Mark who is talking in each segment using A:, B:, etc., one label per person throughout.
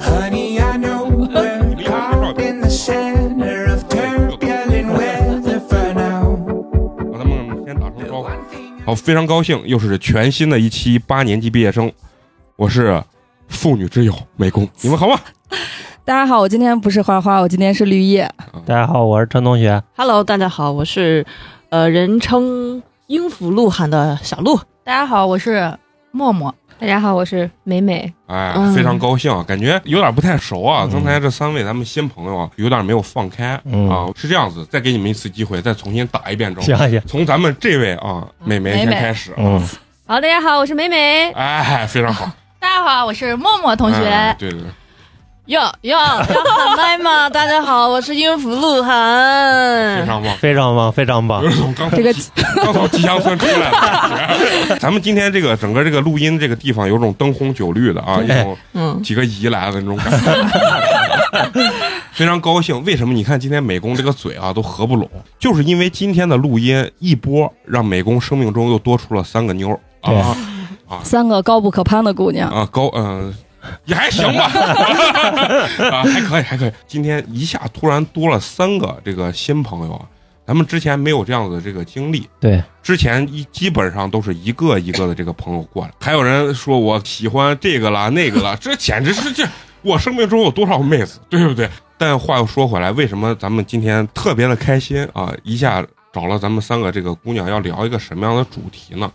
A: Honey, I know we're caught in the center of turbulent weather for now.
B: 让他们先打声招呼。好，非常高兴，又是全新的一期八年级毕业生。我是妇女之友美工，你们好吗？
C: 大家好，我今天不是花花，我今天是绿叶。
D: 大家好，我是陈同学。
E: Hello，大家好，我是呃人称音符鹿晗的小鹿。
F: 大家好，我是默默。
G: 大家好，我是美美。
B: 哎，
E: 嗯
B: 非常高兴，啊，感觉有点不太熟啊。
D: 嗯
B: 刚才这三位咱们新朋友啊，有点没有放开、
D: 嗯
B: 啊。是这样子，再给你们一次机会，再重新打一遍招呼。
D: 行行，
B: 从咱们这位啊，美眉先
F: 美美
B: 开始。
D: 嗯，
G: 好，大家好，我是美美。
B: 哎，非常好，
F: 大家好，我是默默同
B: 哎
C: 啊
F: 学。
B: 对对对，
E: 哟哟，要喊麦吗？大家好，我是音符鹿
B: 非
E: 晗。
B: 常棒。
D: 非常棒，非常棒
B: 有。种刚
C: 这个
B: 刚从吉祥村出来的感觉。咱 们今天这个整个这个录音这个地方有种灯红酒绿的啊，一
D: 哎
B: 种
E: 嗯，
B: 几个姨来的那种感觉， 非常高兴。为什么？你看今天美工这个嘴啊都合不拢，就是因为今天的录音一波，让美工生命中又多出了三个妞儿啊
C: 三个高不可攀的姑娘，
B: 啊高嗯。也还行吧，啊，还可以，还可以。今天一下突然多了三个这个新朋友啊，咱们之前没有这样子的这个经历，
D: 对，
B: 之前一基本上都是一个一个的这个朋友过来，还有人说我喜欢这个啦那个啦，这简直是这我生命中有多少妹子，对不对？但话又说回来，为什么咱们今天特别的开心啊？一下找了咱们三个这个姑娘，要聊一个什么样的主题呢？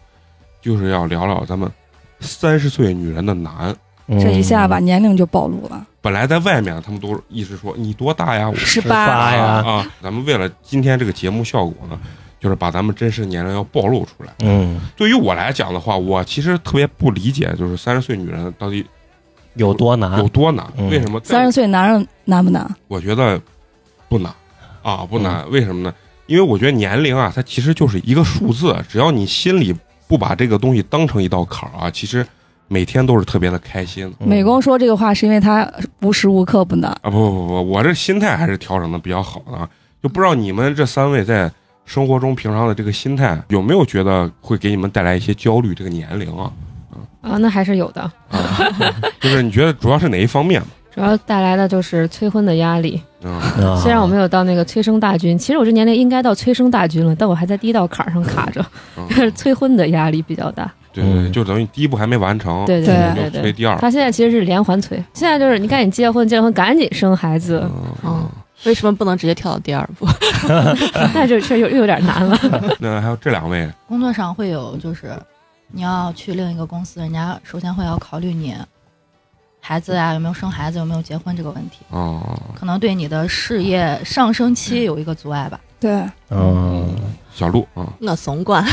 B: 就是要聊聊咱们三十岁女人的难。
D: 嗯
C: 这一下把年龄就暴露了，
B: 本来在外面，他们都一直说你多大呀？我
C: 嗯十
D: 八
C: 八。
D: 哎呀
B: 啊！咱们为了今天这个节目效果呢，就是把咱们真实年龄要暴露出来。
D: 嗯，
B: 对于我来讲的话，我其实特别不理解，就是三十岁女人到底
D: 有多难
B: 有？多难？
D: 嗯
B: 为什么？
C: 三十岁男人难不难？
B: 我觉得不难啊，不难。为什么呢？因为我觉得年龄啊，它其实就是一个数字，只要你心里不把这个东西当成一道坎儿啊，其实每天都是特别的开心的。
D: 嗯
C: 美工说这个话是因为他无时无刻不难。
B: 啊，不不不不，我这心态还是调整的比较好的啊，就不知道你们这三位在生活中平常的这个心态有没有觉得会给你们带来一些焦虑？这个年龄啊，
G: 啊，那还是有的，
B: 就是你觉得主要是哪一方面嘛？
G: 主要带来的就是催婚的压力。
B: 嗯，
D: 啊
G: 虽然我没有到那个催生大军，其实我这年龄应该到催生大军了，但我还在第一道坎儿上卡着，
B: 嗯
G: 催婚的压力比较大。
B: 对对，对
D: 嗯
B: 就等于第一步还没完成，
D: 哦
G: 对
C: 对
B: 你就
G: 对对
B: 推
G: 对。
B: 第二。
G: 他现在其实是连环催，现在就是你赶紧结婚，结了婚赶紧生孩子，
B: 嗯
E: 嗯为什么不能直接跳到第二 步？
D: 嗯
G: 那就确实又又有点难了。
B: 那还有这两位，
F: 工作上会有，就是你要去另一个公司，人家首先会要考虑你孩子啊有没有生孩子，有没有结婚这个问题，
B: 哦，
F: 可能对你的事业上升期有一个阻碍吧。
C: 对，
D: 嗯，
B: 小鹿啊，
E: 我怂惯。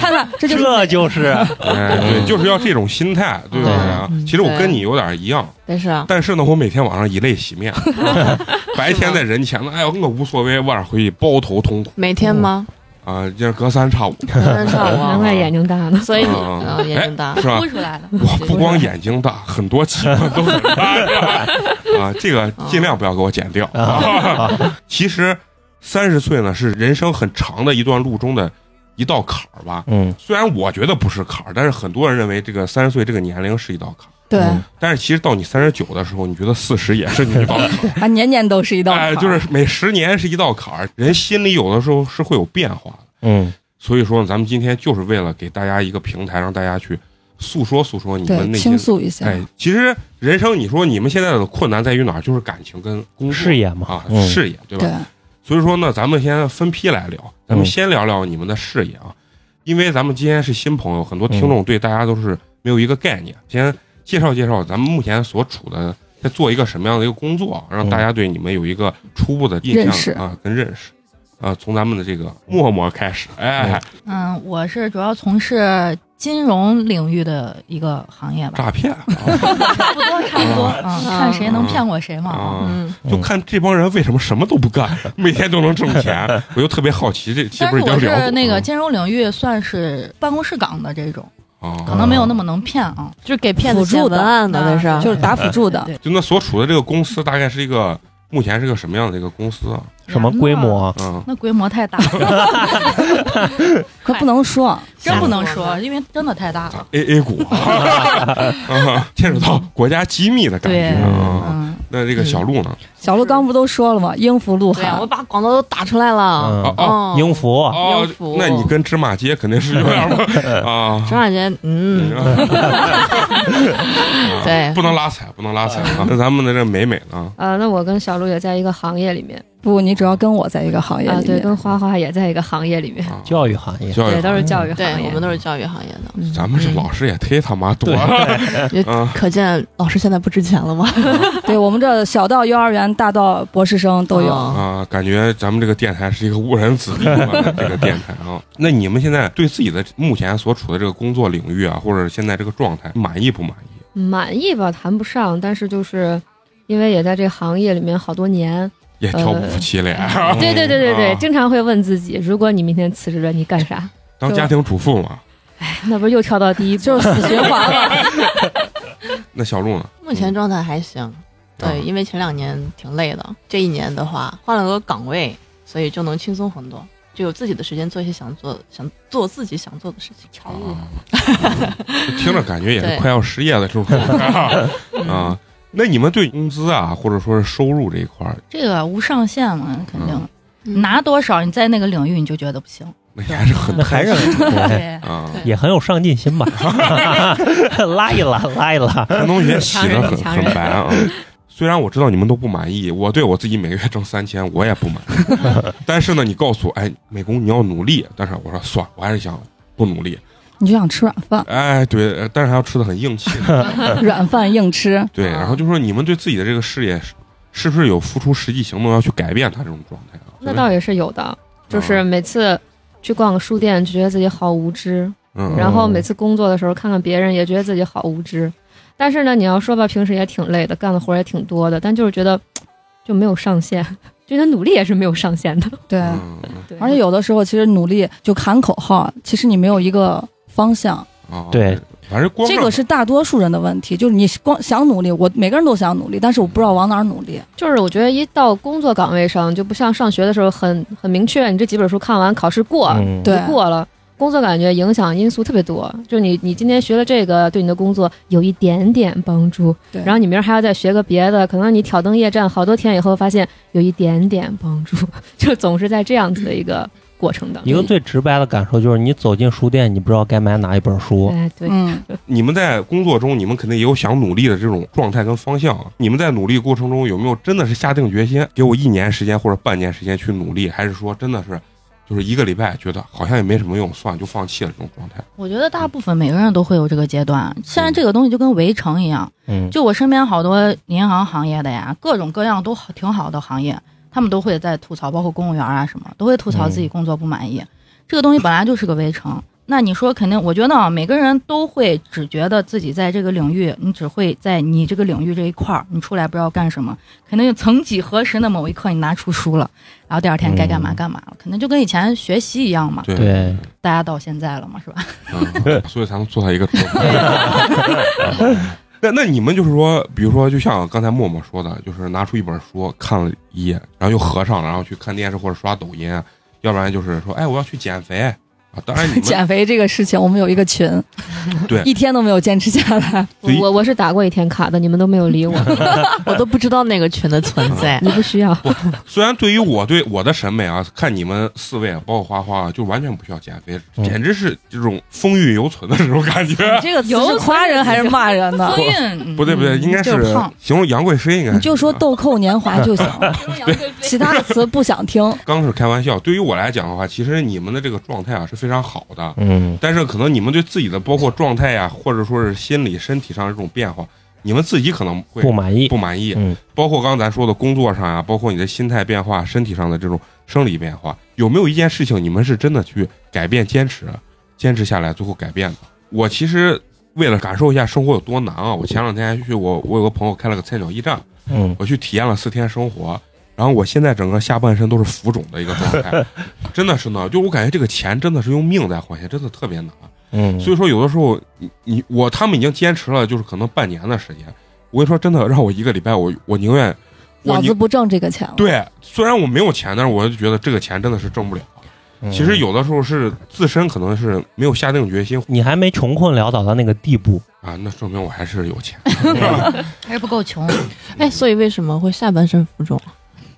C: 看看这就是
D: 这就是
B: 哎，对，就是要这种心态，对不对啊？
E: 嗯
B: 其实我跟
E: 对
B: 你有点一样，
E: 但是啊，
B: 但是呢，我每天晚上以泪洗 面，白天在人前呢，哎，我根本无所谓，晚上回去抱头痛哭
E: 每天吗？
B: 啊，就是隔三差五，
E: 有人唱
G: 难
E: 我，
G: 怪眼睛大呢。
E: 所以你
B: 嗯
E: 啊眼睛大。
B: 是吧
F: 哭？出来了，
B: 我不光眼睛大，很多器官都很大 啊！这个尽量不要给我剪掉。啊、 其实三十岁呢是人生很长的一段路中的一道坎儿吧。
D: 嗯，
B: 虽然我觉得不是坎儿，但是很多人认为这个三十岁这个年龄是一道坎儿。
C: 对
D: 嗯
B: 但是其实到你三十九的时候，你觉得四十也是你一道 坎儿，
C: 啊，年年都是一道坎
B: 哎，
C: 儿。
B: 就是每十年是一道坎儿。人心里有的时候是会有变化的。
D: 嗯，
B: 所以说呢，咱们今天就是为了给大家一个平台，让大家去诉说诉说你们
C: 对，
B: 内
C: 倾
B: 心
C: 诉一下。
B: 哎，其实人生，你说你们现在的困难在于哪儿？就是感情跟工作
D: 事业嘛
B: 啊，
D: 嗯
B: 事业对吧？
C: 对，
B: 所以说呢，咱们先分批来聊，咱们
D: 嗯
B: 先聊聊你们的事业啊，因为咱们今天是新朋
D: 嗯
B: 友，很多听众对大家都是没有一个概念，先介绍介绍咱们目前所处的在做一个什么样的一个工作，让
D: 嗯
B: 大家对你们有一个初步的印
C: 认识
B: 象啊跟认识啊。从咱们的这个陌陌开始，哎，
F: 嗯，我是主要从事金融领域的一个行业吧，
B: 诈骗啊
F: 差不多差不多，嗯，看谁能骗过谁嘛。啊
B: 啊，
E: 嗯，
B: 就看这帮人为什么什么都不干，每天都能挣钱，我就特别好奇这是
F: 但
B: 不
F: 是
B: 已经
F: 我
B: 聊
F: 是
B: 过
F: 那个金融领域算是办公室岗的这种，可
B: 啊？
F: 能没有那么能骗啊。
E: 就是给骗子
C: 辅助
E: 写
C: 的
E: 文案的那
F: 那
E: 是，啊
C: 就是打辅助的
F: 啊对，
B: 就那所处的这个公司大概是一个目前是个什么样的一个公司啊？
D: 什么规模啊？
B: 嗯，
F: 那规模太大了，
C: 可不能说，
F: 真不能
E: 哎
F: 说，因为真的太大了。
B: A A 股，啊，牵扯到国家机密的感觉
F: 对
B: 啊。
F: 嗯，
B: 那这个小鹿呢？
C: 小鹿刚不都说了吗？英福路
E: 对
F: 啊
E: 呀，我
C: 汉，
E: 把广告都打出来了。
B: 哦
D: 嗯，
B: 哦，
E: 嗯，
D: 英孚啊，
B: 哦
E: 英孚，
B: 那你跟芝麻街肯定是有点儿啊。
E: 陈婉杰，嗯，对
B: 不能拉踩，不能拉踩啊！那咱们的这美美呢？
G: 呃，那我跟小鹿也在一个行业里面
C: 不，你只要跟我在一个行业
G: 啊，
C: 里
G: 对，
C: 面，
G: 跟花花也在一个行业里面，
B: 啊
D: 教育行业，
B: 教育啊
G: 也都是教育
E: 对
G: 行，业
E: 我。们都是教育行业的，
G: 嗯
B: 咱们是老师也忒他妈多
D: 对
B: 了啊！
E: 可见老师现在不值钱了吗？
C: 对我们这小到幼儿园，大到博士生都有。
E: 哦
B: 啊，感觉咱们这个电台是一个误人子弟的这个电台啊。 那你们现在对自己的目前所处的这个工作领域啊，或者现在这个状态满意不满意？
G: 满意吧，谈不上，但是就是因为也在这个行业里面好多年，
B: 也挑不出气来。
G: 呃对对对对对，
B: 啊
G: 经常会问自己，如果你明天辞职了，你干啥？
B: 啊当家庭主妇嘛。
G: 那不是又跳到第一步，
C: 就是死循环 了，
B: 那小鹿呢？
E: 目前状态还行，对，
B: 啊
E: 因为前两年挺累的，这一年的话换了个岗位，所以就能轻松很多，就有自己的时间做一些想做想做自己想做的事情。
B: 啊， 听着感觉也是
E: 对
B: 快要失业的这种状态啊 啊。那你们对工资啊，或者说是收入这一块儿，
F: 这个无上限嘛，肯定
E: 嗯
F: 拿多少，你在那个领域你就觉得不行。
B: 那还是很
D: 那还是对，
F: 对，
B: 啊。
D: 也很有上进心吧， 拉一拉，拉一拉，
B: 陈 同学洗的很
G: 强
B: 很
G: 人
B: 白啊。虽然我知道你们都不满意，我对我自己每个月挣三千，我也不满意。 但是呢，你告诉我，哎，美工你要努力。但是我说算，我还是想不努力。
C: 你就想吃软 饭，
B: 哎，对，呃但是还要吃的很硬气。
C: 软饭硬吃。
B: 对，
E: 啊
B: 然后就说你们对自己的这个事业是是不是有付出实际行动要去改变他这种状态啊？
G: 那倒也是有的，就是每次去逛个书店，就觉得自己好无知，
B: 嗯，
G: 然后每次工作的时候看看别人，也觉得自己好无知。但是呢，你要说吧，平时也挺累的，干的活儿也挺多的，但就是觉得就没有上限， 觉得努力也是没有上限的。
C: 对，
B: 嗯
G: 对
C: 而且有的时候其实努力就喊口号，其实你没有一个方向，
B: 啊，
D: 对，
B: 反正光
C: 这
B: 让
C: 个是大多数人的问题。就是你光想努力，我每个人都想努力，但是我不知道往哪儿努力。
G: 就是我觉得一到工作岗位上，就不像上学的时候很很明确，你这几本书看完，考试过，
D: 嗯，
C: 对
G: 就，过了。工作感觉影响因素特别多，就是你你今天学了这个，对你的工作有一点点帮助，
C: 对
G: 然后你明儿还要再学个别的，可能你挑灯夜战好多天以后，发现有一点点帮助， 就总是在这样子的一个过程
B: 啊
G: 当中。
D: 一个最直白的感受就是，你走进书店，你不知道该买哪一本书，
G: 哎对，
C: 嗯，
B: 你们在工作中，你们肯定也有想努力的这种状态跟方向啊。你们在努力过程中，有没有真的是下定决心，给我一年时间或者半年时间去努力，还是说真的是，就是一个礼拜觉得好像也没什么用，算了就放弃了这种状态？
F: 我觉得大部分每个人都会有这个阶段。现在这个东西就跟围城一样，
D: 嗯，
F: 就我身边好多银行行业的呀，各种各样都好挺好的行业，他们都会在吐槽，包括公务员啊什么，都会吐槽自己工作不满意。这个东西本来就是个围城。那你说肯定，我觉得啊，每个人都会只觉得自己在这个领域，你只会在你这个领域这一块儿，你出来不知道干什么。肯定曾几何时的某一 刻，你拿出书了，然后第二天该干嘛
D: 嗯
F: 干嘛了，肯定就跟以前学习一样嘛，
B: 对
D: 对，
F: 大家到现在了嘛，是吧？
B: 嗯，所以才能做到一个状态。那那你们就是说，比如说，就像刚才默默说的，就是拿出一本书看了一页，然后又合上了，然后去看电视或者刷抖音，啊要不然就是说，哎，我要去减肥啊。当然你们
C: 减肥这个事情，我们有一个群，
B: 对
C: 一天都没有坚持下来。
B: 所以
G: 我我是打过一天卡的，你们都没有理我，
E: 我都不知道那个群的存 在。
G: 你不需要。
B: 虽然对于我对我的审美啊，看你们四位啊，包括花花啊，就完全不需要减肥，
D: 嗯
B: 简直是这种风韵犹存的这种 感觉。
C: 这个词是夸人还是骂人呢
F: 风？韵
B: 不对不对，应该是
F: 就是胖，
B: 形容杨贵妃，应该是
C: 你就说豆蔻年华就行， 其他词不想听。
B: 刚是开玩笑。对于我来讲的话，其实你们的这个状态啊是非常好的，
D: 嗯，
B: 但是可能你们对自己的包括状态呀、或者说是心理、身体上的这种变化，你们自己可能会
D: 不满意
B: 不。满意，
D: 嗯
B: 包括刚才说的工作上啊，包括你的心态变化、身体上的这种生理变化，有没有一件事情你们是真的去改变、坚持、坚持下来，最后改变的？我其实为了感受一下生活有多难啊，我前两天还去我我有个朋友开了个菜鸟驿站，
D: 嗯，
B: 我去体验了四天生活，然后我现在整个下半身都是浮肿的一个状态， 真的是呢，就我感觉这个钱真的是用命在换钱，真的特别难。啊
D: 嗯，
B: 所以说有的时候你你我他们已经坚持了，就是可能半年的时间。我跟你说，真的让我一个礼拜，我我宁愿我
C: 老子
B: 宁
C: 不挣这个钱了。
B: 对，虽然我没有钱，但是我就觉得这个钱真的是挣不了。
D: 嗯
B: 其实有的时候是自身可能是没有下定决心
D: 你还没穷困潦倒到那个地步，
B: 啊，那说明我还是有钱。
D: 嗯
F: 还是不够穷。
E: 哎，所以为什么会下半身浮肿？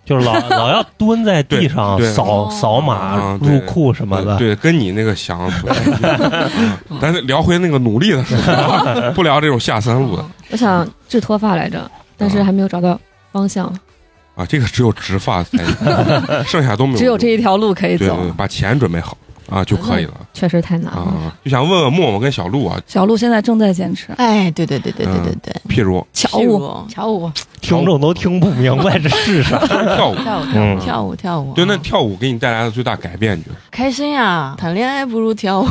D: 就是 老老要蹲在地上
B: 对对
D: 扫
E: 哦
D: 扫码
B: 啊
D: 入
B: 对
D: 库什么的。
B: 对，跟你那个想不太一样。啊咱聊回那个努力的事情啊，不聊这种下三路的
G: 我想治脱发来着，但是还没有找到方向。
B: 啊，这个只有植发才，剩下都没有用。
C: 只有这一条路可以
B: 对
C: 走。嗯
B: 对，把钱准备好啊就可以了
G: 确实太难了。
B: 啊。就想问问默默跟小鹿啊，
C: 小鹿现在正在坚持，
E: 哎，对对对对对对对，
B: 譬如
C: 巧
E: 譬
C: 舞
E: 如
F: 瞧我，
D: 听众都听不明白这是啥。
B: 跳 舞，
F: 跳舞，
D: 嗯
E: 跳舞跳舞啊，
B: 对，那跳舞给你带来的最大改变，你觉得？
E: 开心呀！谈恋爱不如跳舞，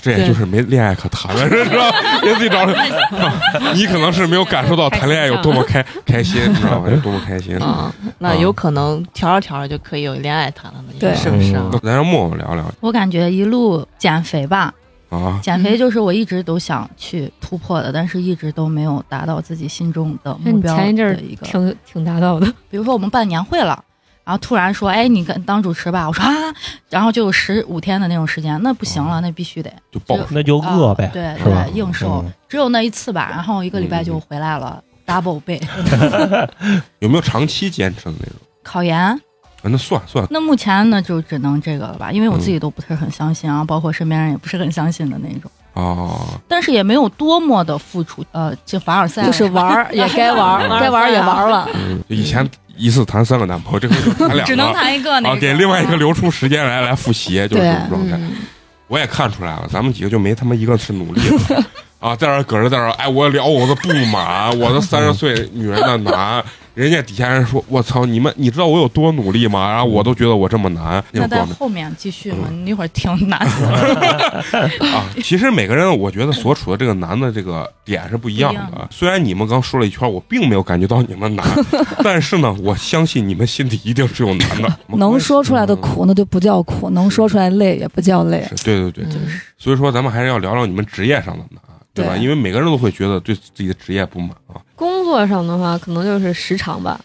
B: 这也就是没恋爱可谈了，是吧？ 给自己 找理由。你可能是没有感受到谈恋爱有多么开开心，
F: 啊
B: 你知道吗？有多么开心。
F: 嗯
E: 啊，那有可能调着调着就可以有恋爱谈了呢，你说
C: 对
E: 是不是啊？
B: 那咱让默默聊聊
F: 我感觉一路减肥吧，
B: 啊，
F: 减
G: 嗯
F: 肥就是我一直都想去突破的，但是一直都没有达到自己心中的
G: 那
F: 目
G: 你
F: 标
G: 前一阵儿
F: 的一个。
G: 挺挺达到的，
F: 比如说我们办年会了，然后突然说，哎，你跟当主持吧，我说啊，然后就有十五天的那种时间，那不行了，那必须得啊
B: 就爆
D: 那就哦饿
B: 哦
D: 呗，
F: 对
D: 是吧？
F: 对，硬瘦
D: 嗯，
F: 只有那一次吧，然后一个礼拜
B: 嗯
F: 就回来了，double 倍。
B: 有没有长期坚持的那种？
F: 考研，
B: 啊那算算
F: 那目前呢就只能这个了吧，因为我
D: 嗯
F: 自己都不是很相信啊，包括身边人也不是很相信的那种，
B: 啊，
F: 但是也没有多么的付出，呃，就凡尔赛
C: 就是玩儿， 也该玩儿，该玩儿也玩儿了。
B: 嗯以前一次谈三个男朋友，这回就谈两个，
F: 只能谈一个那嗯
B: 啊，给另外一个留出时间来来复习，就是这种状态。
E: 嗯，
B: 我也看出来了，咱们几个就没他妈一个是努力 的啊，在这儿搁着在这儿，哎，我聊我的不满，我的三十岁女人的 难，人家底下人说，我操，你们你知道我有多努力吗？
C: 嗯
B: 然后我都觉得我这么难，那
F: 那
B: 种
F: 在
B: 状态
F: 后面继续
B: 嗯
F: 嘛，那会儿挺难的。
B: 啊。其实每个人我觉得所处的这个难的这个点是不一样
F: 不一
B: 的。虽然你们刚说了一圈，我并没有感觉到你们 难，但是呢，我相信你们心里一定是有难的。
C: 能说出来的苦，那就不叫苦；能说出来累，也不叫累。
B: 嗯是，对对对，
E: 就是
B: 所以说咱们还是要聊聊你们职业上的难，对吧？
C: 对
B: 因为每个人都会觉得对自己的职业不满啊。
G: 工作上的话，可能就是时长吧，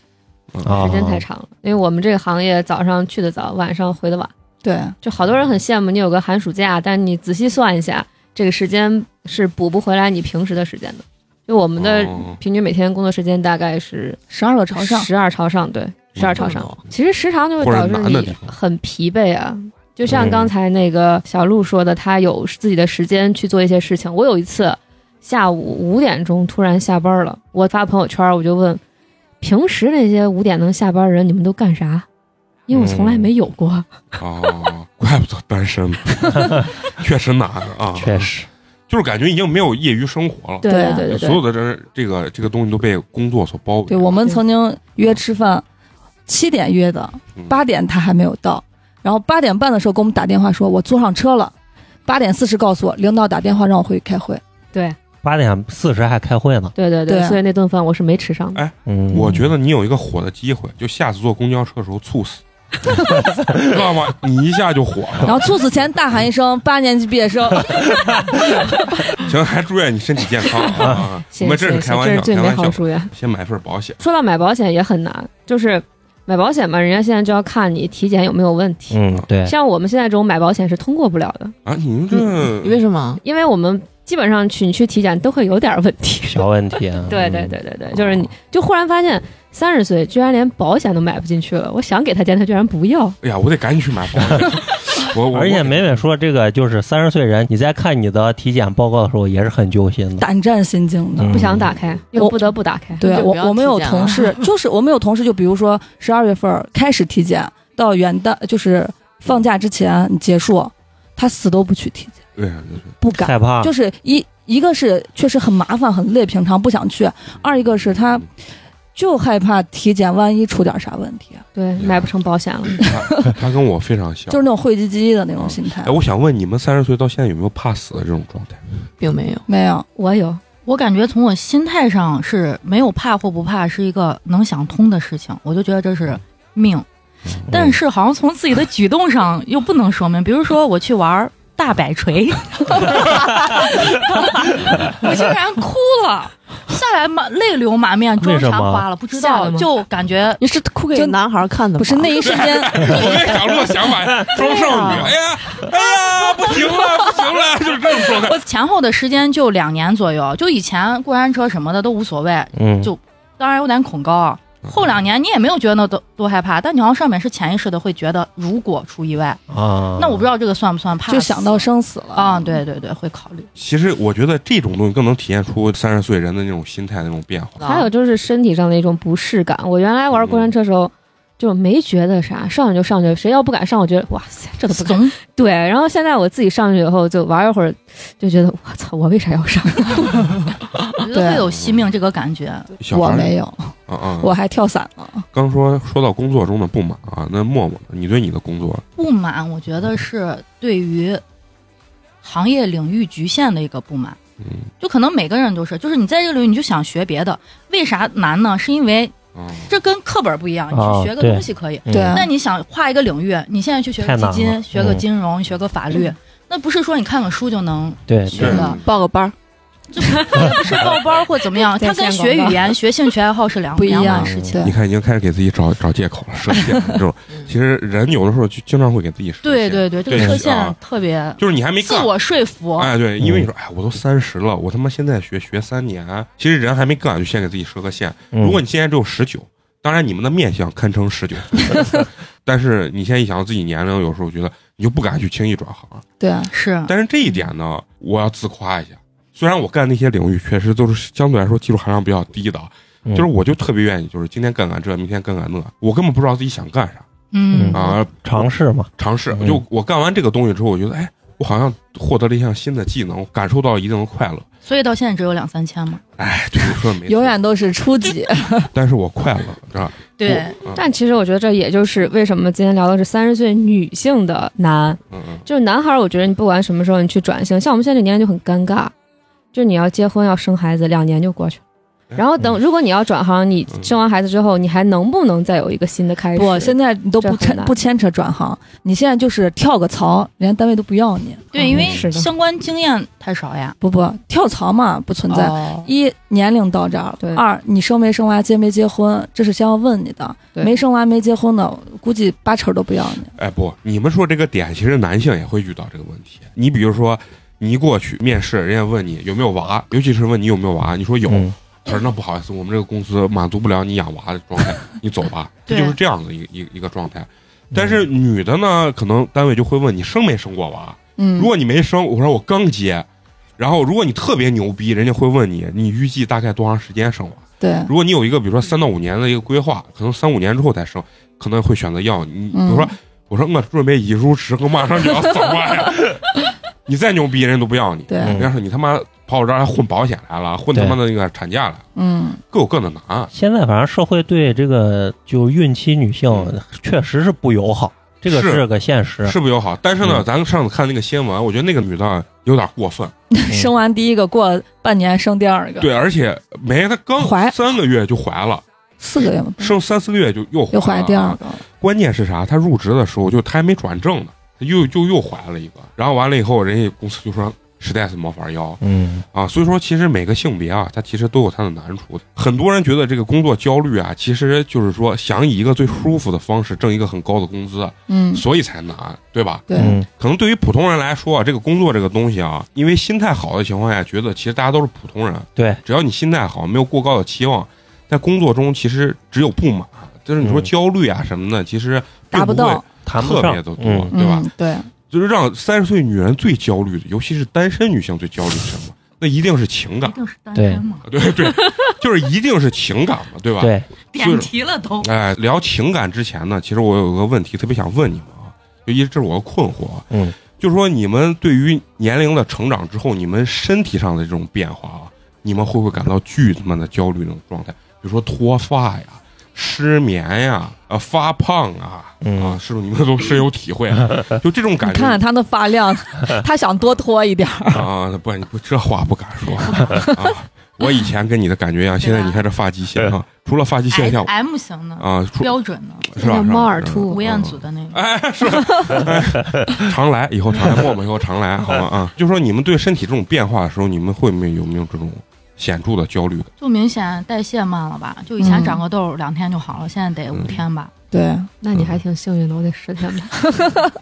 D: 啊
B: 嗯
G: 时间太长了。因为我们这个行业，早上去的早，晚上回的晚，
C: 对，
G: 就好多人很羡慕你有个寒暑假，但你仔细算一下，这个时间是补不回来你平时的时间的。就我们的
B: 哦
G: 平均每天工作时间大概是
C: 十二个朝上，
G: 十二朝上，对，十二朝上。其实时长就会
B: 哦或者
G: 导致
B: 难的地嗯
G: 你
B: 方
G: 很疲惫啊。就像刚才那个小鹿说的，他有自己的时间去做一些事情。我有一次下午五点钟突然下班了，我发朋友圈，我就问，平时那些五点能下班的人，你们都干啥？因为我从来没有过。
B: 哦，怪不得单身呢，确实难啊，
D: 确实，
B: 就是感觉已经没有业余生活了，
G: 对
C: 对啊
G: 对对
B: 所有
G: 对，
B: 的这这个这个东西都被工作所包围。
C: 对我们曾经约吃饭，七点约的
B: 嗯，
C: 八点他还没有到，然后八点半的时候给我们打电话说，我坐上车了。八点四十告诉我，领导打电话让我回去开会。
G: 对
D: 八点四十还开会呢。
G: 对对对，
C: 对啊
G: 所以那顿饭我是没吃
B: 哎
G: 上的。
D: 嗯，
B: 我觉得你有一个火的机会，就下次坐公交车的时候猝死，知道吗？你一下就火了。
C: 然后猝死前大喊一声“八年级毕业生
B: 行，还祝愿你身体健康啊！
G: 谢
B: 我
G: 谢
B: 们这是
G: 谢谢
B: 开玩
G: 这
B: 笑，
G: 是最
B: 开
G: 美
B: 玩
G: 好的
B: 笑。
G: 祝愿。
B: 先买份保险，
G: 说到买保险也很难，就是买保险嘛，人家现在就要看你体检有没有问题。
D: 嗯，对，
G: 像我们现在这种买保险是通过不了的，
B: 啊，你们
E: 你
B: 这
E: 为什么？
G: 因为我们基本上去你去体检都会有点问题。。
D: 小问题啊
G: 对对对对对，就是你就忽然发现三十岁居然连保险都买不进去了，我想给他钱，他居然不要。
B: 哎呀，我得赶紧去买保险。我我
D: 而且
B: 我
D: 美美说，这个就是三十岁人，你在看你的体检报告的时候也是很揪心”，的。
C: 胆战心惊的。
D: 嗯
G: 不想打开，又不得不打开。
C: 对
E: 就
C: 我
E: 不要，
C: 我们有
E: 体检
C: 同
E: 了
C: 事，就是我们有同事，就比如说十二月份儿开始体检，到元旦就是放假之前结束，他死都不去体检，
B: 对对对，
C: 不
D: 嗯
C: 敢
B: 啊
D: 害，怕，
C: 就是一一个是确实很麻烦很累，平常不想去；二一个是他就害怕体检，万一出点啥问题，
G: 对，买不成保险了。
B: 他他跟我非常像
C: 就。是那种讳疾忌医的那种心态
B: 哎，。我想问你们三十岁到现在有没有怕死的这种状态？
E: 并没有。
C: 没有，
G: 我有，
F: 我感觉从我心态上是没有怕或不怕，是一个能想通的事情，我就觉得这是命。
B: 嗯
F: 但是好像从自己的举动上又不能说明， 比如说我去玩大摆锤， 我竟然哭了，下来满泪流满面，妆
D: 为什
F: 啥
D: 么
F: 花了不知
G: 吓
F: 道
G: 了，吗
F: 就感觉
E: 你是哭
C: 就
E: 给男孩看的吗？
C: 不是那一瞬 间，
B: 我跟小鹿想法， 装少女，哎呀，哎呀，不行了，不行了，就是这种状态。
F: 我前后的时间就两年左右，就以前过山车什么的都无所谓，
D: 嗯，
F: 就当然有点恐高啊。后两年你也没有觉得那多多害怕，但你好像上面是潜意识的会觉得，如果出意外，
D: 啊，
F: 那我不知道这个算不算怕死，
C: 就想到生死了
F: 啊，对对对，会考虑。
B: 其实我觉得这种东西更能体现出三十岁人的那种心态的那种变化。
G: 还有就是身体上的一种不适感。我原来玩过山车的时候。就没觉得啥，上去就上去，谁要不敢上，我觉得哇塞，这都不敢。
F: 怂，
G: 对，然后现在我自己上去以后，就玩一会儿，就觉得我操，我为啥要上？
F: 我觉得会有惜命这个感觉。
B: 小
C: 我
B: 孩儿
C: 没有，
B: 啊啊！
C: 我还跳伞了。
E: 啊
B: 刚说说到工作中的不满啊，那默默，你对你的工作
F: 不满，我觉得是对于行业领域局限的一个不满。
B: 嗯
F: 就可能每个人都是，就是你在这个领域你就想学别的，为啥难呢？是因为
B: 啊，
F: 这跟课本不一样，你
D: 哦
F: 去学个
D: 对
F: 东西可以，
C: 对
D: 嗯
C: 啊
F: 那你想跨一个领域，你现在去学
D: 太
F: 个
D: 难
F: 基
D: 了
F: 金、学个
D: 嗯
F: 金融、学个法律，那不是说你看个书就能
D: 对
F: 学
B: 对
F: 的，
E: 报个班儿，
F: 不是报班儿或怎么样，
G: 在
F: 它跟
G: 线
F: 学
G: 广告
F: 语言、学兴趣爱好是两
C: 不一
F: 两
E: 嗯
C: 样
F: 码事情。
C: 对嗯
B: 你看已经开始给自己找找借口了，设限这 种。其实人有的时候就经常会给自己设限，
F: 对对对，这个
B: 对
F: 车
B: 是啊
F: 线特别
B: 就是你还没
F: 自
B: 干。
F: 我说服。
B: 哎，对，因为
D: 嗯
B: 你说，哎，我都三十了，我他妈现在学学三年，其实人还没干，就先给自己设个限。
D: 嗯
B: 如果你现在只有十九，当然你们的面相堪称十九， 但是你现在一想到自己年龄，有时候觉得你就不敢去轻易转行。
C: 对啊，
F: 是，
B: 但是这一点呢，我要自夸一下。虽然我干那些领域确实都是相对来说技术含量比较低的，
D: 嗯
B: 就是我就特别愿意，就是今天干干这，明天干干那，我根本不知道自己想干啥
F: 嗯
D: 嗯
B: 啊，
D: 尝试嘛，
B: 尝试。
D: 嗯
B: 就我干完这个东西之后，我觉得，哎，我好像获得了一项新的技能，感受到一定的快乐。
F: 所以到现在只有两三千嘛。
B: 哎，对，你说的没错
C: 永，远都是 初级。
B: 但是我快乐，知道吧？
F: 对，
B: 我，
G: 但其实我觉得这也就是为什么今天聊的是三十岁女性的难，
B: 嗯嗯
G: 就是男孩，我觉得你不管什么时候你去转型，像我们现在这年龄就很尴尬，就是你要结婚要生孩子，两年就过去了。然后等，如果你要转行，你生完孩子之后，你还能不能再有一个新的开始？
C: 不，现在你都
G: 这
C: 不
G: 很
C: 牵
G: 难
C: 不牵扯转行，你现在就是跳个槽，人家单位都不要你。
F: 对，因为
G: 是的
F: 相关经验太少呀。
C: 不不，跳槽嘛不存在。
F: 哦
C: 一年龄到这儿
G: 对
C: 了，二你生没生娃，结没结婚，这是先要问你的。
G: 对
C: 没生娃没结婚的，估计八成都不要你。
B: 哎，不，你们说这个点，其实男性也会遇到这个问题。你比如说，你一过去面试，人家问你有没有娃，尤其是问你有没有娃，你说有，
D: 嗯
B: 他说那不好意思，我们这个公司满足不了你养娃的状态，你走吧，这
F: 对
B: 就是这样的一个一个一个状态。但是女的呢，可能单位就会问你生没生过娃，
C: 嗯
B: 如，果你没生，我说我刚接。然后，如果你特别牛逼，人家会问你，你预计大概多长时间生娃？
C: 对
B: 如果你有一个比如说三到五年的一个规划，可能三五年之后再生，可能会选择要你。比如说，
C: 嗯
B: 我说我准备已入职，我马上就要走了呀， 你再牛逼人都不要你。
C: 对，
D: 嗯
B: 人家说你他妈跑我这儿还混保险来了，混他妈的那个产假来了，
C: 嗯，
B: 各有各的难。
D: 现在反正社会对这个就孕期女性
B: 嗯
D: 确实是不友好，这个
B: 是
D: 是个现实。
B: 是不友好，但是呢，
D: 嗯
B: 咱上次看那个新闻，我觉得那个女的有点过分，
D: 嗯
C: 生完第一个，过半年生第二个，
B: 对，而且没她刚
C: 怀
B: 三个月就怀了，
C: 四个月嘛，
B: 生三四个月就又怀
C: 又怀
B: 了
C: 第二个了。
B: 关键是啥？他入职的时候就他还没转正呢，他又就又怀了一个，然后完了以后，人家公司就说实在是没法要
D: 嗯，
B: 啊。所以说，其实每个性别啊，它其实都有它的难处的。很多人觉得这个工作焦虑啊，其实就是说想以一个最舒服的方式挣一个很高的工资，啊
C: 嗯，
B: 所以才难，对吧？
C: 对，
D: 嗯
B: 可能对于普通人来说啊，这个工作这个东西啊，因为心态好的情况下，觉得其实大家都是普通人，啊
D: 对，
B: 只要你心态好，没有过高的期望，在工作中其实只有不满，就是你说
D: 嗯
B: 焦虑啊什么的，其实并
C: 达不
B: 会
C: 到，
D: 谈不
B: 特
D: 上
B: 别的多，
D: 嗯
B: 对吧？
C: 嗯，对，
B: 就是让三十岁女人最焦虑的，尤其是单身女性最焦虑是什么？那一定是情感
F: 一，定是单
D: 对
F: 身嘛？
B: 对对，就是一定是情感嘛，对吧？
D: 对，
F: 点题了都。
B: 哎，聊情感之前呢，其实我有个问题特别想问你们啊，就一直这是我的困惑啊，
D: 嗯，
B: 就是说你们对于年龄的成长之后，你们身体上的这种变化啊，你们会不会感到巨他妈的焦虑那种状态？比如说脱发呀、失眠呀、啊发胖啊，啊，
D: 嗯，
B: 是不是你们都深有体会、 啊？就这种
C: 你
B: 感觉
C: 看看他那发 量，他想多脱一点儿。
B: 啊，不，你不这话不敢说 啊。我以前跟你的感觉一样，现在你看这发际线啊，除了发际线以外
F: M 型的，
B: 啊，除
F: 哎标准的，
B: 是吧？嗯
G: 叫
B: 是吧
G: 猫耳
B: 是吧
G: 兔
F: 吴彦祖的那个。
B: 哎，是吧， 哎常来，以后常来，默默以后常来，好吗？啊，就说你们对身体这种变化的时候，你们会没有有没有这种显著的焦虑感？
F: 就明显代谢慢了吧？就以前
C: 嗯
F: 长个痘儿两天就
B: 嗯
F: 好了，现在得五天吧。
C: 对，
G: 那你还挺幸运的，我得十天吧。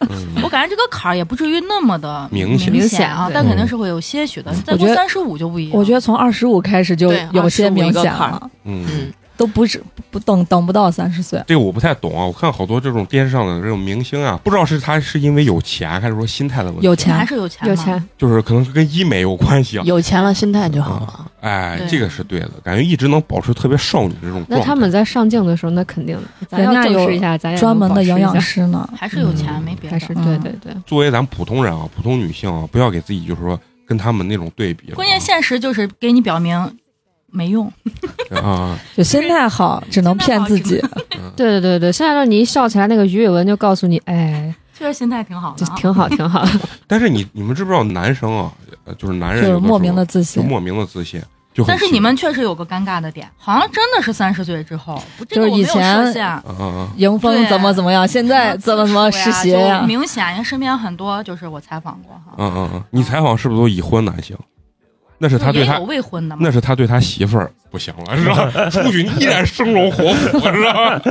B: 嗯
F: 我感觉这个槛儿也不至于那么的
B: 明显嗯
F: 显啊
E: 明显，对
F: 但肯定是会有些许的。再
C: 我觉
F: 过
C: 得
F: 三十五就不一样。
C: 我觉得从二十五开始就
E: 对
C: 有些
E: 25
C: 明
E: 一个
C: 显
E: 坎儿
C: 了，
B: 嗯
E: 嗯，
C: 都不是不等等不到三十岁。
B: 这个我不太懂啊，我看好多这种电视上的这种明星啊，不知道是他是因为有钱，还是说心态的问题，
C: 有
F: 你还
C: 钱，
F: 是有钱，
G: 有，钱，
B: 就是可能是跟医美有关系啊。
E: 有钱了，心态就好了。
B: 哎，
F: 对
B: 这个是对的，感觉一直能保持特别少女这种状
G: 那
B: 态。
G: 他们在上镜的时候，那肯定的，咱要
C: 人家
G: 正视
C: 有
G: 一下，咱也
C: 专门的营养
G: 师，
C: 师呢。
F: 还是有钱，没别
G: 还
F: 的。
G: 是
C: 嗯
G: 对对对，
B: 作为咱普通人啊，普通女性啊，不要给自己就是说跟他们那种对比了啊。
F: 关键现实就是给你表明没用，
B: 啊，
C: 就心态好，只能骗自己。
G: 对对对对，现在让你一笑起来，那个鱼尾纹就告诉你，哎，
F: 确实心态挺好
G: 这
F: 的啊。
G: 挺好挺好。
B: 但是你你们知不知道男生啊，呃就是男人
C: 就
B: 有
C: 是
B: 的时候
C: 莫名的自
B: 就
C: 信，
B: 莫名的自信，就很
F: 但是
B: 奇
F: 你们确实有个尴尬的点，好像真的是三十岁之后，不这
C: 就是
F: 个我没有
C: 以前
F: 设限。
B: 怪啊啊啊，
C: 迎风
F: 对
C: 怎么怎么样，现在怎么怎么
F: 自
C: 湿
F: 述呀
C: 鞋呀
F: 就？明显，人身边很多就是我采访过哈，
B: 嗯嗯嗯，你采访是不是都已婚男性？那是他
F: 就
B: 对
F: 也
B: 他
F: 有，未婚的嘛
B: 那。是他对他媳妇儿不行了，是吧？出去依然生龙活虎，是吧？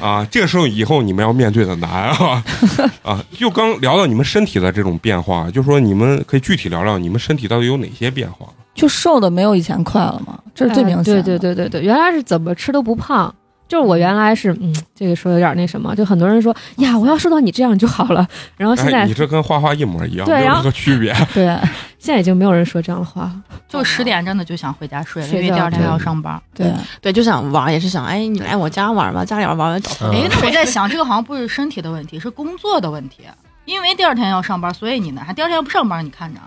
B: 啊，这个时候以后你们要面对的难啊啊！就刚聊到你们身体的这种变化，就说你们可以具体聊聊你们身体到底有哪些变化。
C: 就瘦的没有以前快了嘛，这是最明显
G: 嗯
C: 的。
G: 哎对
C: 嗯
G: 对对对对，原来是怎么吃都不胖。就是我原来是，嗯，这个说有点那什么，就很多人说呀，我要瘦到你这样就好了。然哦后现在、
B: 哎，你这跟花花一模一样，
G: 对
B: 没有
G: 然
B: 任
G: 后
B: 何区别。
C: 对
G: 现在已经没有人说这样的话了。
F: 就十点真的就想回家睡了，因
G: 睡
F: 为第
G: 觉
F: 二天
B: 对
F: 还要上班。
C: 对，
E: 对，就想玩，也是想，哎，你来我家玩吧，家里玩玩找
D: 嗯
F: 哎，那我在想，这个好像不是身体的问题，是工作的问题。因为第二天要上班，所以你呢，还第二天不上班，你看着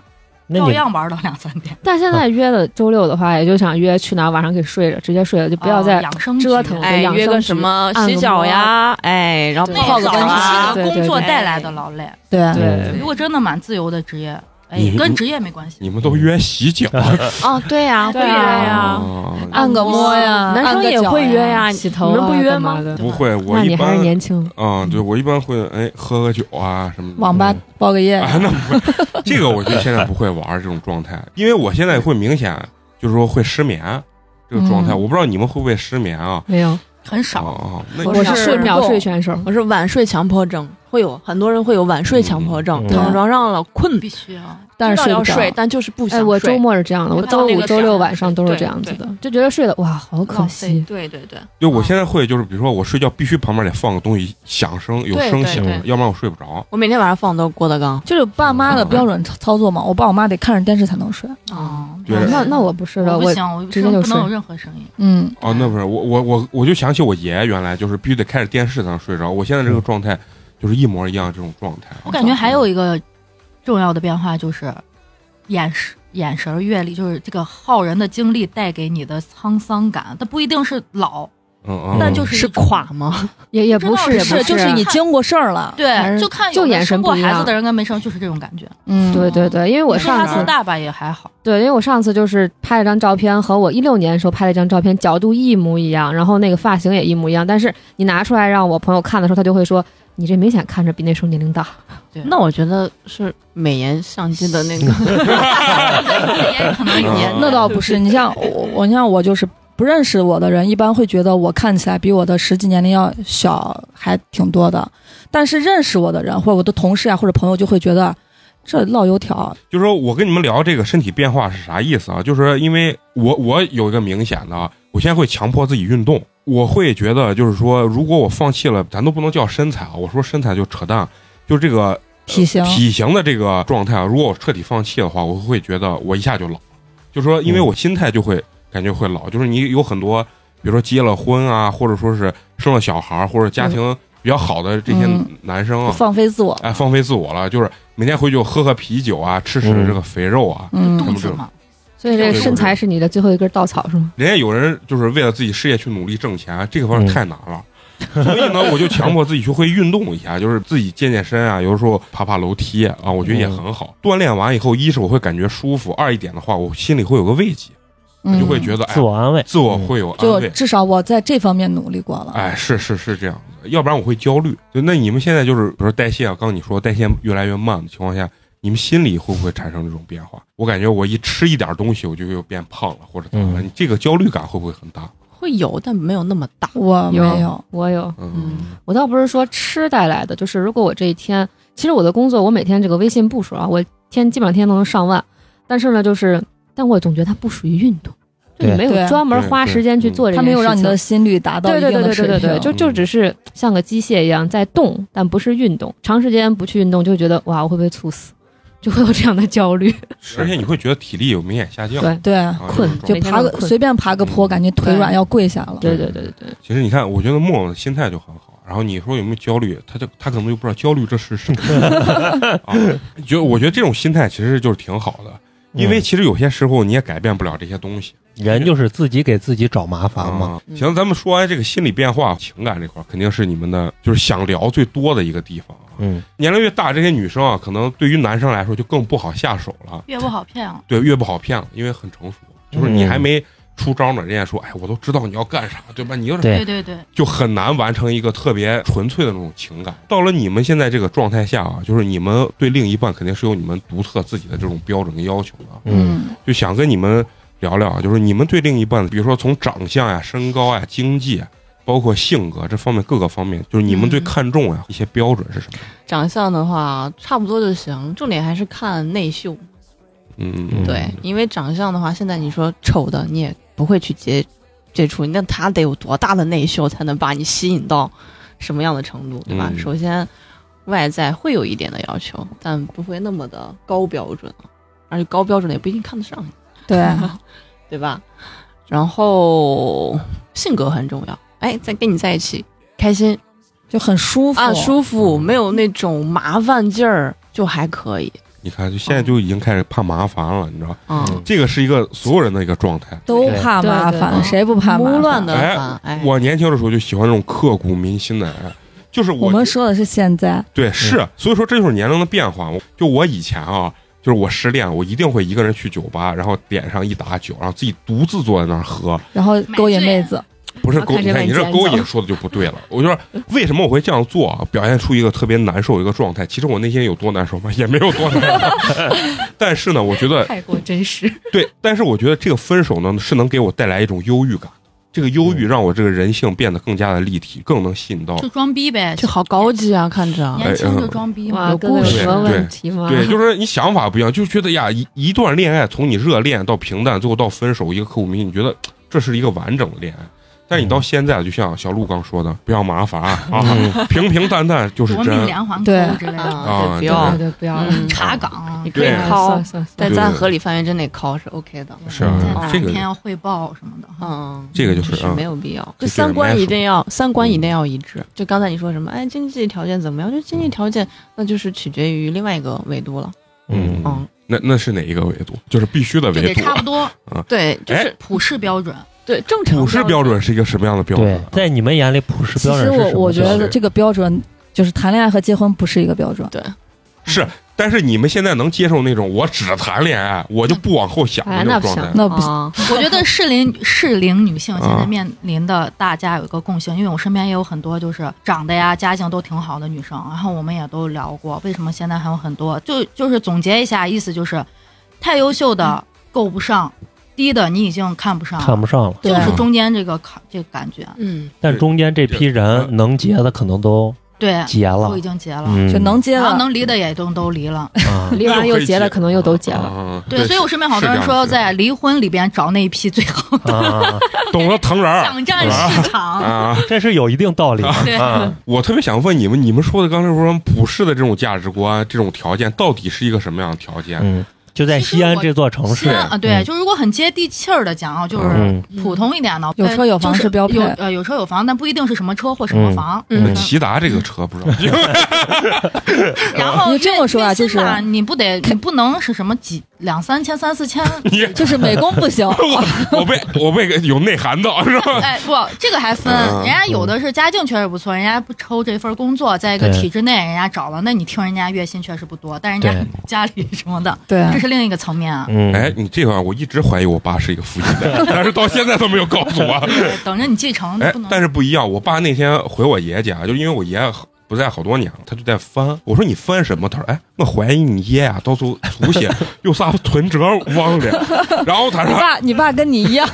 D: 那
F: 照
D: 你
F: 样玩到两三点，
G: 但现
B: 啊
G: 在约的周六的话，也就想约去哪儿晚上给睡了，直接睡了，就不要
F: 哦
G: 再、
F: 养生
G: 折
F: 局
G: 腾了
E: 哎，
G: 养
E: 约
G: 生
E: 个
G: 局
E: 什么
G: 按
E: 洗
G: 个
E: 脚
G: 摩
E: 呀，哎，然后
G: 对
E: 泡
F: 那
E: 个
F: 个早
E: 澡啊
F: 期的
G: 对
F: 工
G: 对
F: 作
E: 对
F: 带来的劳累。
C: 对啊
B: 哎
D: 对
F: 如果真的蛮自由的职业，哎
B: 你，
F: 跟职业没关系。
B: 你们都约洗脚
E: 啊，对呀，
F: 嗯
G: 对
E: 会约
D: 哦
G: 啊
E: 呀，
B: 啊？
C: 按个摩呀，
E: 男生也会约呀，
G: 洗头啊
E: 你们不约
G: 干嘛
E: 吗？
G: 的
B: 不会，我
G: 那
B: 一
G: 你还
B: 般
G: 是年轻，
B: 啊，对我一般会哎喝个酒啊什么的。
C: 网吧包个夜呀，
B: 啊，那不会， 这个我就现在不会玩这种状态，因为我现在会明显就是说会失眠这个状态，
C: 嗯
B: 我不知道你们会不会失眠啊？
G: 没有，
F: 很
B: 啊
D: 哦
F: 少，
B: 啊，那
G: 我
C: 我
G: 是
C: 是
G: 睡秒
C: 够
G: 睡选手。
E: 我是晚睡强迫症，会有很多人会有晚睡强迫症
D: 嗯，
E: 躺床上了困，
F: 必须啊。
C: 但是
E: 知
C: 睡
E: 道
C: 不
E: 要
C: 着。
E: 睡，但就是不想
G: 哎，
E: 睡。
G: 我周末是这样的，我
E: 就到
G: 周
E: 那
G: 五、
E: 个
G: 周
E: 点
G: 六
E: 儿
G: 晚上都是
E: 对
G: 这样子
E: 对
G: 的，就觉得睡的哇，好可
E: 浪费，
G: 惜。
E: 对对对，
B: 对
G: 啊
B: 我现在会就是比如说我睡觉必须旁边得放个东西响声，有
E: 对
B: 声
E: 对
B: 响
E: 对，
B: 要不然我睡不着。
E: 我每天晚上放的都是郭德纲
C: 就是爸妈的标准操操作嘛，我爸我妈得看着电视才能睡。
D: 嗯
F: 哦，
B: 对
G: 啊
B: 是
G: 那那我不是的，
F: 我
G: 我
F: 不行，我
G: 直接就
F: 不能有
G: 睡
F: 任何声音。
C: 嗯，
B: 哦，那不是我我我我就想起我爷爷原来就是必须得开着电视才能睡着，我现在这个状态就是一模一样这种状态。啊
F: 我感觉还
E: 嗯
F: 有一个重要的变化就是眼神、眼神儿阅历，就是这个浩人的经历带给你的沧桑感，它不一定是老，
B: 嗯嗯，
F: 但
B: 嗯
F: 就是
E: 是
F: 一种
E: 垮吗？
G: 也也
F: 真
G: 不
F: 的
G: 是，也
F: 是
G: 不
C: 就是你经过事儿了。还
F: 对，
C: 是
F: 就看
G: 就
F: 有的
G: 眼神
F: 生
G: 不
F: 过
G: 一
F: 孩
G: 样
F: 子的人跟没生就是这种感觉。
C: 嗯，
G: 对对对，因为我
F: 你说他
G: 上
F: 多
G: 次
F: 大吧也还 好，
G: 对，因为我上次就是拍了张照片，和我一六年的时候拍了一张照片，角度一模一样，然后那个发型也一模一样，但是你拿出来让我朋友看的时候，他就会说你这明显看着比那时候年龄大。
F: 对，
E: 那我觉得是美颜相机的那个
F: 也可能有
B: 嗯
C: 那倒不是。你像我，我你像我就是不认识我的人，一般会觉得我看起来比我的实际年龄要小，还挺多的。但是认识我的人，或者我的同事呀、或者朋友，就会觉得这老油条。
B: 就是说我跟你们聊这个身体变化是啥意思啊？就是因为我我有一个明显的，啊，我现在会强迫自己运动，我会觉得就是说，如果我放弃了，咱都不能叫身材啊，我说身材就扯淡，就是这个
C: 体型
B: 呃体型的这个状态啊，如果我彻底放弃的话，我会觉得我一下就老，就是说，因为我心态就会感觉会老，就是你有很多，比如说结了婚啊，或者说是生了小孩儿，或者家庭比较好的这些
C: 嗯
B: 男生啊，哎
C: 放飞自我，
B: 哎，放飞自我了，就是每天回去我喝喝啤酒啊，吃吃
D: 嗯
B: 这个肥肉啊。
C: 嗯
B: 他
F: 动
B: 们
F: 词
B: 这种
F: 嘛，
G: 所以这身材是你的最后一根稻草是吗？
B: 人家有人就是为了自己事业去努力挣钱，这个方
D: 嗯
B: 面太难了。所以呢，我就强迫自己去会运动一下，就是自己健健身啊，有时候爬爬楼梯啊，我觉得也很好。锻炼完以后，一是我会感觉舒服，二一点的话，我心里会有个慰藉，
C: 嗯，
B: 就会觉得哎
D: 自，我安慰，
B: 自我会有安
C: 就
B: 慰。
C: 至少我在这方面努力过了。
B: 哎，是是是这样的，要不然我会焦虑。就那你们现在就是，比如说代谢啊，刚刚你说代谢越来越慢的情况下，你们心里会不会产生这种变化？我感觉我一吃一点东西，我就又变胖了，或者怎么了？
D: 嗯
B: 你这个焦虑感会不会很大？
E: 会有，但没有那么大。
C: 我没
G: 有
C: 有，
G: 我有，
B: 嗯
G: 我倒不是说吃带来的，就是如果我这一天，其实我的工作，我每天这个微信步数啊，我天基本上天天都能上万，但是呢，就是但我总觉得它不属于运动，就你
D: 对
G: 没有
C: 对啊嗯
G: 专门花时间去做这
C: 它
G: 件事情，
C: 没有让你的心率达到
G: 对
C: 一
G: 对
C: 定
G: 对
C: 的
G: 对对
C: 水平。
G: 对对，就就
B: 嗯
G: 只是像个机械一样在动，但不是运动。长时间不去运动，就会觉得哇，我会不会猝死？就会有这样的焦虑。
B: 而且你会觉得体力有明显下降。
G: 对
C: 对
B: 啊
G: 困
B: 这种
C: 就
B: 状
G: 每
B: 态
C: 爬
G: 天都
C: 个
G: 困
C: 随便爬个坡，
B: 嗯
C: 感觉腿软要跪下了。
G: 对对对对对，
B: 其实你看，我觉得默默的心态就很好。然后你说有没有焦虑？他就他可能就不知道焦虑这是什 么啊。就我觉得这种心态其实就是挺好的，因为
D: 嗯
B: 其实有些时候你也改变不了这些东西。
D: 人就是自己给自己找麻烦嘛。
B: 啊行，咱们说完这个心理变化、情感这块儿，肯定是你们的就是想聊最多的一个地方啊。
D: 嗯，
B: 年龄越大，这些女生啊，可能对于男生来说就更不好下手了，
F: 越不好骗啊。
B: 对，越不好骗了，因为很成熟，就是你
D: 嗯
B: 还没出招呢，人家说，哎，我都知道你要干啥，对吧？呃你要是
D: 对
F: 对对对，
B: 就很难完成一个特别纯粹的那种情感。到了你们现在这个状态下啊，就是你们对另一半肯定是有你们独特自己的这种标准跟要求的啊，
D: 嗯，
B: 就想跟你们聊聊啊，就是你们对另一半，比如说从长相呀、身高呀、经济啊，包括性格这方面各个方面，就是你们最
E: 嗯
B: 看重呀一些标准是什么？
E: 长相的话，差不多就行，重点还是看内秀。
B: 嗯，
D: 嗯
E: 对，因为长相的话，现在你说丑的，你也不会去接接触，那他得有多大的内秀才能把你吸引到什么样的程度，对吧？
B: 嗯
E: 首先，外在会有一点的要求，但不会那么的高标准，而且高标准的也不一定看得上你，
C: 对，
E: 对吧？然后性格很重要，哎，在跟你在一起开心
C: 就很舒服
E: 啊，舒服，没有那种麻烦劲儿，就还可以
B: 你看，就现在就已经开始怕麻烦了，你知道，
E: 啊。
D: 嗯
B: 这个是一个所有人的一个状态。
C: 都怕
G: 对对
C: 麻
G: 对
C: 烦，
E: 对
C: 谁不怕麻
E: 胡
C: 烦？
E: 乱的
B: 哎
E: 烦，哎，
B: 我年轻的时候就喜欢这种刻骨铭心的，哎就是
C: 我
B: 我
C: 们说的是现在，
B: 对，是，所以说这就是年龄的变化。我就我以前啊，就是我失恋，我一定会一个人去酒吧，然后点上一打酒，然后自己独自坐在那儿喝，
C: 然后勾引妹子，
B: 不是
G: 然后
B: 勾，
G: 看
B: 你
G: 谁把
B: 看
G: 你
B: 你这
G: 捡
B: 勾引
G: 走
B: 说的就不对了。我就说为什么我会这样做啊？表现出一个特别难受的一个状态。其实我内心有多难受吗？也没有多难受，但是呢，我觉得
G: 太过真实。
B: 对，但是我觉得这个分手呢，是能给我带来一种忧郁感。这个忧郁让我这个人性变得更加的立体，更能吸引到
F: 就装逼呗，
E: 就好高级啊，看着。
F: 年轻就装逼嘛，
G: 哇，
F: 有
G: 哥哥
F: 故
G: 有
F: 事。
G: 什么问题吗？
B: 对，就是你想法不一样，就觉得呀，一一段恋爱从你热恋到平淡，最后到分手，一个刻骨铭心，你觉得嘖这是一个完整的恋爱。但是你到现在，就像小鹿刚说的，不要麻烦啊，啊平平淡淡就是
F: 夺命
B: 真。
F: 连环扣
C: 对
F: 之类的，
E: 啊，
B: 啊
E: 对不
B: 对
E: 要
G: 对对，不要了，
E: 嗯
F: 查岗啊
E: 你，可
B: 对
E: 以
G: 哎
E: 敲
G: 算，算算
E: 在
B: 对
E: 咱
B: 对
E: 合理范围之内敲是 OK 的。
B: 是啊
F: 在哪
B: 这
F: 一
B: 个
F: 嗯天要汇报什么的哈。
E: 嗯，
B: 这个就是
E: 是
B: 啊
E: 没有必要，
B: 这就
E: 就
B: 是
E: 三观一定要三观
B: 嗯
E: 一定要一致。就刚才你说什么，哎，经济条件怎么样？就经济条件，那就是取决于另外一个维度了。
D: 嗯
B: 嗯
E: 嗯，
B: 那那是哪一个维度？就是必须的
F: 就
B: 维
F: 得
B: 度
F: 差不
B: 啊。
F: 多，
E: 对，就是
F: 普世标准，
E: 对正常
B: 哎普世标准是一个什么样的标
D: 对
B: 准，？啊
D: 在你们眼里，普世
C: 其
D: 标准
C: 实
D: 是
C: 我
D: 什么
C: 我觉
D: 标
C: 得
D: 准
C: 这个标准就是谈恋爱和结婚不是一个标准。
B: 是，但是你们现在能接受那种我只谈恋爱，我就不往后想的
G: 哎
B: 那种状
G: 那不
B: 态
G: 行
B: 吗？
C: 那不行，
G: 哦
E: 啊，
F: 我觉得适龄适龄女性现
B: 啊
F: 在面临的大家有一个共性，因为我身边也有很多就是长得呀、家境都挺好的女生，然后我们也都聊过，为什么现在还有很多，就就是总结一下，意思就是太优秀的够不上，低的你已经看不上了，
D: 看不上了。
C: 对
B: 啊
F: 就是中间这个坎这个感觉，
E: 嗯，
D: 但中间这批人能结的可能都
F: 对，
D: 结
F: 都
D: 了
F: 已，经结了，
D: 嗯，
C: 就能接
F: 然后
C: 了，
F: 能离的也都都离了，
D: 啊，
G: 离完又结了，可能又都结
B: 啊
G: 了。
B: 啊啊
F: 对，所以我身边好多人
B: 是这
F: 说
B: 样
F: 要
B: 是
F: 在离婚里边找那一批最好的，
D: 啊，
B: 懂了疼人 儿
F: 抢占市场，
B: 啊。
D: 这是有一定道理的
F: 对
D: 啊。
B: 我特别想问你们，你们说的刚才说什么普世的这种价值观、这种条件，到底是一个什么样的条件？
D: 嗯，就在
F: 其实
D: 西安
F: 我
D: 这座城市
F: 西安啊，对，
D: 嗯
F: 就如果很接地气儿的讲啊，就是
D: 嗯
F: 普通一点的，
C: 有
F: 呃
C: 车有房
F: 就是
C: 是标配
F: 有呃有车有房，但不一定是什么车或什么
D: 嗯
F: 房。
G: 嗯
B: 骐达这个车不知 道，
F: 然后
C: 你这么说啊
F: 内心
C: 就是
F: 吧你不得你不能是什么几两三千三四 千，
B: 你
C: 就是美工 不行，
B: 我我被我被有内涵到是吧？
F: 哎不，这个还分，
B: 嗯
F: 人家有的是家境确实不错，人家不抽这份工作，在一个
D: 对
F: 体制内，人家找了，那你听人家月薪确实不多，但人家
D: 对
F: 家里什么的，
C: 对啊
F: 这，是另一个层面啊。
D: 嗯，
B: 哎，你这段我一直怀疑我爸是一个富一 代，但是到现在都没有告诉我。
F: 对等着你继承，
B: 哎
F: 不，能
B: 但是不一样，我爸那天回我爷爷家，就因为我爷爷不在好多年了，他就在翻。我说你翻什么？他说哎，我怀疑你爷啊，到时候出 去有啥存折忘了。然后他
C: 你
B: 说，
C: 爸你爸跟你一样，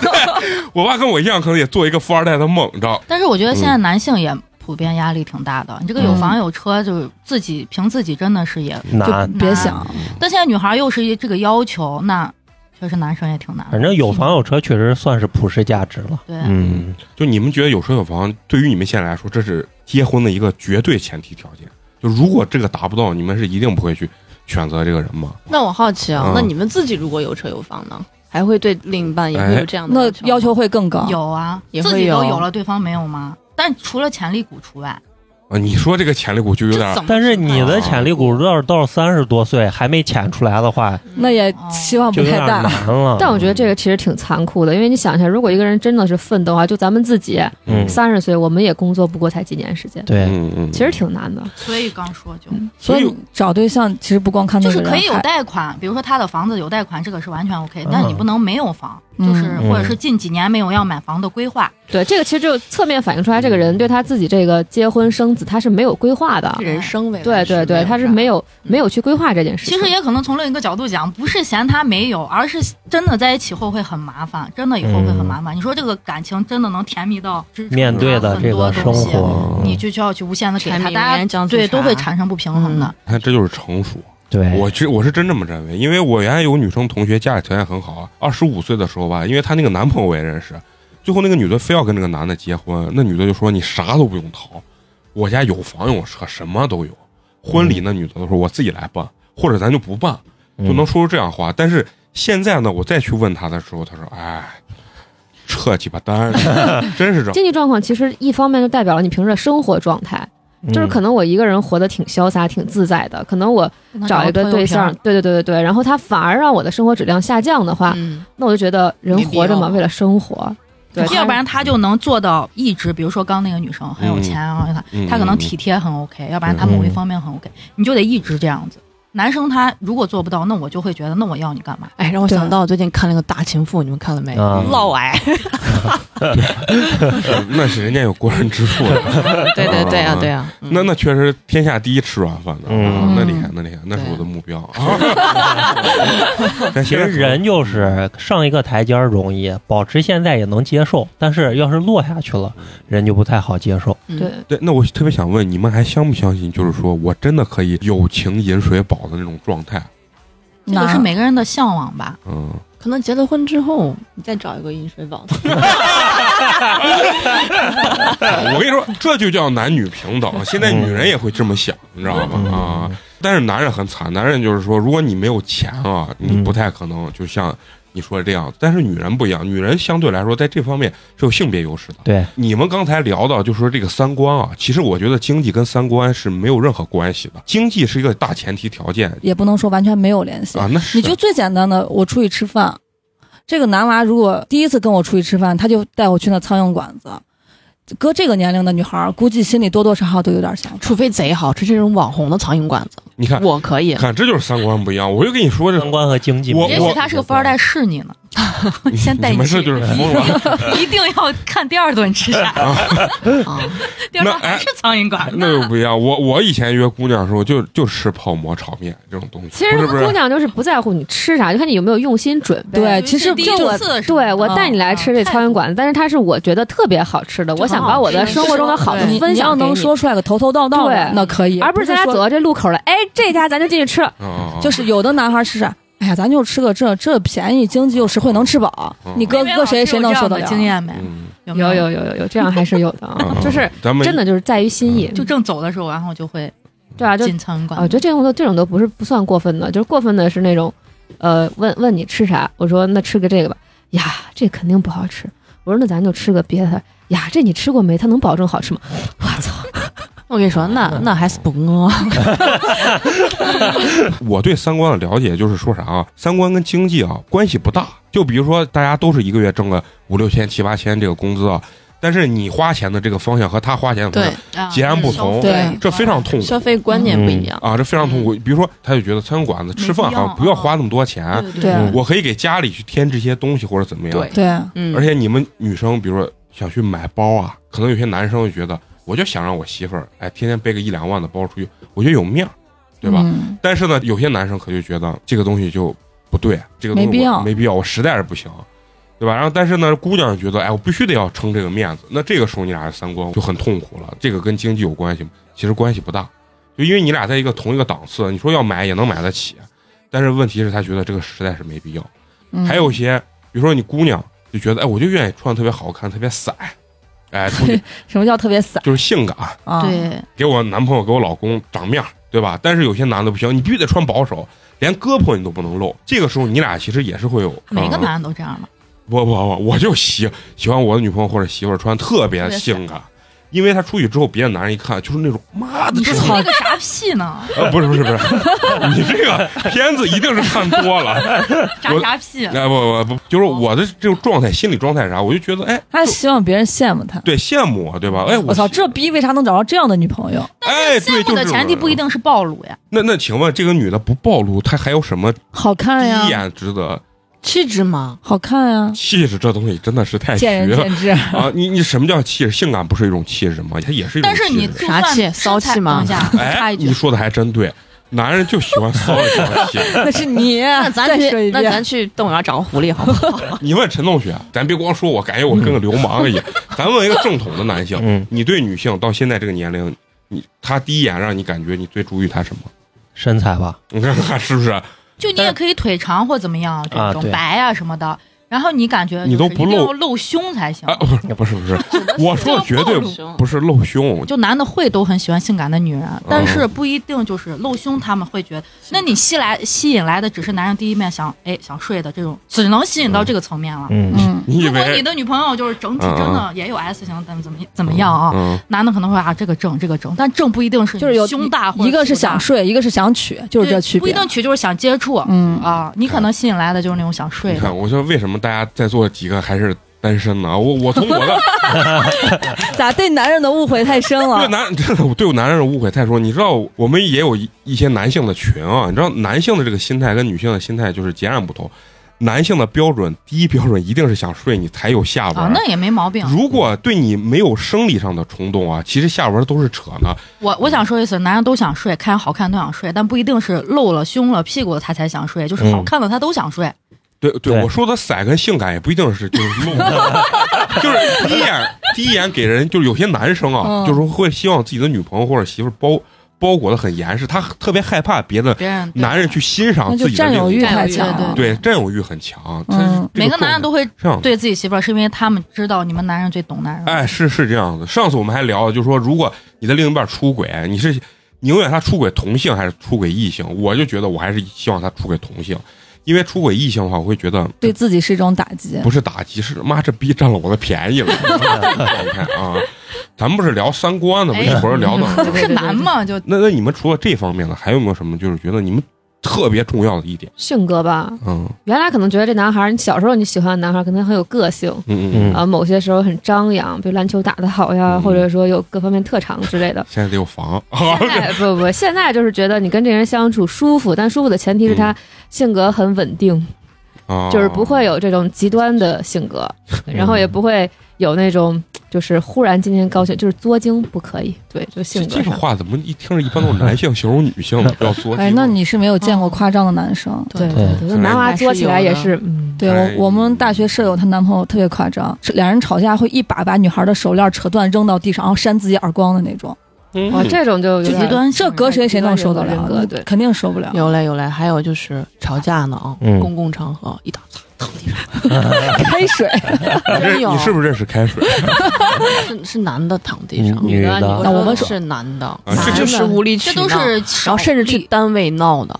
B: 我爸跟我一样，可能也做一个富二代的梦，你知道？
F: 但是我觉得现在
D: 嗯
F: 男性也普遍压力挺大的，你这个有房有车，就是自己凭自己真的是
D: 嗯
F: 也。
D: 难，
C: 就别想，
F: 但现在女孩又是一这个要求，那确实男生也挺难的。
D: 反正有房有车确实算是普世价值了。
F: 对，
D: 嗯，
B: 就你们觉得有车有房，对于你们现在来说，这是结婚的一个绝对前提条件。就如果这个达不到，你们是一定不会去选择这个人吗？
E: 那我好奇啊
B: 嗯，
E: 那你们自己如果有车有房呢，还会对另一半
B: 哎
E: 也会有这样
C: 那
E: 的
C: 要
E: 要
C: 求？会更高。
F: 有啊，
E: 也会
F: 自己都
E: 有
F: 有了，对方没有吗？但除了潜力股除外，
B: 啊，你说这个潜力股就有
E: 这
B: 点
E: 怎么
D: 但是你
E: 评判
D: 的
E: 啊
D: 潜力股要是到三十多岁还没潜出来的话，
F: 嗯
C: 那也
F: 哦
C: 希望
D: 就
C: 不
D: 有
C: 太
D: 点难
C: 大。
D: 了。
G: 但我觉得这个其实挺残酷的，因为你想一下，如果一个人真的是奋斗啊，就咱们自己
D: 嗯
G: 三十岁，我们也工作不过才几年时间，
D: 对，
B: 嗯嗯，
G: 其实挺难的。
F: 所以刚说就
B: 所
C: 所
B: 以
C: 以找对象其实不光看
F: 就
C: 嗯那
F: 是
C: 个人，
F: 可以有
C: 还
F: 贷款，比如说他的房子有贷款，这个是完全 OK，
D: 嗯
F: 但是你不能没有房，
C: 嗯
F: 就是
D: 嗯
F: 或者是近几年没有要买房的规划，
G: 对，这个其实就侧面反映出来，这个人对他自己这个结婚生子，嗯他是没有规划的。
E: 人生未来
G: 对对对，他是嗯没
E: 有
G: 有没有去规划这件事
F: 其
G: 情。
F: 实也可能从另一个角度讲，不是嫌他没有，而是真的在一起后会很麻烦，真的以后会很麻烦。你说这个感情真的能甜蜜到支撑
D: 嗯面对的
F: 他很
D: 这
F: 多
D: 个生
F: 东西，
D: 活，
F: 嗯你就需要去无限的给
E: 柴
F: 他，
E: 米油
F: 大
E: 盐
F: 家
E: 酱醋
F: 对
E: 茶
F: 都会产生不平衡的。
B: 你看这就是成熟。
E: 哎
D: 对，
B: 我其实我是真这么认为，因为我原来有女生同学家里条件很好啊，二十五岁的时候吧，因为她那个男朋友我也认识，最后那个女的非要跟那个男的结婚，那女的就说你啥都不用掏，我家有房有车什么都有，婚礼那女的都说我自己来办，或者咱就不办，
E: 嗯
B: 就能说出这样话。但是现在呢，我再去问她的时候，她说哎，扯鸡巴蛋， 真是这样。
G: 经济状况其实一方面就代表了你平时的生活状态，
D: 嗯
G: 就是可能我一个人活得挺潇洒、挺自在的，可能我
E: 嗯
G: 找一个对象，对对对对对，然后他反而让我的生活质量下降的话，
E: 嗯，
G: 那我就觉得人
E: 没必
G: 活着嘛，
E: 要
G: 为了生活，对，
F: 要不然他就能做到一直，比如说刚那个女生很有钱啊，她
B: 嗯
F: 她可能体贴很
D: 嗯
F: OK，要不然她某一方面很 OK，你就得一直这样子。男生他如果做不到，那我就会觉得，那我要你干嘛？
E: 哎，让我想到我最近看那个《大情妇》，你们看了没？
D: 啊
E: 嫪毐，
B: 那是人家有过人之处 的，
E: 对对对啊对啊，
B: 哦那那确实天下第一吃软饭的，
D: 嗯
B: 啊那厉害，那厉害，那是我的目标 啊。但
D: 其实人就是上一个台阶儿容易，保持现在也能接受，但是要是落下去了，人就不太好接受。
E: 嗯
G: 对，
B: 对，那我特别想问，你们还相不相信？就是说我真的可以友情饮水饱的那种状态？
F: 这个是每个人的向往吧。
B: 嗯，
E: 可能结了婚之后，你再找一个饮水饱的，
B: 我跟你说，这就叫男女平等。现在女人也会这么想，你知道
D: 嗯
B: 吗？啊，但是男人很惨，男人就是说，如果你没有钱啊，
D: 嗯
B: 你不太可能就像你说的这样。但是女人不一样，女人相对来说在这方面是有性别优势的。
D: 对，
B: 你们刚才聊到，就说这个三观啊，其实我觉得经济跟三观是没有任何关系的，经济是一个大前提条件
C: 也不能说完全没有联系。
B: 啊。那是
C: 你就最简单的，我出去吃饭，这个男娃如果第一次跟我出去吃饭，他就带我去那苍蝇馆子，搁这个年龄的女孩儿，估计心里多多少少都有点想法。
E: 除非贼好吃这种网红的苍蝇馆子，
B: 你看，
E: 我可以。
B: 看这就是三观不一样。我就跟你说这
D: 三观和经济没有
B: 我
F: 也
D: 关系，
F: 许他是个富二代是你呢，先带
B: 你
F: 你
B: 们
F: 去
B: 这，就是疯了。
F: 一定要看第二顿吃啥，
E: 啊，
F: 第二顿
B: 那哎
F: 还是苍蝇馆子。
B: 那又不一样，我我以前约姑娘的时候就就吃泡馍、炒面这种东西，
G: 其实
B: 不是
G: 人家
B: 不是
G: 姑娘就是不在乎你吃啥，就看你有没有用心准备。
C: 对，
F: 对
C: 其实
F: 第一
C: 就
F: 次
C: 我
F: 是吧
G: 对我带你来吃这苍蝇，
F: 啊
G: 馆子，但是它是我觉得特别好吃的，我想把我的呃生活中的好的
E: 对
C: 你
G: 分
C: 你要
G: 享给
C: 能说出来个头头道道的
G: 对，
C: 那可以，
G: 而不是咱俩
C: 说
G: 走到这路口了，哎，这家咱就进去吃。
B: 啊，啊
C: 就是有的男孩是啥？哎呀，咱就吃个这这便宜、经济又实惠，能吃饱。
B: 嗯
C: 你搁
F: 太
C: 搁谁谁能受得
F: 有这
C: 了？
F: 样的经验没？
B: 嗯
F: 有没
G: 有有有有有，这样还是有 的啊，
B: 啊
G: 就是
B: 咱们
G: 真的就是在于心意，
F: 就正走的时候，然后就会
G: 嗯对啊，就
F: 嗯进苍蝇
G: 啊，我
F: 馆子。
G: 觉得这种都这种都不是不算过分的，就是过分的是那种呃，问问你吃啥？我说那吃个这个吧。呀，这肯定不好吃。我说那咱就吃个别的。他呀，这你吃过没？它能保证好吃吗？我操！
E: 我跟你说，那
B: 嗯
E: 那还是不饿。
B: 我对三观的了解就是说啥啊，三观跟经济啊关系不大。就比如说，大家都是一个月挣个五六千、七八千这个工资啊，但是你花钱的这个方向和他花钱的方向
E: 对，
F: 啊
B: 截然不同
C: 对
F: 嗯
B: 这非常痛苦
E: 消费观念不一样。
B: 啊，这非常痛苦。比如说，他就觉得餐馆子吃饭好像
F: 没必要
B: 不要花那么多钱，嗯
E: 对
C: 对
B: 我可以给家里去添置一些东西或者怎么样。
E: 对，
C: 对
E: 嗯，
B: 而且你们女生，比如说想去买包啊，可能有些男生就觉得，我就想让我媳妇儿，哎，天天背个一两万的包出去，我觉得有面儿，对吧？
C: 嗯
B: 但是呢，有些男生可就觉得这个东西就不对，这个东西我
C: 没必要
B: 没必要，我实在是不行，对吧？然后但是呢，姑娘觉得，哎，我必须得要撑这个面子，那这个时候你俩的三观就很痛苦了。这个跟经济有关系吗？其实关系不大，就因为你俩在一个同一个档次，你说要买也能买得起，但是问题是他觉得这个实在是没必要。
C: 嗯
B: 还有一些，比如说你姑娘就觉得，哎，我就愿意穿得特别好看，特别 散，哎，出去
C: 什么叫特别散
B: 就是性感，
C: 啊？
F: 对，
B: 给我男朋友给我老公长面儿，对吧？但是有些男的不行，你必须得穿保守，连胳膊你都不能露。这个时候你俩其实也是会有
F: 每个
B: 嗯
F: 男的都这样嘛。
B: 不不不，我就喜喜欢我的女朋友或者媳妇儿穿特别性感，因为她出去之后，别的男人一看就是 那种妈的
F: 你
B: 这
F: 是
B: 是。
F: 那个啥屁呢？
B: 啊，不是不是不是，你这个片子一定是看多 了。
F: 啥啥屁？
B: 哎不不不，就是我的这种状态、心理状态是啥，我就觉得哎，
C: 他希望别人羡慕他。
B: 对羡慕我，对吧？哎，
C: 我操，这逼为啥能找到这样的女朋友？
B: 哎，对，
F: 羡
B: 就
F: 慕
B: 是
F: 的
B: 这种
F: 前提
B: 人
F: 不一。定是暴露呀。
B: 那那，请问这个女的不暴露，她还有什么
C: 好
B: 第
F: 哎
C: 看
B: 一
C: 呀，
B: 眼值得
E: 气质嘛，
C: 好看呀，
B: 气质这东西真的是太
C: 见
B: 虚
C: 仁
B: 了
C: 见 智。
B: 啊！你你什么叫气质？性感不是一种气质吗？它也是一种
F: 但
B: 气质。
F: 是你就
E: 啥
F: 算
E: 气骚气吗
F: 身材等一下，插
B: 哎，
F: 一
B: 你
F: 句，
B: 说的还真对，男人就喜欢骚的这种气 质。
C: 那是你，
E: 那咱
C: 再说
E: 去，
C: 一
E: 那
C: 遍
E: 咱去动物园找个狐狸好不 好？
B: 你问陈同学，咱别光说我，感觉我跟个流氓一 样。咱问一个正统的男性，
D: 嗯，
B: 你对女性到现在这个年龄，你她第一眼让你感觉你最注意她什么？
D: 身材吧，
B: 你看看是不是？
F: 就你也可以腿长或怎么样
D: 啊
F: 这种
D: 对
F: 白呀什么的，然后你感觉
B: 你都
F: 就是
B: 不
F: 一定
B: 露
F: 要露胸才行
B: 啊，。不是不是不 是，我说的绝对不是露胸，
F: 就男的会都很喜欢性感的女人，但是不一定就是露胸，他们会觉得，那你吸来吸引来的只是男人第一面想哎想睡的这种，只能吸引到这个层面了。
D: 嗯，
C: 嗯，
B: 你以
F: 如果你
B: 为
F: 的女朋友就是整体
B: 嗯嗯
F: 真的也有 S 型，怎么怎么怎么样啊？
B: 嗯，
F: 男的可能会啊这个正这个正，但正不一定是
C: 就是有
F: 嗯胸大或者腹大，
C: 一个是想睡，一个是想娶，就是这区
F: 对不一
C: 别。
F: 定取就是想接触
C: 嗯，
F: 啊，你可能吸引来的就是那种想睡
B: 你
F: 的
B: 看，。我说为什么大家在座几个还是单身呢？我我从我的
C: 咋对男人的误会太深
B: 对
C: 了？
B: 男真的我对我男人的误解太说，你知道我们也有一一些男性的群啊，你知道男性的这个心态跟女性的心态就是截然不同。男性的标准，第一标准一定是想睡你才有下文。
F: 啊，那也没毛病。
B: 如果对你没有生理上的冲动啊，其实下文都是扯呢。
F: 我我想说一次，男人都想睡，看人好看都想睡，但不一定是露了胸了屁股了他才想睡，就是好看了他都想睡。
B: 对对，
D: 对
B: 我说的散跟性感也不一定是就是弄的， 就是第一眼第一眼给人就是有些男生啊，
C: 嗯
B: 就是会希望自己的女朋友或者媳妇儿包包裹的很严实，他特别害怕别的
F: 别人对
B: 男人去欣赏
C: 那就
B: 啊自己的
C: 占有
B: 另一
C: 欲
B: 半
C: 太强了。
B: 对占有欲很强，他
C: 啊嗯
B: 这
F: 每个男人
B: 状
F: 都会
B: 态是这样的。
F: 对自己媳妇儿，是因为他们知道你们男人最懂男人。
B: 哎，是是这样子。上次我们还聊，就说如果你的另一半出轨，你是宁愿他出轨同性还是出轨异性？我就觉得我还是希望他出轨同性，因为出轨异性的话，我会觉得
C: 对自己是一种打击。
B: 不是打击，是妈这逼占了我的便宜了。 你看啊，咱们不是聊三观的吗？
F: 哎
B: 一会儿聊到
G: 对
F: 这
G: 对
F: 不是男嘛，就
B: 那那你们除了这方面的，还有没有什么就是觉得你们特别重要的一点？
G: 性格吧，
B: 嗯
G: 原来可能觉得这男孩儿，你小时候你喜欢的男孩儿可能很有个性，
B: 嗯
D: 嗯
B: 嗯，
G: 啊，某些时候很张扬，比如篮球打得好呀，
B: 嗯。
G: 或者说有各方面特长之类的
B: 现在得有房，
G: 现在不不，现在就是觉得你跟这个人相处舒服，但舒服的前提是
B: 嗯
G: 他性格很稳定，
B: 啊、
G: 就是不会有这种极端的性格，
B: 嗯
G: 然后也不会有那种就是忽然今天高兴，就是作精不可以。对，就
B: 这
G: 性格
B: 这个
G: 上。
B: 话怎么一听着一般都是男性形容女性的，不要作精。
C: 哎，那你是没有见过夸张的男生。
E: 对
D: 对
G: 对，男娃作起来也
E: 还是
G: 是，嗯，
C: 对
B: 哎
C: 我，我们大学舍友她男朋友特别夸张，是两人吵架会一把把女孩的手链扯断扔到地上，然后扇自己耳光的那种。
B: 嗯
G: 哇，哦这种就有
F: 就
G: 点
F: 极端性
C: 这搁谁谁能受得
G: 人
C: 了？
G: 格对
C: 肯定受不了。
E: 有嘞有嘞，还有就是吵架呢啊，
D: 嗯
E: 公共场合一打擦躺 地上，
C: 开水，
B: 你
E: 真
B: 这
E: 有啊
B: 你是不是认识开水？
E: 是是男的躺地上，
D: 嗯女的
E: 的你
C: 那我们
E: 是男的，
B: 啊
E: 这就是无理取
F: 这
E: 闹
F: 都是
E: 然后甚至去单位闹的，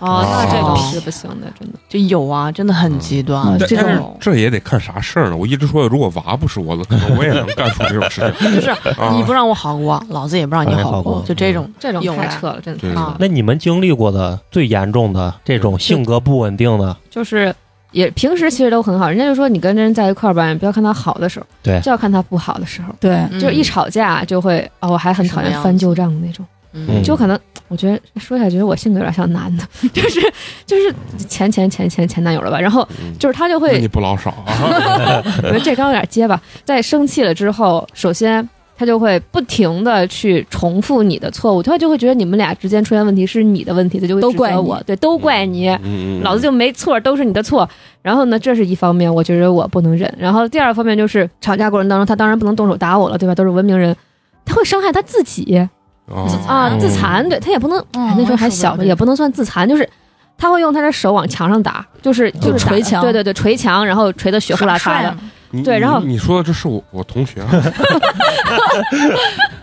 G: 哦，那这
E: 哦
G: 个是不行的，真的。
E: 就有啊，真的很极端
C: 嗯。
B: 但
C: 这
B: 但是
C: 种
B: 这也得看啥事儿呢。我一直说，如果娃不是我的，可能我也能干出这种事 情。
E: 就是
B: 啊
E: 你不让我好过，老子也不让你
D: 好
E: 好
D: 过
E: 就这种
G: 这种
E: 有
G: 太
E: 呀
G: 扯了，真
B: 对
G: 的太扯了
E: 啊。
D: 那你们经历过的最严重的这种性格不稳定的，
G: 就是也平时其实都很好，人家就说你跟人在一块儿吧，你不要看他好的时候，
D: 对
G: 就要看他不好的时候。
C: 对，
E: 嗯
G: 就是一吵架就会哦，我还很讨
E: 什么样
G: 厌
E: 子
G: 翻旧账的那种，
E: 嗯
G: 就可能我觉得哎说起来觉得我性格有点像男的， 就是就是前前前前前男友了吧，然后就是他就
B: 嗯那你
G: 会，
B: 不老少啊？
G: 我 觉得这刚有点结巴，在生气了之后，首先。他就会不停的去重复你的错误，他就会觉得你们俩之间出现问题是你的问题，他就会
C: 都
G: 指
C: 怪
G: 责
C: 你
G: 我，对，都怪你，
B: 嗯嗯，
G: 老子就没错，都是你的错。然后呢，这是一方面，我觉得我不能忍。然后第二方面就是吵架过程当中，他当然不能动手打我了，对吧？都是文明人，他会伤害他自己
B: 啊，
G: 啊，
D: 嗯
G: 自残。对他也不能，
F: 嗯
G: 哎那时
F: 我也
G: 候还
F: 受不
G: 小
F: 了
G: 吧，
F: 这
G: 也不能算自残，就是他会用他的手往墙上打，就是
C: 就是
G: 打
C: 捶墙
G: 对对对，捶墙，然后捶的血呼啦
F: 耍
G: 嚓
F: 帅
G: 的
F: 嘛。
B: 你
G: 对
B: 你
G: 然后
B: 你说的这是我我同学啊。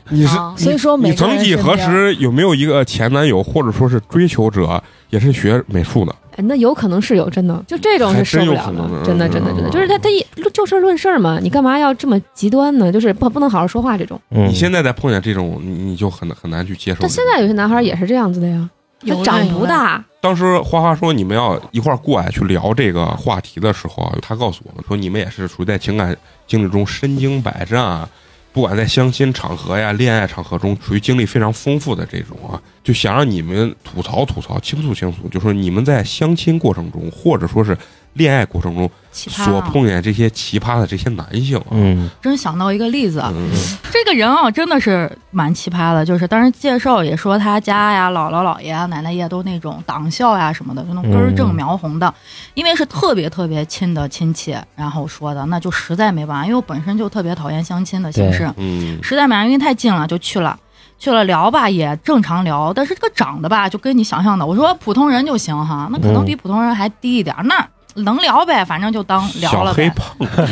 B: 你是
E: 啊
B: 你
C: 所以说每
B: 你
C: 个人
B: 曾几
C: 身
B: 何
C: 边
B: 时有没有一个前男友或者说是追求者也是学美术的？
G: 哎那有可能是有，真的，就这种
B: 还
G: 是
B: 真
G: 受不
B: 有
G: 了
B: 可能
G: 的，真的，真的，真的，
B: 嗯
G: 就是他他一就事论事嘛，你干嘛要这么极端呢？就是不不能好好说话这种。
D: 嗯，
B: 你现在再碰见这种，你你就很很难去接受。
G: 但现在有些男孩也是这样子的呀，他
E: 有的
G: 长
E: 有
G: 不
E: 的
G: 大，
B: 当时花花说你们要一块儿过啊来去聊这个话题的时候啊，她告诉我们说你们也是属于在情感经历中身经百战啊，不管在相亲场合呀、恋爱场合中，属于经历非常丰富的这种啊，就想让你们吐槽吐槽、倾诉倾诉，就说你们在相亲过程中或者说是恋爱过程中
F: 奇葩
B: 所
F: 啊！
B: 碰见这些奇葩的这些男性啊，
D: 嗯
F: 真想到一个例子啊，
B: 嗯，
F: 这个人啊，真的是蛮奇葩的。就是当时介绍也说他家呀、姥姥姥爷啊、奶奶爷都那种党校啊呀什么的，就那种根儿
B: 嗯
F: 正苗红的。因为是特别特别亲的亲戚，然后说的，那就实在没办法，因为我本身就特别讨厌相亲的形式，
B: 嗯
F: 实在没办法，因为太近了就去了。去了聊吧，也正常聊，但是这个长得吧，就跟你想象的，我说普通人就行哈，那可
B: 嗯
F: 能比普通人还低一点，那能聊呗，反正就当聊
B: 小
F: 了
B: 黑
F: 呗。
B: 胖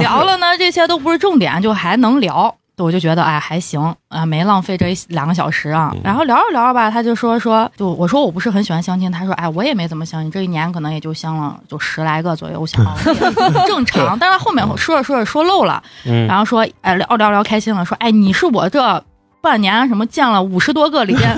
F: 聊了呢，这些都不是重点，就还能聊。对我就觉得哎还行啊，没浪费这一两个小时啊
B: 嗯。
F: 然后聊着聊着吧，他就说说，就我说我不是很喜欢相亲，他说哎我也没怎么相亲，这一年可能也就相了就十来个左右，我想啊 正常。但是他后面说着说着说漏了，
D: 嗯
F: 然后说哎聊聊聊开心了，说哎你是我这半年什么见了五十多个里边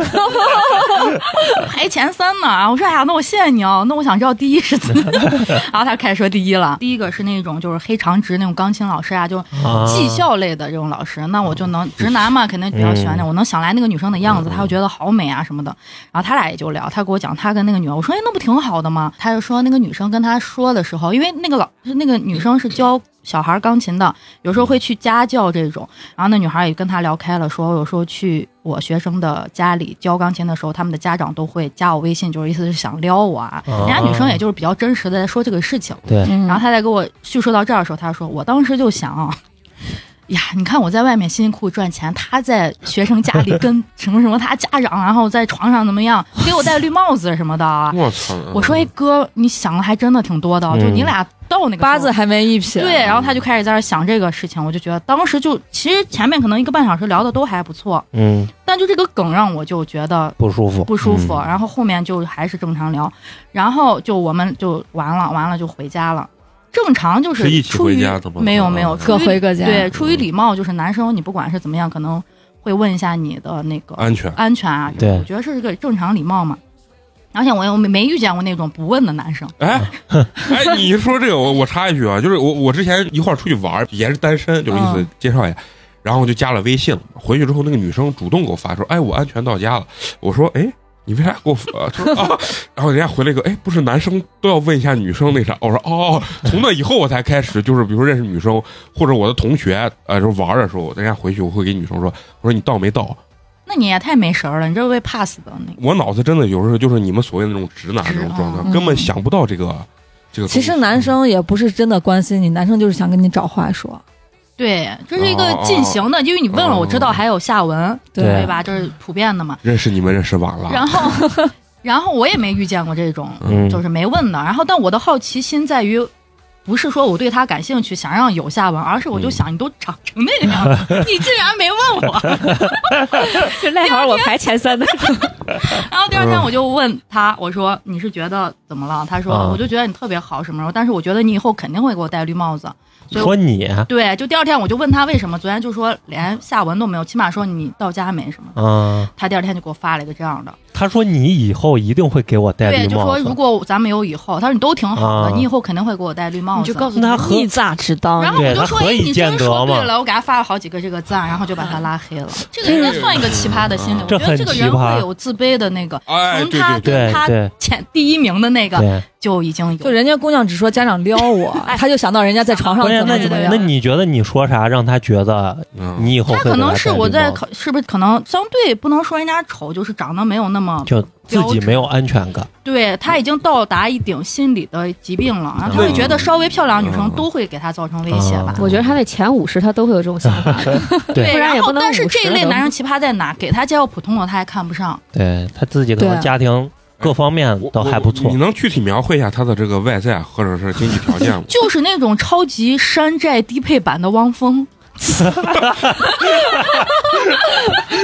F: 排前三呢啊！我说哎呀，那我谢谢你哦，那我想知道第一是怎么， 然后他开始说第一了，第一个是那种就是黑长直那种钢琴老师啊，就是
D: 啊
F: 技校类的这种老师，那我就能直男嘛，肯定比较喜欢那，我能想来那个女生的样子，他会觉得好美啊什么的。然后他俩也就聊，他给我讲他跟那个女，我说哎那不挺好的吗？他就说那个女生跟他说的时候，因为那个老那个女生是教小孩钢琴的，有时候会去家教这种。然后那女孩也跟他聊开了，说有时候去我学生的家里教钢琴的时候，他们的家长都会加我微信，就是意思是想撩我啊。人家女生也就是比较真实的在说这个事情。
D: 对，
C: 嗯
F: 然后他在给我叙述到这儿的时候，他说：“我当时就想 啊，呀，你看我在外面辛辛苦苦赚钱，他在学生家里跟什么什么他家长，然后在床上怎么样，给我戴绿帽子什么的啊。
B: 我操！
F: 我说：“哎哥，你想的还真的挺多的，就你
D: 嗯
F: 俩到那个时候
C: 八字 还没一撇，
F: 对，然后他就开始在那儿想这个事情，我就觉得当时就其实前面可能一个半小时聊的都还不错，
D: 嗯，
F: 但就这个梗让我就觉得
D: 不舒服，
F: 不舒服，
D: 嗯
F: 然后后面就还是正常聊，然后就我们就完了，完了就回家了。正常就是
B: 是一起
F: 出
B: 回
F: 于
B: 家的吗
F: 没有没
B: 啊
F: 有，出
C: 各
F: 于
C: 回各家。
F: 对，出于礼貌，就是男生你不管是怎么样，可能会问一下你的那个
B: 安全
F: 安全啊，
D: 对
F: 我觉得这是个正常礼貌嘛。而且我又没没遇见过那种不问的男生，
B: 哎，哎，你说这个，我我插一句啊，就是我我之前一块儿出去玩儿，也是单身，就是意思
F: 嗯
B: 介绍一下，然后我就加了微信了。回去之后，那个女生主动给我发说：“哎，我安全到家了。”我说：“哎，你为啥给我发？”她说：“啊。”然后人家回了一个：“哎，不是男生都要问一下女生那啥？”我说：“哦。”从那以后我才开始，就是比如说认识女生或者我的同学，呃，就玩儿的时候，人家回去我会给女生说：“我说你到没到
F: 那你也太没神儿了，你这是被 pass 的那？”
B: 我脑子真的有时候就是你们所谓的那种直男
F: 直
B: 那种状态，
F: 嗯
B: 根本想不到这个这个东西。嗯
C: 其实男生也不是真的关心你，男生就是想跟你找话说。
F: 对，这是一
B: 哦
F: 个进行的，因为你问了，我知道还有下文，
C: 对
F: 对吧？这是普遍的嘛。
B: 认识你们认识晚了。
F: 然后， 然后我也没遇见过这种，
D: 嗯
F: 就是没问的。然后，但我的好奇心在于。不是说我对他感兴趣，想让有下文，而是我
D: 嗯
F: 就想，你都长 成那个样子，你竟然没问我，
G: 就那会儿我排前三的，
F: 然后第二天
D: 嗯
F: 我就问他，我说你是觉得怎么了？他说、
D: 啊
F: 我就觉得你特别好什么什么，但是我觉得你以后肯定会给我戴绿帽子。所以
D: 说
F: 我
D: 你啊，
F: 对，就第二天我就问他为什么，昨天就说连下文都没有，起码说你到家没什么。他第二天就给我发了一个这样的，
D: 啊他说你以后一定会给我戴
F: 对，
D: 绿
F: 就
D: 帽
F: 说
D: 子
F: 如。果咱们有以后，他说你都挺好的，
D: 啊
F: 你以后肯定会给我戴绿帽
E: 你
F: 子。
E: 就告诉
D: 那
E: 他
D: 和
E: 逆诈之当
F: 哦然后我
D: 哦对
F: 就
D: 他
F: 说，
D: 何
F: 哎，
D: 以
F: 你
D: 见
F: 真
D: 得
F: 说对
D: 嘛
F: 了，我给他发了好几个这个赞，然后就把他拉黑了。这个应该算一个奇葩的心理，我
D: 这
F: 觉得这
D: 很
F: 个
D: 奇
F: 人
D: 葩
F: 会有自卑的那个，
B: 哎，
F: 从
B: 对
F: 他
B: 对对，
F: 跟
D: 对
F: 他
D: 对
F: 前第一名的那个
D: 对，
F: 就已经有，
C: 就人家姑娘只说家长撩我，他就想到人家在床上
D: 关键
C: 怎
D: 那
C: 么
D: 你
C: 怎么
D: 那
C: 样。
D: 你觉得你说啥让他觉得
B: 嗯，
D: 你以后
F: 他
D: 会
F: 可
D: 给
F: 能
D: 戴
F: 是
D: 绿
F: 我在
D: 帽子
F: 考，是不是可能相对不能说人家丑，就是长得没有那么，
D: 就自己没有安全感，
F: 对他已经到达一顶心理的疾病了，然后
B: 那
F: 他会
B: 你
F: 觉得稍微漂亮的女生
B: 嗯
F: 都会给他造成威胁吧
D: 啊。
G: 我觉得他那前五十他都会有这种想 法，
F: 对，
G: 不然也
F: 后
G: 不能
F: 但是
G: 50
F: 这一类
G: 了
F: 男生奇葩在哪？给他介绍普通的他还看不上，？
D: 对他自己可能
C: 对
D: 家庭各方面倒还不
B: 我
D: 错
B: 你，能具体描绘一下他的这个外在或者是经济条件吗
F: 就是那种超级山寨低配版的汪峰。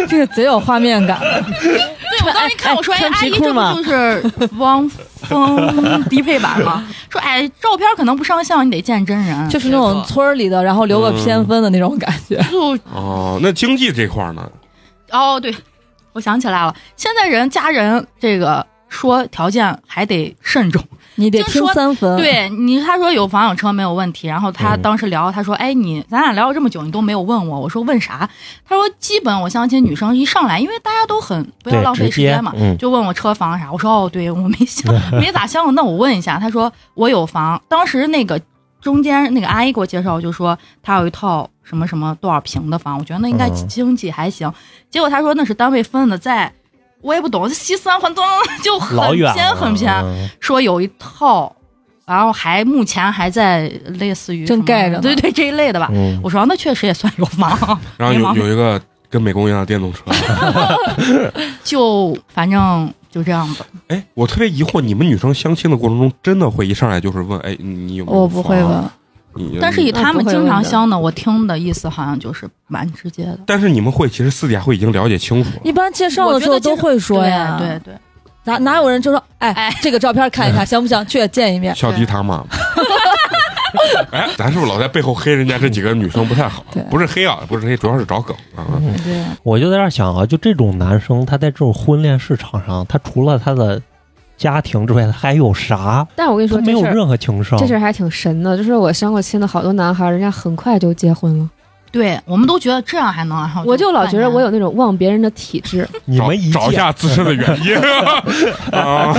C: 这是贼有画面感的，
F: 对，我当时一看，我说：“哎，
E: 穿
F: 阿
E: 皮
F: 姨，
E: 裤
F: 这
E: 吗
F: 不就是汪峰低配版 吗？”说：“哎，照片可能不上相，你得见真人。”
C: 就是那种村儿里的，然后留个偏分的那种感觉。
F: 就
B: 哦，那经济这块儿呢？
F: 哦，对，我想起来了，现在人家人这个说条件还得慎重。
C: 你得听三
E: 嗯
C: 分，，
F: 对你，他说有房有车没有问题，然后他
D: 嗯
F: 当时聊，他说：“哎，你咱俩聊了这么久，你都没有问我。”我说：“问啥？”他说：“基本我相亲女生一上来，因为大家都很不要
D: 对，
F: 浪
D: 直
F: 费时
D: 接
F: 间嘛，
D: 嗯，
F: 就问我车房啥，我说哦，对我没想 没咋想过，那我问一下。他说我有房，当时那个中间那个阿姨给我介绍，就说她有一套什么什么多少平的房，我觉得那应该
D: 嗯
F: 经济还行。结果他说那是单位分的，在我也不懂，西三环东 就很
D: 老远
F: 偏
D: 了
F: 很偏，
D: 嗯
F: 说有一套，然后还目前还在类似于
C: 正
F: 什么
C: 盖着呢
F: 对对这一类的吧。
D: 嗯，
F: 我说那确实也算有房，
B: 然后
F: 没毛
B: 有
F: 病
B: 有一个跟美工一样的电 动车，
F: 就反正就这样吧。
B: 哎，我特别疑惑，你们女生相亲的过程中，真的会一上来就是问，哎，你你有没有
C: 我不会
B: 房
C: 问，
B: 你
F: 但是以
B: 你
F: 他
C: 不
F: 们
C: 会
F: 经
C: 问
F: 常
C: 的
F: 相的，我听的意思好像就是蛮直接的。
B: 但是你们会其实私底下会已经了解清楚了。
C: 一般介绍的时候都会说呀，
E: 啊
F: 对对对，
C: 哪哪有人就说，哎
F: 哎，
C: 这个照片看一下，行不行？去见一面。
B: 小迪他 妈。哎，咱是不是老在背后黑人家这几个女生不太好
C: 对？
B: 不是黑啊，不是黑，主要是找梗啊。
C: 对，
D: 嗯我就在这儿想啊，就这种男生，他在这种婚恋市场上，他除了他的家庭之外，他还有啥？
G: 但我跟你
D: 他
G: 说，
D: 没
G: 这
D: 有
G: 事儿
D: 任何情商
G: 这。事儿还挺神的，就是我相过亲的好多男孩儿，人家很快就结婚了，
F: 对我们都觉得这样还能，然后
G: 我就老觉得我
F: 有
G: 有那种忘别人的 体质，
D: 你们一
B: 找找一
D: 见
B: 下自身的原 因啊，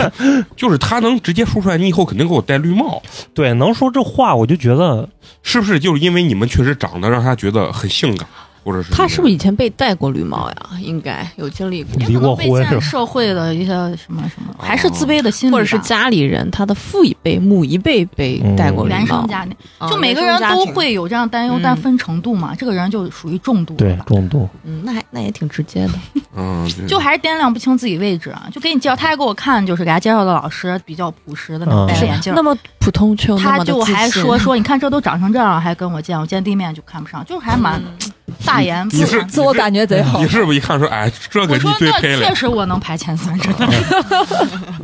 B: 就是他能直接说出来，你以后肯定给我戴绿帽，
D: 对能说这话，我就觉得
B: 是不是？就是因为你们确实长得让他觉得很性感，或者是
E: 他是不是以前被戴过绿帽呀？应该有经历过，
D: 离过婚是吧？哦
F: 社会的一些什么什么，还是自卑的心理吧，
E: 或者是家里人，他的父一辈、母一辈被戴过绿
F: 原
E: 帽
F: 生，家庭，
E: 啊
F: 就每个
E: 原
F: 人
E: 生家
F: 都
E: 庭
F: 会有这样担忧
E: 嗯，
F: 但分程度嘛，这个人就属于重度
D: 对
F: 了吧。
D: 中毒，
E: 嗯，那还那也挺直接的。
B: 嗯，对
F: 就还是掂量不清自己位置啊！就给你介绍，他还给我看，就是给他介绍的老师比较朴实的
D: 嗯
F: 那种戴着眼镜儿，
E: 那么普通却又那
F: 他
E: 么的
F: 就
E: 自
F: 还
E: 信 啊
F: 说说，你看这都长成这样了，还跟我见，我见第一面就看不上，就是还蛮
E: 嗯
F: 大言不
B: 你是
F: 惭。
C: 自我感觉贼 好
B: 你。是不是一看说，哎，这个
F: 我
B: 一
F: 说
B: 堆
F: 那
B: 黑了
F: 确？实我能排前三，真的。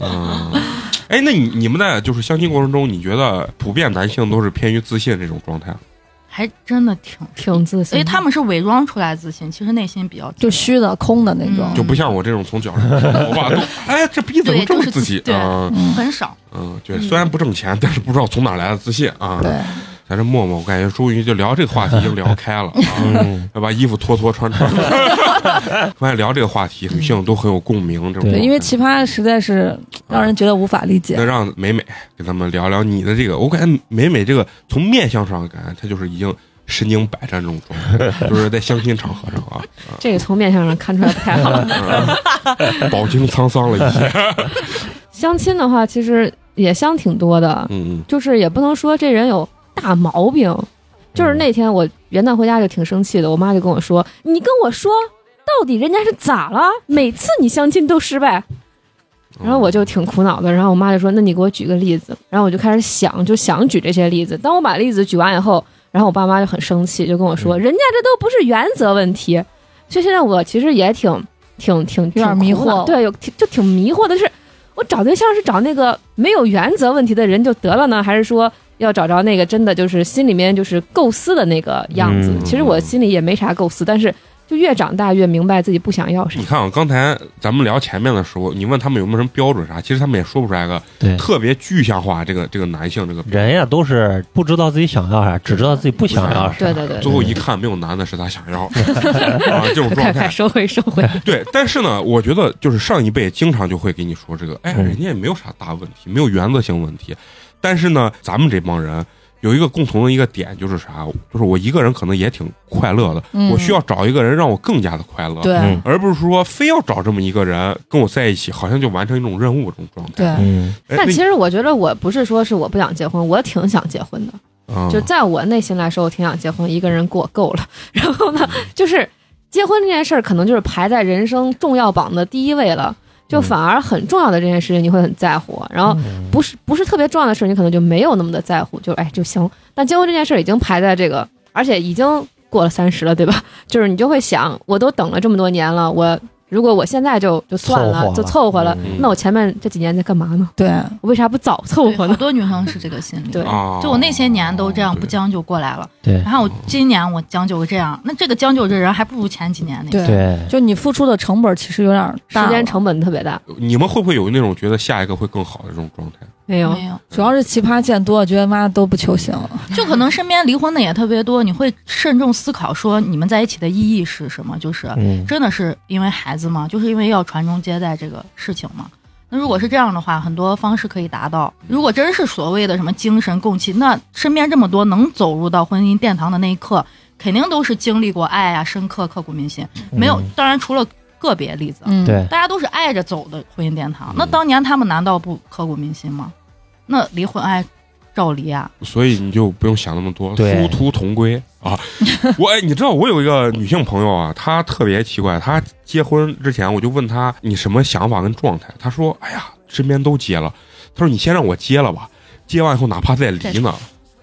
B: 嗯，哎，那你你们在就是相亲过程中，你觉得普遍男性都是偏于自信这种状态吗？
F: 还真的挺，
G: 挺自信
F: 所
G: 的。
F: 以他们是伪装出来自信，其实内心比较自
C: 就
F: 卑
C: 虚的、空的那种
F: 嗯
B: 就，不像我这种从脚 上看头发都，哎，这逼怎么
F: 对
B: 这
F: 就
B: 么
F: 是
B: 自
F: 自
B: 己
F: 对
B: 啊？
C: 嗯，
F: 很少。
B: 嗯，对，虽然不挣钱，但是不知道从哪来的自信啊。
C: 对，
B: 咱这默默，我感觉终于就聊这个话题已经聊开了啊，
D: 嗯，
B: 要把衣服脱脱穿穿。 发现聊这个话题，女性都很有共鸣，这种
C: 对，
D: 对
C: 因为奇葩实在是让人觉得无法理解
B: 那。让美美给咱们聊聊你的这个，我感觉美美这个从面相上感觉她就是已经身经百战这种状态，就是在相亲场合上啊，
G: 这个从面相上看出来不太 好。
B: 嗯饱经沧桑了一些。
G: 相亲的话，其实也相挺多的，
B: 嗯嗯，
G: 就是也不能说这人有大毛病。就是
F: 嗯
G: 那天我元旦回家就挺生气的，我妈就跟我说：“你跟我说到底人家是咋了？每次你相亲都失败。”然后我就挺苦恼的，然后我妈就说：“那你给我举个例子。”然后我就开始想，就想举这些例子。当我把例子举完以后，然后我爸妈
D: 嗯
G: 就很生气，就跟我说：“人家这都不是原则问题。”所以现在我其实也挺挺挺
C: 点
G: 挺
C: 迷
G: 苦恼
C: 惑
G: 对，有挺就挺迷惑的。就是我找对象是找那个没有原则问题的人就得了呢，还是说要找着那个真的就是心里面就是构思的那个样子？
D: 嗯
G: 其实我心里也没啥构思，但是就越长大越明白自己不想要啥
B: 你。看啊，刚才咱们聊前面的时候，你问他们有没有什么标准啥，其实他们也说不出来个
D: 对，
B: 特别具象化这个这个男性这个标准。
D: 人呀都是不知道自己想要啥，只知道自己不想要啥。
G: 对对对，
B: 最后一看，没有男的是他想要的啊，这种状
G: 快快
B: 态。
G: 收回收回。
B: 对，但是呢，我觉得就是上一辈经常就会给你说这个，哎，
D: 嗯
B: 人家也没有啥大问题，没有原则性问题。但是呢，咱们这帮人有一个共同的一个点就是啥，就是我一个人可能也挺快乐的，
C: 嗯
B: 我需要找一个人让我更加的快乐。
C: 对
D: 嗯
B: 而不是说非要找这么一个人跟我在一起，好像就完成一种任务这种状态。
C: 对，
D: 嗯，
B: 哎，
G: 但其实我觉得我不是说是我不想结婚，我挺想结婚的。
D: 嗯
B: 那
G: 就在我内心来说，我挺想结婚，一个人过够了。 然后呢，
D: 嗯
G: 就是结婚这件事儿，可能就是排在人生重要榜的第一位了。就
D: 嗯
G: 反而很重要的这件事情，你会很在乎。然后不是不是特别重要的事儿，你可能就没有那么的在乎，就哎就行。但结婚这件事儿已经排在这个，而且已经过了三十了，对吧？ 就是你就会想，我都等了这么多年了，我如果我现在就就算了，
D: 凑合了
G: 就凑合了，
D: 嗯
G: 那我前面这几年在干嘛呢？
C: 对，
G: 我为啥不早凑
F: 对
G: 合
F: 好
G: 呢？
F: 多女生是这个心理。
G: 对
B: 啊，
F: 就我那些年都这样不
B: 对
F: 将就过来了，
D: 对
F: 然后我今年我将就个这样，那这个将就这人还不如前几年那个。
C: 对
D: 对，
C: 就你付出的成本其实有点儿大了，
G: 时间成本特别大，
B: 你们会不会有那种觉得下一个会更好的这种状态？
G: 没有。
F: 没有，
C: 主要是奇葩见多了，觉得妈都不求行了。
F: 就可能身边离婚的也特别多，你会慎重思考说你们在一起的意义是什么？就是
D: 嗯，
F: 真的是因为孩子吗？就是因为要传宗接代这个事情吗？那如果是这样的话，很多方式可以达到。如果真是所谓的什么精神共契，那身边这么多能走入到婚姻殿堂的那一刻，肯定都是经历过爱啊，深刻刻骨铭心。没有
D: 嗯，
F: 当然除了个别例子，啊
C: 嗯，
D: 对，
F: 大家都是爱着走的婚姻殿堂
B: 嗯。
F: 那当年他们难道不刻骨铭心吗？那离婚爱照离啊，
B: 所以你就不用想那么多，
D: 对
B: 殊途同归啊！ 我哎，你知道我有一个女性朋友啊，她特别奇怪，她结婚之前我就问她你什么想法跟状态，她说哎呀，身边都结了，她说你先让我结了吧，结完以后哪怕再离呢，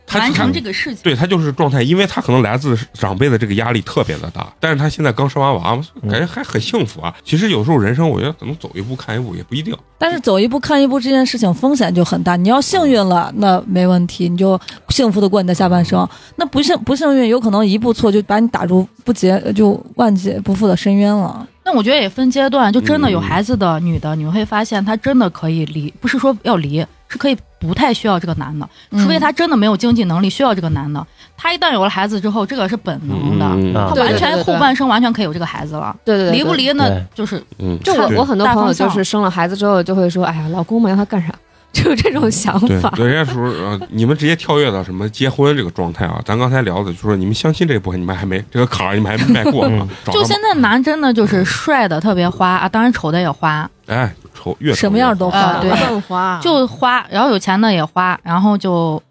B: 她
F: 完
B: 她
F: 成这个事情。
B: 对他就是状态，因为他可能来自长辈的这个压力特别的大，但是他现在刚生完娃嘛，感觉还很幸福啊。其实有时候人生，我觉得可能走一步看一步也不一定。
C: 但是走一步看一步这件事情风险就很大。你要幸运了，那没问题，你就幸福的过你的下半生。那不幸不幸运，有可能一步错就把你打入不劫就万劫不复的深渊了。
F: 那我觉得也分阶段，就真
B: 嗯
F: 的有孩子的女的，你会发现她真的可以离，不是说要离，是可以不太需要这个男的，
B: 嗯
F: 除非她真的没有经济能力需要这个男的。她一旦有了孩子之后，这个是本能的，
B: 嗯
D: 啊
F: 她
G: 对
F: 完全后半生完全可以有这个孩子了。
G: 对对对，对
F: 离不离
D: 对
F: 呢？就是
B: 嗯，
G: 就我
B: 对
G: 我很多
F: 大
G: 朋友
F: 方向
G: 就是生了孩子之后就会说，哎呀，老公嘛，让他干啥， 就有这种想
B: 对
G: 法。，
B: 对人家说呃，你们直接跳跃到什么结婚这个状态啊？咱刚才聊的就说你们相亲这一部分，你们还没这个坎儿，你们还没迈过啊
D: 嗯。
B: 找
F: 就
B: 到
F: 现在男真的
B: 嗯
F: 就是帅的特别花啊，当然丑的也花，
B: 哎，丑越丑
C: 什么样都
B: 越好
C: 好
F: 啊对
E: 乱
G: 嗯
E: 花
F: 就花，然后有钱的也花，然后就，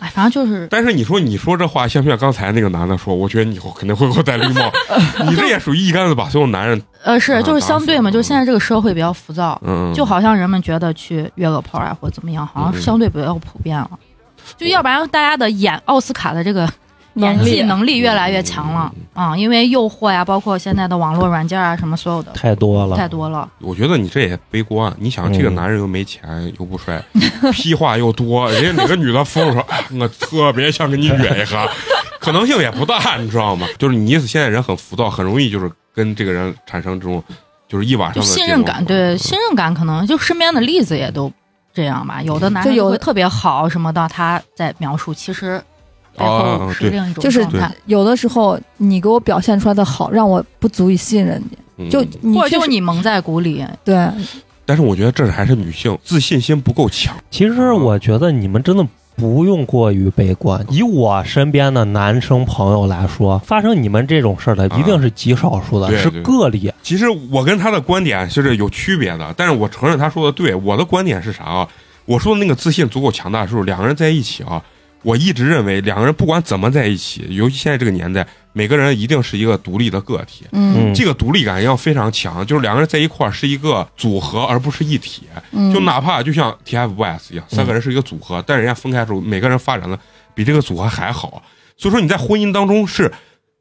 F: 哎，反正就是
B: 但是你说你说这话像不像刚才那个男的说？我觉得你以后肯定会给我戴绿帽，你这也属于一竿子把所有男人
F: 呃
B: 啊
F: 是就是相对
B: 打死
F: 嘛，就是现在这个社会比较浮躁，
B: 嗯
F: 就好像人们觉得去约个炮啊或者怎么样，好像相对比较普遍了。就要不然大家的演奥斯卡的这个演
C: 能力
F: 技能力越来越强了啊、因为诱惑呀，包括现在的网络软件啊，什么所有的
D: 太多了，
F: 太多了。
B: 我觉得你这也背锅。你想，
D: 嗯
B: 这个男人又没钱又不帅， 屁话又多，人家哪个女的疯了说， 哎我特别想跟你约一下， 可能性也不大，你知道吗？就是你意思，现在人很浮躁，很容易就是跟这个人产生这种就是一晚
F: 就
B: 上的
F: 信任感，
B: 这种嗯
F: 对信任感，可能就身边的例子也都这样吧。有的男
C: 就
F: 人
C: 有
F: 会特别好什么的，他在描述，其实背
B: 哦
F: 后
B: 对
F: 是另一种
C: 就是
F: 状态，
C: 有的时候你给我表现出来的好，让我不足以信任你，
B: 嗯
C: 就你
F: 或者
C: 确
F: 就
C: 实
F: 是你蒙在鼓里。
C: 对
B: 但是我觉得这还是女性自信心不够强。
D: 其实我觉得你们真的不用过于悲观。
F: 嗯
D: 以我身边的男生朋友来说，发生你们这种事儿的
B: 啊
D: 一定是极少数的，
B: 对
D: 是
B: 对
D: 个例。
B: 其实我跟他的观点是有区别的，但是我承认他说的对。我的观点是啥啊？我说的那个自信足够强大的时候，两个人在一起啊，我一直认为两个人不管怎么在一起，尤其现在这个年代，每个人一定是一个独立的个体，
C: 嗯
D: 嗯，
B: 这个独立感要非常强，就是两个人在一块儿是一个组合，而不是一体。
C: 嗯，
B: 就哪怕就像 TFBOYS 一样，三个人是一个组合，但人家分开的时候，每个人发展的比这个组合还好。所以说你在婚姻当中是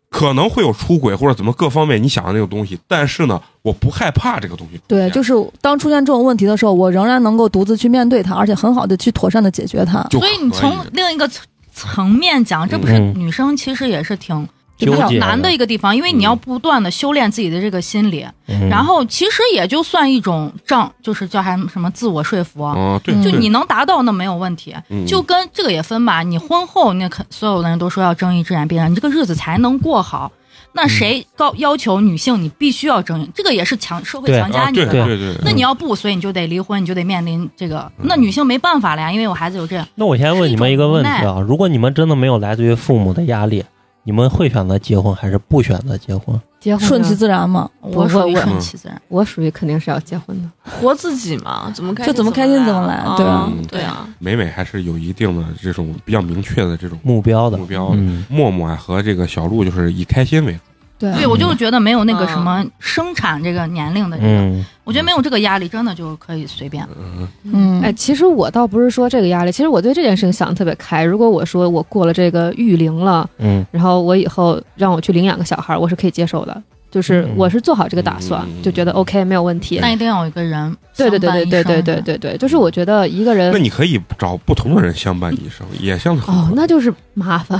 B: 可能会有出轨或者怎么各方面你想的那种东西，但是呢，我不害怕这个东西出
C: 对，
B: 现
C: 就是当出现这种问题的时候，我仍然能够独自去面对它，而且很好的去妥善的解决它。
B: 就
F: 所以你
B: 可
F: 从另一个层层面讲，这不是
D: 嗯
F: 女生其实也是挺
D: 纠
F: 比较
D: 结
F: 难的一个地方，因为你要
B: 嗯
F: 不断的修炼自己的这个心理，
D: 嗯
F: 然后其实也就算一种障，就是叫还什么自我说服。
B: 啊，对，
C: 嗯
F: 就
B: 对
F: 你能达到那没有问题，
B: 嗯
F: 就跟这个也分吧。你婚后那肯所有的人都说要睁一只眼闭一只眼，你这个日子才能过好。那
B: 嗯
F: 谁高要求女性你必须要睁眼，这个也是强社会
D: 对
F: 强加
B: 啊，
F: 你
B: 对
F: 的
B: 对
F: 吧。
B: 对对，嗯
F: 那你要不，所以你就得离婚，你就得面临这个。那女性没办法了呀，因为我孩子有这样。
D: 那我先问你们一个问题
F: 是一
D: 啊，如果你们真的没有来自于父母的压力，你们会选择结婚还是不选择结婚？
G: 结婚
C: 顺
G: 呢
C: 其自然嘛，
F: 我属于
G: 我
B: 嗯
F: 顺其自然。
G: 我属于肯定是要结婚的。
E: 活自己嘛，怎么开
C: 就怎么开心怎么来对
B: 啊
E: 啊
B: 嗯，
E: 对啊，
B: 美美还是有一定的这种比较明确的这种
D: 目标的
B: 目，标的。
D: 嗯，
B: 默默啊和这个小鹿就是以开心为主，
C: 对
F: 对，我就是觉得没有那
B: 嗯
F: 个什么生产这个年龄的这个，
D: 嗯，
F: 我觉得没有这个压力，真的就可以随便。
B: 嗯，
C: 嗯，
G: 哎，其实我倒不是说这个压力，其实我对这件事情想的特别开。如果我说我过了这个育龄了，
D: 嗯，
G: 然后我以后让我去领养个小孩儿，我是可以接受的，就是
D: 嗯
G: 我是做好这个打算，
B: 嗯
G: 就觉得 OK 没有问题。
F: 那一定要有一个人
G: 对对
F: 相
G: 对
F: 伴
G: 对
F: 一
G: 对对
F: 生
G: 对
F: 的
G: 对对，就是我觉得一个人
B: 那你可以找不同的人相伴一生，也像
G: 哦，那就是麻烦。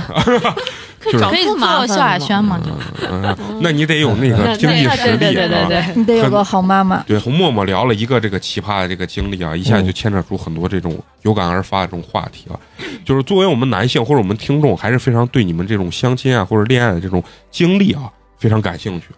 E: 可
B: 就是
E: 找啊
F: 可以
E: 不
F: 做
E: 麻
F: 萧
E: 烦
F: 亚
E: 吗
F: 轩嘛？就
B: 嗯嗯嗯 那你得有那个经济实
G: 对对
B: 力
G: 对对
B: 啊。
G: 对，
C: 你得有个好妈妈。
B: 对，从默默聊了一个这个奇葩的这
G: 嗯
B: 个经历啊，一下就牵扯出很多这种有感而发的这种话题啊。就是作为我们男性或者我们听众，还是非常对你们这种相亲啊或者恋爱的这种经历啊非常感兴趣。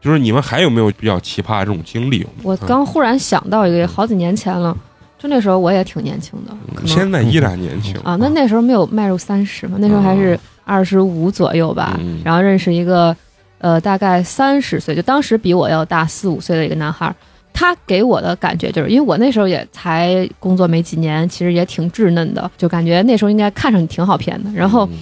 B: 就是你们还有没有比较奇葩的这种经历？
G: 我刚忽然想到一个，好几年前了，就那时候我也挺年轻的，可能
B: 现在依然年轻
G: 嗯啊，那那时候没有迈入三十嘛，那时候还是二十五左右吧，
B: 啊嗯
G: 然后认识一个，呃，大概三十岁，就当时比我要大四五岁的一个男孩儿。他给我的感觉就是，因为我那时候也才工作没几年，其实也挺稚嫩的，就感觉那时候应该看上去挺好骗的。然后
B: 嗯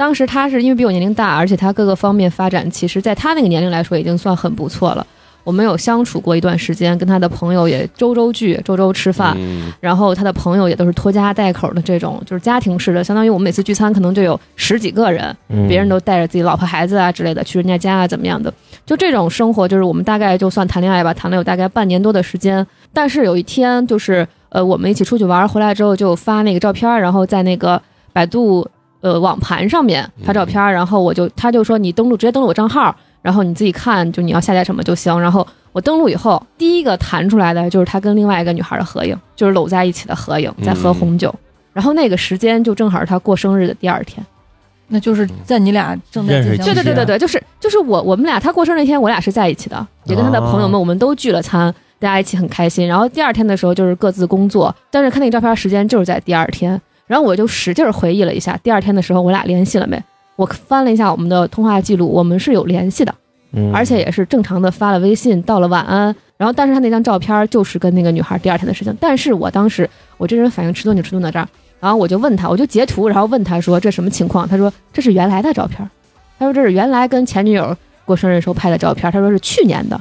G: 当时他是因为比我年龄大，而且他各个方面发展，其实在他那个年龄来说已经算很不错了。我们有相处过一段时间，跟他的朋友也周周聚，周周吃饭，
B: 嗯
G: 然后他的朋友也都是拖家带口的这种，就是家庭式的，相当于我们每次聚餐可能就有十几个人，
D: 嗯
G: 别人都带着自己老婆孩子啊之类的去人家家啊怎么样的，就这种生活，就是我们大概就算谈恋爱吧，谈了有大概半年多的时间，但是有一天就是呃我们一起出去玩回来之后就发那个照片儿，然后在那个百度呃网盘上面发照片儿，然后我就他就说你登录直接登录我账号，然后你自己看就你要下载什么就行，然后。我登录以后，第一个弹出来的就是他跟另外一个女孩的合影，就是搂在一起的合影，在喝红酒。然后那个时间就正好是他过生日的第二天，
C: 那就是在你俩正在进行
G: 对对对对对，就是就是我我们俩他过生日那天我俩是在一起的，也跟他的朋友们我们都聚了餐，大家一起很开心。然后第二天的时候就是各自工作，但是看那个照片时间就是在第二天。然后我就使劲儿回忆了一下，第二天的时候我俩联系了没？我翻了一下我们的通话记录，我们是有联系的。
D: 嗯
G: 而且也是正常的发了微信，道了晚安。然后，但是他那张照片就是跟那个女孩第二天的事情。但是我当时我这人反应迟钝就迟钝到这儿，然后我就问他，我就截图，然后问他说这什么情况？他说这是原来的照片，他说这是原来跟前女友过生日时候拍的照片，他说是去年的。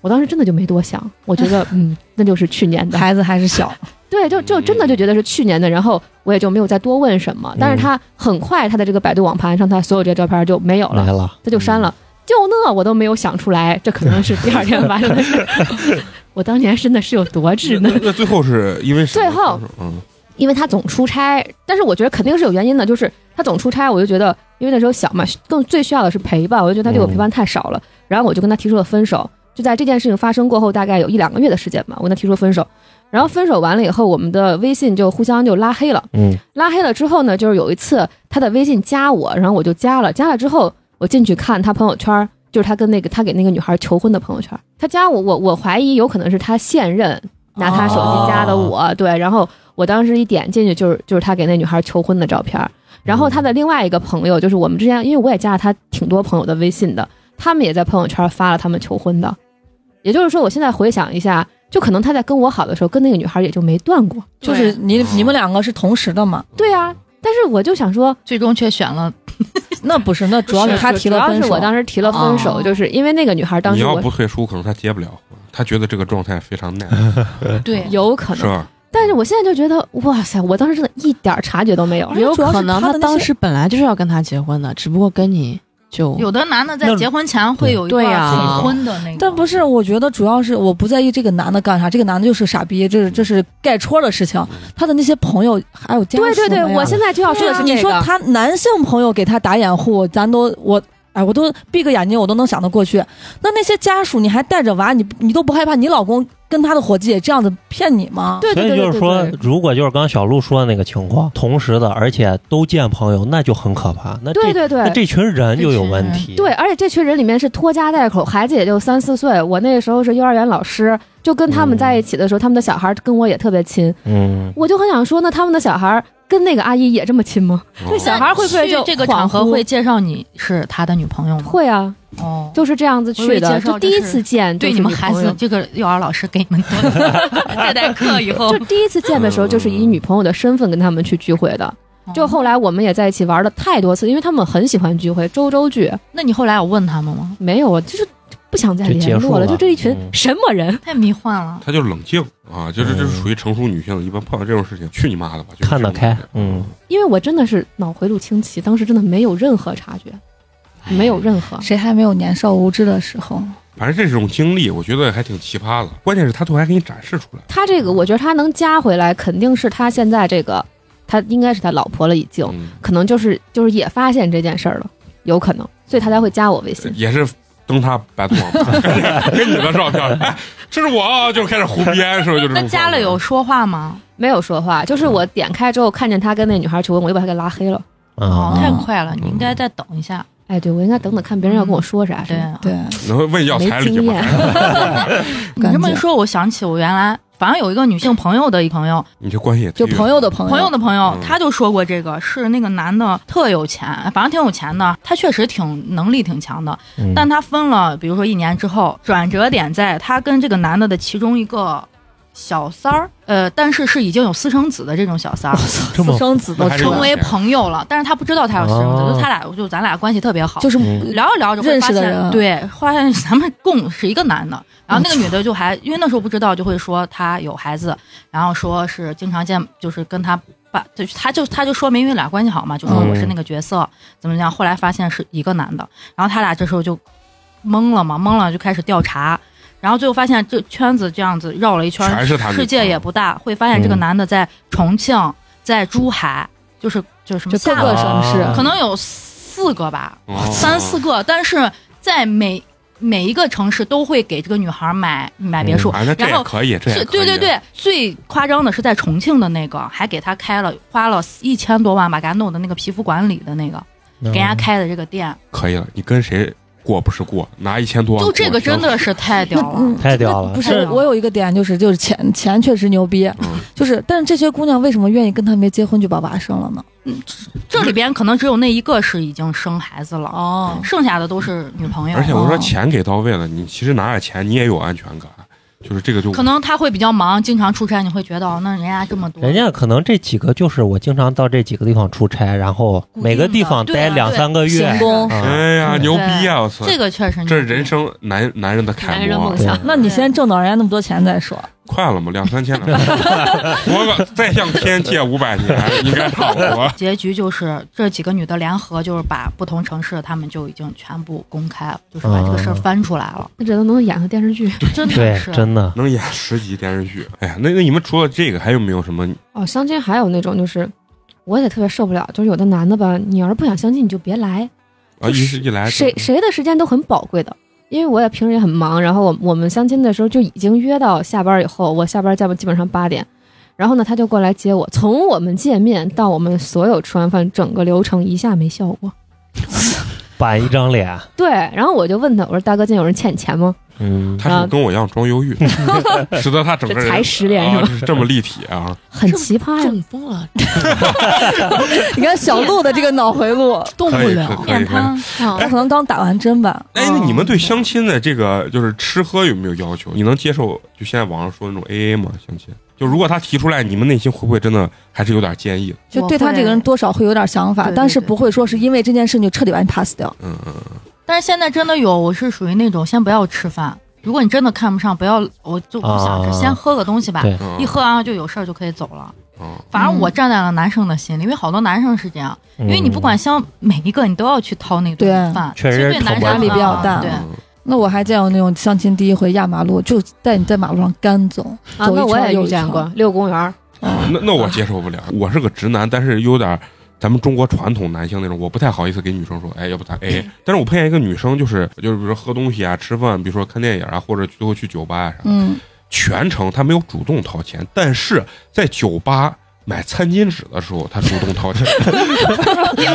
G: 我当时真的就没多想，我觉得嗯，那就是去年 的。
C: 孩子还是小，
G: 对，就就真的就觉得是去年的，然后我也就没有再多问什么。但是他很快他的这个百度网盘上，他所有这些照片就没有了
D: 来。了，
G: 他就删了。就那我都没有想出来，这可能是第二天发生的事。 我当年真的是有多稚
B: 那
G: 嫩，
B: 那最后是因为什么
G: 最后
B: 嗯
G: 因为他总出差，但是我觉得肯定是有原因的，就是他总出差，我就觉得因为那时候小嘛，更最需要的是陪伴，我就觉得他对我陪伴太少了，然后我就跟他提出了分手。就在这件事情发生过后，大概有一两个月的时间吧，我跟他提出了分手。然后分手完了以后，我们的微信就互相就拉黑了。
D: 嗯
G: 拉黑了之后呢，就是有一次他的微信加我，然后我就加了，加了之后我进去看他朋友圈儿，就是他跟那个他给那个女孩求婚的朋友圈儿。他加我，我我怀疑有可能是他现任拿他手机加的我，对。然后我当时一点进去就是就是他给那女孩求婚的照片儿，然后他的另外一个朋友就是我们之前，因为我也加了他挺多朋友的微信的，他们也在朋友圈发了他们求婚的。也就是说，我现在回想一下，就可能他在跟我好的时候，跟那个女孩也就没断过。
C: 就是你
B: 对
C: 你们两个是同时的嘛？
G: 对啊，但是我就想说，
F: 最终却选了
C: 那不是，那主要是他提了分
G: 主要
C: 手。
G: 是我当时提了分手，
F: 哦
G: 就是因为那个女孩当
B: 你
G: 时
B: 要
G: 我
B: 不退出，可能他结不了婚，他觉得这个状态非常耐，
F: 对
G: 有可
B: 是
G: 能，
B: 吧？
G: 但是我现在就觉得，哇塞，我当时真的一点察觉都没有
C: 而。且
E: 有
C: 主要是
E: 可能
C: 他的那
E: 当
C: 些
E: 时本来就是要跟他结婚的，只不过跟你
G: 嗯
E: 就
F: 有的男的在
D: 那
F: 结婚前会有一
E: 对
G: 啊
E: 呀
F: 段很婚的那个，
C: 但不是，我觉得主要是我不在意这个男的干啥，这个男的就是傻逼，这是这是盖戳的事情。他的那些朋友还有家属
G: 对对对，
C: 们呀啊
G: 我现在就要说的是这个。
C: 你说他男性朋友给他打掩护，咱都我哎，我都闭个眼睛，我都能想得过去。那那些家属，你还带着娃，你你都不害怕你老公跟他的伙计也这样子骗你吗？
G: 对
D: 所
G: 对对
D: 以就是
G: 对
D: 说
G: 对，
D: 如果就是刚刚小鹿说的那个情况，同时的，而且都见朋友，那就很可怕。那这
G: 对对
D: 那
G: 对。
D: 这群人就有问题。
G: 对，，而且这群人里面是拖家带口，孩子也就三四岁。我那个时候是幼儿园老师，就跟他们在一起的时候，他们的小孩跟我也特别亲。
D: 嗯，
G: 我就很想说，那他们的小孩跟那个阿姨也这么亲吗？这小孩会不会
F: 去
G: 就
F: 这个场合
G: 恍惚
F: 会介绍你是他的女朋友吗？
G: 会啊，
F: 哦，
G: 就是这样子去
F: 我以
G: 的，
F: 为介绍
G: 就第一次见
F: 对
G: 就
F: 你
G: 是
F: 们
G: 女
F: 孩
G: 朋
F: 子
G: 友，
F: 这个幼儿老师给你们多 带带课以后
G: 就，第一次见的时
D: 嗯
G: 候，就是以女朋友的身份跟他们去聚会的。就
F: 哦
G: 后来我们也在一起玩了太多次，因为他们很喜欢聚会，周周聚
F: 那你后来有问他们吗？
G: 没有，就是不想再
D: 就结
G: 联
D: 束
G: 络
D: 了
G: 就这一群
D: 嗯
G: 什么人，
F: 太迷幻了，
B: 他就是冷静啊，就是
D: 嗯
B: 这是属于成熟女性，一般碰到这种事情，去你妈的吧，就是
D: 看得开
B: 这种。
D: 嗯，
G: 因为我真的是脑回路清奇，当时真的没有任何察觉，没
D: 哎
G: 有任何。
C: 谁还没有年少无知的时候？
B: 反正这种经历，我觉得还挺奇葩的。关键是他最后还给你展示出来，
G: 他这个，我觉得他能加回来，肯定是他现在这个，他应该是他老婆了，已经
B: 嗯，
G: 可能就是就是也发现这件事儿了，有可能，所以他才会加我微信。
B: 也是登他百度网 吧，跟你的照片，哎，这是我啊，就开始胡编，是不是？就这种
F: 那加了有说话吗？
G: 没有说话，
D: 嗯
G: 就是我点开之后看见他跟那女孩求婚，我就把他给拉黑了。
D: 啊，
F: 哦，太快了，你应该再等一下。
G: 哎，对，我应该等等看别人要跟我说啥。是
F: 对啊
G: 吧，
C: 对，
D: 嗯
B: 然后问要彩
G: 没
B: 礼
G: 经
B: 吗？
G: 验，
F: 你这么一说，我想起我原来反正有一个女性朋友的一朋友，
B: 你这关系也
C: 就朋友的朋友，
F: 朋友的朋友
B: 嗯，
F: 他就说过这个是那个男的特有钱，反正挺有钱的，他确实挺能力挺强的，
D: 嗯
F: 但他分了，比如说一年之后，转折点在他跟这个男的的其中一个小三儿，呃，但是是已经有私生子的这种小三儿，
D: 这么
C: 私生子都
B: 还是
C: 成
F: 成
C: 为
F: 为朋友了，但是他不知道他有私生子，
D: 哦
F: 就他俩就咱俩关系特别好，
C: 就是
D: 嗯
F: 聊着聊着会发
C: 认识的人啊
F: 现，对，发现咱们共是一个男的，然后那个女的就还因为那时候不知道，就会说她有孩子，然后说是经常见，就是跟她爸，就她就她就说明因为俩关系好嘛，就说
D: 嗯
F: 我是那个角色、怎么样，后来发现是一个男的，然后他俩这时候就懵了嘛，懵了就开始调查，然后最后发现这圈子这样子绕了一圈，
B: 全是他女朋友
F: 世界也不大，会发现这个
D: 嗯
F: 男的在重庆，在珠海，就是就是什么
C: 就各
F: 厦
C: 个
F: 门
C: 省市，
D: 啊
F: 可能有四个吧，
B: 哦
F: 三四个，但是在每每一个城市都会给这个女孩买买别墅，
B: 啊，那这
F: 然
B: 也
F: 后
B: 可以，这也
F: 是
B: 可以啊
F: 对对，对，最夸张的是在重庆的那个，还给她开了花了一千多万把给她弄的那个皮肤管理的那个，
D: 嗯
B: 嗯
F: 给人家开的这个店，
B: 可以了。你跟谁过不是过？拿一千多万
F: 就
B: 过，
F: 这个真的是太屌了。
D: 太屌了啊
C: 不
F: 太
C: 呃嗯是
F: 屌，了
C: 我有一个点就是就是钱钱确实牛逼，
B: 嗯
C: 就是但是这些姑娘为什么愿意跟他没结婚就把娃生了呢？
F: 这里边可能只有那一个是已经生孩子了，
D: 嗯
C: 哦，
F: 剩下的都是女朋友
B: 嗯而。且我说钱给到位了，你其实拿点钱你也有安全感，就是这个就
F: 可能她会比较忙，经常出差，你会觉得哦，那人家这么多，
D: 人家可能这几个就是我经常到这几个地方出差，然后每个地方待
G: 啊
D: 两三个月，
C: 行宫。
D: 啊，
B: 哎呀牛逼啊！我操，
F: 这个确实
B: 这是
F: 牛逼
B: 人生男男人的
E: 男
B: 楷
E: 人的
B: 模
E: 梦，
D: 啊
G: 啊
D: 嗯
E: 想。
C: 那你先挣到人家那么多钱再说。
B: 快了吗？两三千了， 活个再向天借五百年，应该差不多。
F: 结局就是这几个女的联合，就是把不同城市她们就已经全部公开了，就是把这个事儿翻出来了，
G: 那这都能演个电视剧
F: 真的
D: 对，
F: 是。
D: 真的，
B: 能演十集电视剧，哎呀，那那你们除了这个还有没有什么？
G: 哦。相亲还有那种就是，我也特别受不了，就是有的男的吧，你要是不想相亲，你就别来，
B: 啊，一是一来
G: 谁谁的时间都很宝贵的。因为我也平时也很忙，然后我我们相亲的时候就已经约到下班以后，我下班基本基本上八点，然后呢他就过来接我，从我们见面到我们所有吃完饭整个流程一下没笑过。
D: 板一张脸，
G: 对，然后我就问他，我说大哥，今天有人欠你钱吗？
D: 嗯，
B: 他是不是跟我一样装忧郁，使得他整个
G: 这
B: 人
G: 才失恋是
B: 啊
G: 吧？
B: 就是这么立体啊！
G: 很奇葩呀。
E: 中风了，
C: 你看小鹿的这个脑回 路，
D: 哎
F: 动
B: 可以，可以可以
F: 面瘫，
G: 哦
C: 他可能刚打完针吧。
B: 哎，那你们对相亲的这个就是吃喝有没有要求？你能接受就现在网上说的那种 AA 吗？相亲就如果他提出来，你们内心会不会真的还是有点坚毅的？
C: 就对他这个人多少会有点想法，
F: 对对
C: 但是
F: 对
C: 不会说是因为这件事情就彻底把你 pass 掉。
B: 嗯嗯，嗯
F: 但是现在真的有，我是属于那种先不要吃饭，如果你真的看不上，不要，我就不想吃，
D: 啊
F: 先喝个东西吧啊
D: 对，
B: 嗯
F: 一喝完就有事儿就可以走了。
B: 嗯，
F: 反而我站在了男生的心里，因为好多男生是这样，
D: 因
F: 因为你不管相每一个，你都要去掏那顿
C: 对
F: 饭，
D: 确
F: 其
D: 实
F: 对男
D: 成
F: 生啊
D: 本
C: 压力比较大
F: 对，
B: 嗯
C: 那我还见过那种相亲第一回压马路，就带你在马路上干走，
G: 啊，
C: 走一
G: 那我
C: 圈
G: 也
C: 又
G: 遇
C: 一
G: 见
C: 圈
G: 过遛公园儿，
B: 嗯那那我接受不了，我是个直男，但是有点儿咱们中国传统男性那种，我不太好意思给女生说，哎，要不咱 A。但是我碰见一个女生，就是就是比如说喝东西啊、吃饭，比如说看电影啊，或者最后去酒吧啊啥的，
C: 嗯，
B: 全程她没有主动掏钱，但是在酒吧。买餐巾纸的时候，她主动掏钱，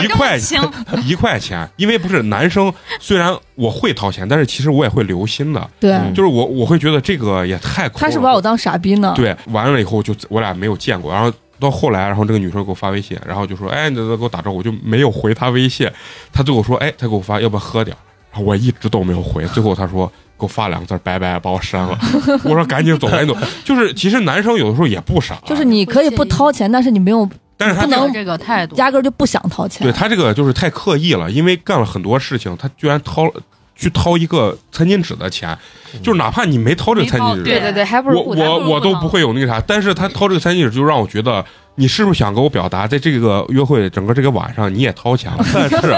B: 一块
F: 行，
B: 一块钱，因为不是男生，虽然我会掏钱，但是其实我也会留心的，
C: 对，
D: 嗯
B: 就是我我会觉得这个也太抠了。
C: 他是把我当傻逼呢。
B: 对，完了以后就我俩没有见过，然后到后来，然后这个女生给我发微信，然后就说：“哎，你怎么给我打招呼？”我就没有回她微信。她最后说：“哎，她给我发要不要喝点儿？”然后我一直都没有回，最后她说给我发两个字儿“拜拜”，把我删了。 我说：“赶紧走， 赶紧走。”就是其实男生有的时候也不傻，啊
C: 就是你可以不掏钱，但是你没有
B: 但是他
C: 不能
F: 这个态度，
C: 压根儿就不想掏钱。
B: 对他这个就是太刻意了，因为干了很多事情，他居然掏了去掏一个餐巾纸的钱，就是哪怕你没掏这个
F: 没
B: 餐
F: 掏
B: 巾纸，
F: 对
G: 对对对，还不
B: 我
G: 如不打
B: 我我都不会有那个啥，但是他掏这个餐巾纸就让我觉得，你是不是想给我表达，在这个约会整个这个晚上你也掏钱了，但是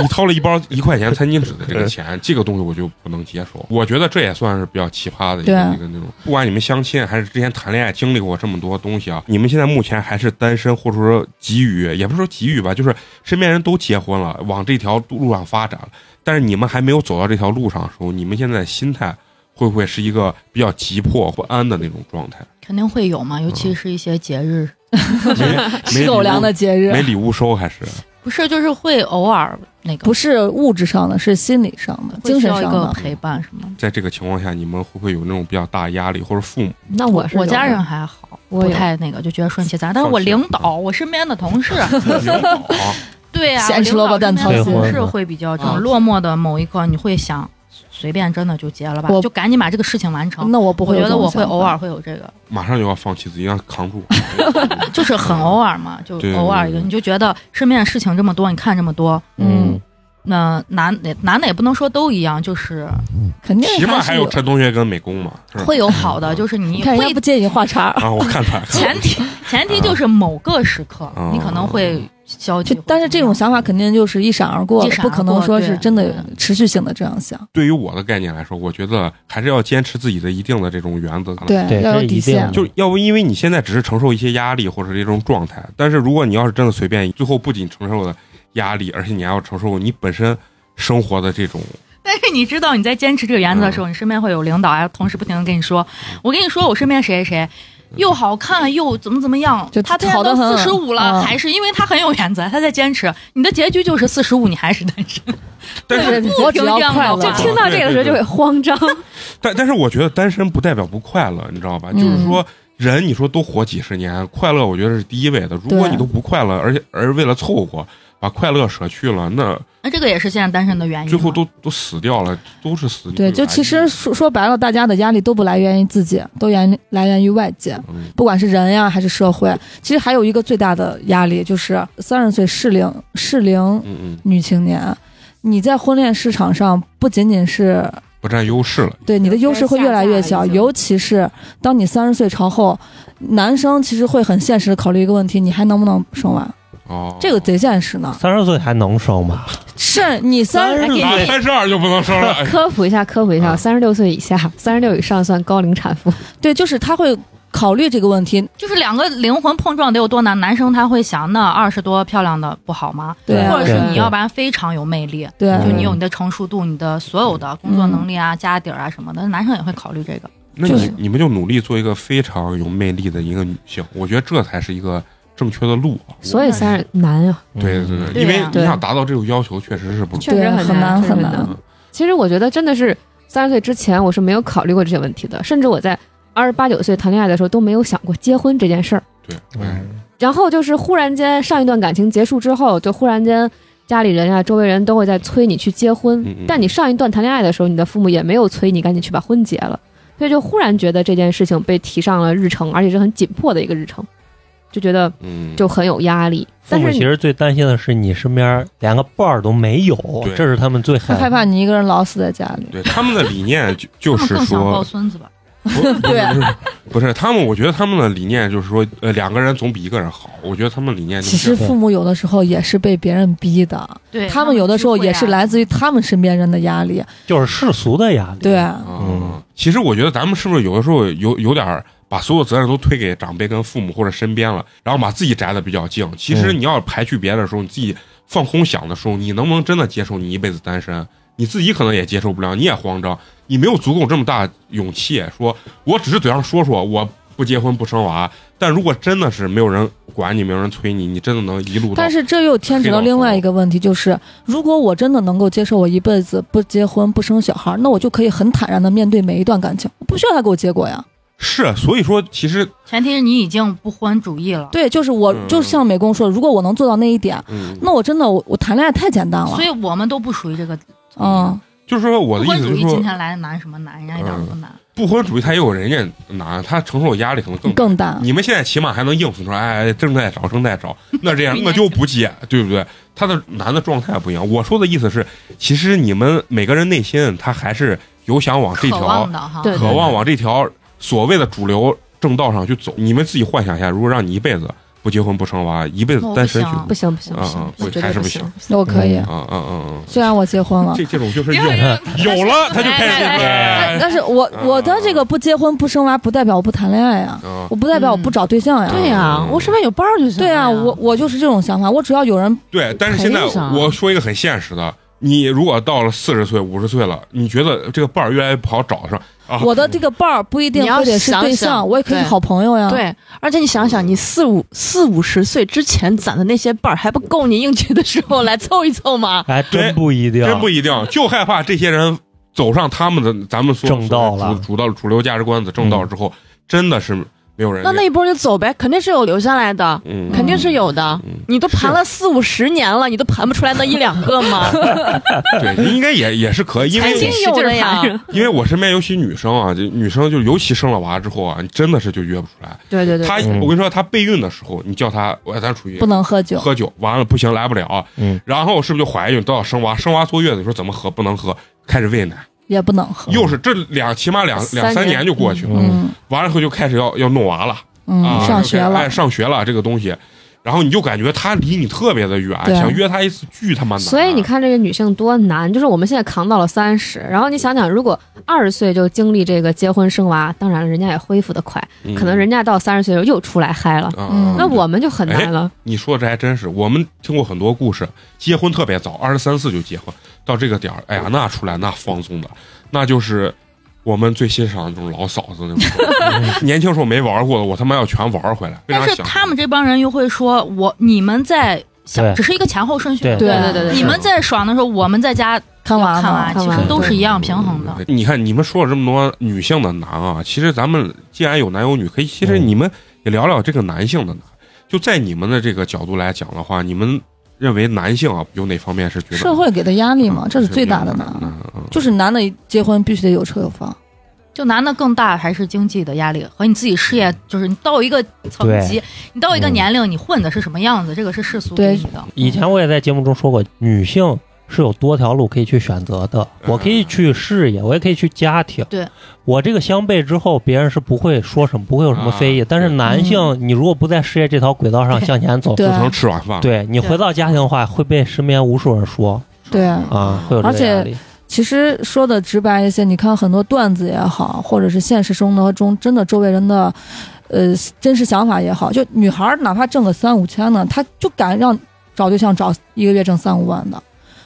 B: 你掏了一包一块钱餐巾纸的这个钱，这个东西我就不能接受。我觉得这也算是比较奇葩的一
C: 对
B: 个
C: 啊
B: 一个那种。不管你们相亲还是之前谈恋爱，经历过这么多东西啊，你们现在目前还是单身，或者说急于，也不是说急于吧，就是身边人都结婚了，往这条路上发展了，但是你们还没有走到这条路上的时候，你们现在的心态。会不会是一个比较急迫、不安的那种状态？
F: 肯定会有嘛，尤
D: 嗯
F: 其是一些节日，
B: 没没
C: 吃狗粮的
B: 礼
C: 节
B: 物
C: 日
B: 没，礼物收还是？
F: 不是就是会偶尔那个
C: 不是物质上的，是心理上的、
F: 会
C: 精
F: 需
C: 神
F: 要一
C: 上
F: 个
C: 的。
F: 陪伴什么的。
B: 在这个情况下，你们会不会有那种比较大压力，或者父母
G: 那我是
F: 我
G: 有
F: 家
G: 的
F: 人还好，
G: 我
F: 不
G: 有
F: 太那个，就觉得顺其自然。但是我
B: 放心
F: 领导，我身边的同 事，
B: 领导啊？
F: 对呀、啊，
C: 咸吃萝卜淡操
D: 心
F: 同事会比较这种落寞的某一刻，你会想随便真的就结了吧，
C: 我
F: 就赶紧把这个事情完成。
C: 那我不
F: 我
C: 会有
F: 觉
C: 这
F: 得
C: 种想法，
F: 我会偶尔会有这个，
B: 马上就要放弃自己，要扛住。
F: 就是很偶尔嘛，就
B: 对
F: 偶尔
B: 对
F: 一个，
B: 对
F: 你就觉得身边的事情这么多，你看这么多，
C: 嗯，
F: 那男的男的也不能说都一样，就是
C: 肯定
B: 起码还
C: 是
B: 有陈同学跟美工嘛，是吧
F: 会有好的，就是你
C: 你看人家
F: 会
C: 不介意画叉，
B: 啊，我看出来了。
F: 前提前提就是某个时刻
B: 啊
F: 你可能会消
C: 就
F: 极，
C: 但是这种想法肯定就是一闪而过
F: 一
C: 的，
F: 闪而
C: 不可能
F: 过
C: 说
F: 对嗯
C: 是真的持续性的这样想。
B: 对于我的概念来说，我觉得还是要坚持自己的一定的这种原则。，
D: 对
C: 要
D: 这
C: 有
D: 一定
C: 底线
D: 的。
B: 就要不因为你现在只是承受一些压力或者这种状态，但是如果你要是真的随便，最后不仅承受了压力，而且你还要承受你本身生活的这种
F: 但是哎你知道你在坚持这个原则的时候，你身边会有领导啊，同事不停的跟你说，我跟你说，我身边谁谁谁。
B: 嗯
F: 又好看又怎么怎么样
C: 就？
F: 他现在
C: 好
F: 都
C: 得
F: 四
C: 很
F: 十五了，
C: 嗯
F: 还是因为他很有原则，他在坚持。你的结局就是四十五，你还是单身。
B: 但
C: 对
B: 是
C: 对对，我只要快乐
F: 就
G: 就
B: 啊，
G: 听到这个的时候就会慌张，
B: 但但是我觉得单身不代表不快乐，你知道吧？
C: 嗯
B: 就是说人，你说都活几十年，快乐我觉得是第一位的。如果
C: 对
B: 你都不快乐，而且而为了凑合把快乐舍去了，那
F: 那这个也是现在单身的原因嘛。
B: 最后都都死掉了，都是死。
C: 对，就其实说说白了，大家的压力都不来源于自己，都源来源于外界，
B: 嗯
C: 不管是人呀还是社会。其实还有一个最大的压力就是三十岁适龄适龄
B: 嗯嗯，
C: 女青年，啊你在婚恋市场上不仅仅是
B: 不占优势了。
C: 对你的优势会越来越
G: 下
C: 小，
G: 架了已经
C: 尤其是当你三十岁朝后，男生其实会很现实的考虑一个问题：你还能不能生娃？
B: 哦，
C: 这个贼现实呢。
D: 三十岁还能生吗？
C: 是你三
G: 还给
B: 打
G: 你
B: 三十二就不能生了。哎
G: 科普一下，科普一下，
B: 嗯
G: 三十六岁以下，三十六以上算高龄产妇。
C: 对，就是他会考虑这个问题。
F: 就是两个灵魂碰撞得有多难？男生他会想，那二十多漂亮的不好吗？
C: 对啊
F: 或者是
D: 对
F: 你要不然非常有魅力，
C: 对，
F: 啊就你有你的成熟度，你的所有的工作能力啊、家底儿啊什么的，男生也会考虑这个。
B: 那
C: 就
B: 你
C: 是
B: 你们就努力做一个非常有魅力的一个女性，我觉得这才是一个正确的路啊。
G: 所以三十难啊，
B: 对
D: 嗯
B: 对对，
F: 对
B: 因为
F: 呀
B: 你
C: 对
B: 想达到这种要求，确实是不容易。
G: 确实啊很
C: 很难
G: 确实
C: 很
G: 难
C: 难。
G: 其实我觉得真的是三十岁之前，我是没有考虑过这些问题的，甚至我在二十八九岁谈恋爱的时候都没有想过结婚这件事儿。
B: 对，哎
D: 嗯，
G: 然后就是忽然间上一段感情结束之后，就忽然间家里人呀、周围人都会在催你去结婚，
B: 嗯嗯
G: 但你上一段谈恋爱的时候，你的父母也没有催你赶紧去把婚结了，所以就忽然觉得这件事情被提上了日程，而且是很紧迫的一个日程，就觉得
B: 嗯，
G: 就很有压力。
D: 父
G: 但
D: 母
G: 是
D: 其
G: 你
D: 实最担心的是你身边连个伴儿都没有，
B: 对
D: 这是他们最
C: 他
D: 害
C: 害怕你一个人老死在家里。
B: 对他们的理念就就
F: 他们
B: 是
F: 更想
B: 说
F: 抱孙子吧？
B: 不不
C: 对
B: 是不是不是他们，我觉得他们的理念就是说，呃，两个人总比一个人好。我觉得他们的理念就
C: 其
B: 是
C: 实父母有的时候也是被别人逼的，
F: 对
C: 他们有的时候也是
F: 啊
C: 来自于他们身边人的压力。
D: 就是世俗的压力。
C: 对，啊
B: 嗯，其实我觉得咱们是不是有的时候有有点儿把所有责任都推给长辈跟父母或者身边了，然后把自己宅的比较静。其实
D: 嗯
B: 你要排去别人的时候，你自己放空想的时候，你能不能真的接受你一辈子单身？你自己可能也接受不了，你也慌张，你没有足够这么大勇气，说我只是嘴上说说，我不结婚不生娃。但如果真的是没有人管你，没有人催你，你真的能一路到
C: 但是这又牵扯到另外一个问题，就是如果我真的能够接受我一辈子不结婚不生小孩，那我就可以很坦然的面对每一段感情，我不需要他给我结果呀。
B: 是，所以说其实
F: 前提是你已经不婚主义了。
C: 对，就是我，
B: 嗯
C: 就是像美工说的，如果我能做到那一点，
B: 嗯，
C: 那我真的我我谈恋爱太简单了
F: 所。以我们都不属于这个
C: 嗯，
B: 就是说我
F: 不
B: 的意
F: 婚
B: 思
F: 主
B: 就是
F: 义。今
B: 说，嗯
F: 天来难什么难，人啊家一点儿都不难。
B: 不婚主义他也有人家难，他承受压力可能更大。嗯
C: 更淡。
B: 你们现在起码还能应付出来，哎，正在找，正在找，那这样那就不接，对不对？他的男的状态不一样。我说的意思是，其实你们每个人内心他还是有想往这
F: 渴
B: 条
F: 望的哈，
G: 对
B: 渴望往这条所谓的主流正道上去走。你们自己幻想一下，如果让你一辈子不结婚不生娃，一辈子单身去
F: 我
G: 不行不行
B: 啊
G: 不行，
B: 啊，
G: 我
B: 不
G: 觉
B: 还
G: 得
B: 是
G: 不
B: 行。
C: 那我可以，
B: 啊啊啊
C: 虽然我结婚
B: 啊！
C: 了。
B: 这这种就是
E: 因
B: 硬
E: 为
B: 有了他就开始
E: 来
C: 但
E: 来
B: 对
C: 但是我
B: 啊
C: 我的这个不结婚不生娃，不代表我不谈恋爱呀，
B: 啊
C: 我不代表我不找对象呀。
E: 对呀、
B: 嗯
E: 我身边有伴儿就行了
C: 对
E: 呀。
C: 啊，我我就是这种想法，我只要有人
B: 对，但是现在
E: 肯定是啊
B: 我说一个很现实的，你如果到了四十岁、五十岁了，你觉得这个伴儿越来越不好找是吧？啊，
C: 我的这个伴儿不一定
E: 你要
C: 非得是对
E: 想
C: 象，
E: 想
C: 我也可以是
E: 对
C: 好朋友呀。，
E: 对，嗯而且你想想，你四五四五十岁之前攒的那些伴儿，还不够你应届的时候来凑一凑吗？
D: 还哎真不一定，
B: 真不一定，就害怕这些人走上他们的咱们所
D: 正道了嗯
B: 主主道主流价值观的正道之后，真的是没有人
E: 那那一波就走呗，肯定是有留下来的，
B: 嗯
E: 肯定是有的。
B: 嗯
E: 你都盘了四五十年了，你都盘不出来那一两个吗？
B: 对，应该也也是 可以，因为
E: 肯定有的呀。
B: 因为我身边尤其女生啊，就女生就尤其生了娃之后啊，你真的是就约不出来。
G: 对对对，
B: 她
D: 嗯
B: 我跟你说，她备孕的时候，你叫她，我咱出去
C: 不能喝酒。
B: 喝酒，完了不行，来不了。
D: 嗯，
B: 然后是不是就怀孕，都要生娃？生娃坐月子，你说怎么喝？不能喝，开始喂奶，
C: 也不能喝。
B: 又是这两起码两
E: 三
B: 两三
E: 年
B: 年就过去了。
C: 嗯
B: 完了以后就开始要要弄娃了
C: 嗯，
B: 啊，
C: 上学
B: 就
C: 了
B: 开始哎，，上学了这个东西，然后你就感觉他离你特别的远，
C: 对啊
B: 想约他一次巨他妈难。啊
G: 所以你看这个女性多难，就是我们现在扛到了三十，然后你想想，如果二十岁就经历这个结婚生娃，当然人家也恢复的快，
B: 嗯，
G: 可能人家到三十岁的时候又出来嗨了，
B: 啊。
C: 嗯
G: 那我们就很难了。
B: 你说这还真是，我们听过很多故事，结婚特别早，二十三四就结婚，到这个点儿，哎呀，那出来那放纵的，那就是我们最欣赏的那种老嫂子那种。 年轻时候没玩过的，我他妈要全玩回来。为啥
F: 但是
B: 想
F: 他们这帮人又会说，我你们在
D: 对
F: 想，只是一个前后顺序。
D: 对
C: 对
G: 对对对
F: 你们在爽的时候，我们在家
C: 看
F: 要
C: 完
F: 看
C: 了
F: 完，，
G: 看
F: 其
G: 完
F: 实都是一样平衡的。
B: 你看，你们说了这么多女性的难啊，其实咱们既然有男有女，可以其实
D: 嗯
B: 你们也聊聊这个男性的难。就在你们的这个角度来讲的话，你们认为男性啊有哪方面是觉得
C: 社会给的压力嘛，这是最大的
B: 难？
C: 难。
B: 嗯嗯
C: 就是男的结婚必须得有车有房，
F: 就男的更大还是经济的压力和你自己事
B: 嗯
F: 业，就是你到一个层级，你到一个年龄，你混的是什么样子，这个是世俗给你的。
D: 以前我也在节目中说过，女性是有多条路可以去选择的，
B: 嗯
D: 我可以去事业，我也可以去家庭。
F: 对，
D: 我这个相悖之后，别人是不会说什么，不会有什么
B: 啊
D: 非议。但是男性，你如果不在事业这条轨道上向前走，
C: 对
B: 就成吃软饭了。
D: 对你回到家庭的话，会被身边无数人说
C: 对啊。
D: 啊，会有这个压力。
C: 其实说的直白一些，你看很多段子也好，或者是现实生活中真的周围人的，呃，真实想法也好，就女孩儿哪怕挣个三五千呢，她就敢让找对象找一个月挣三五万的。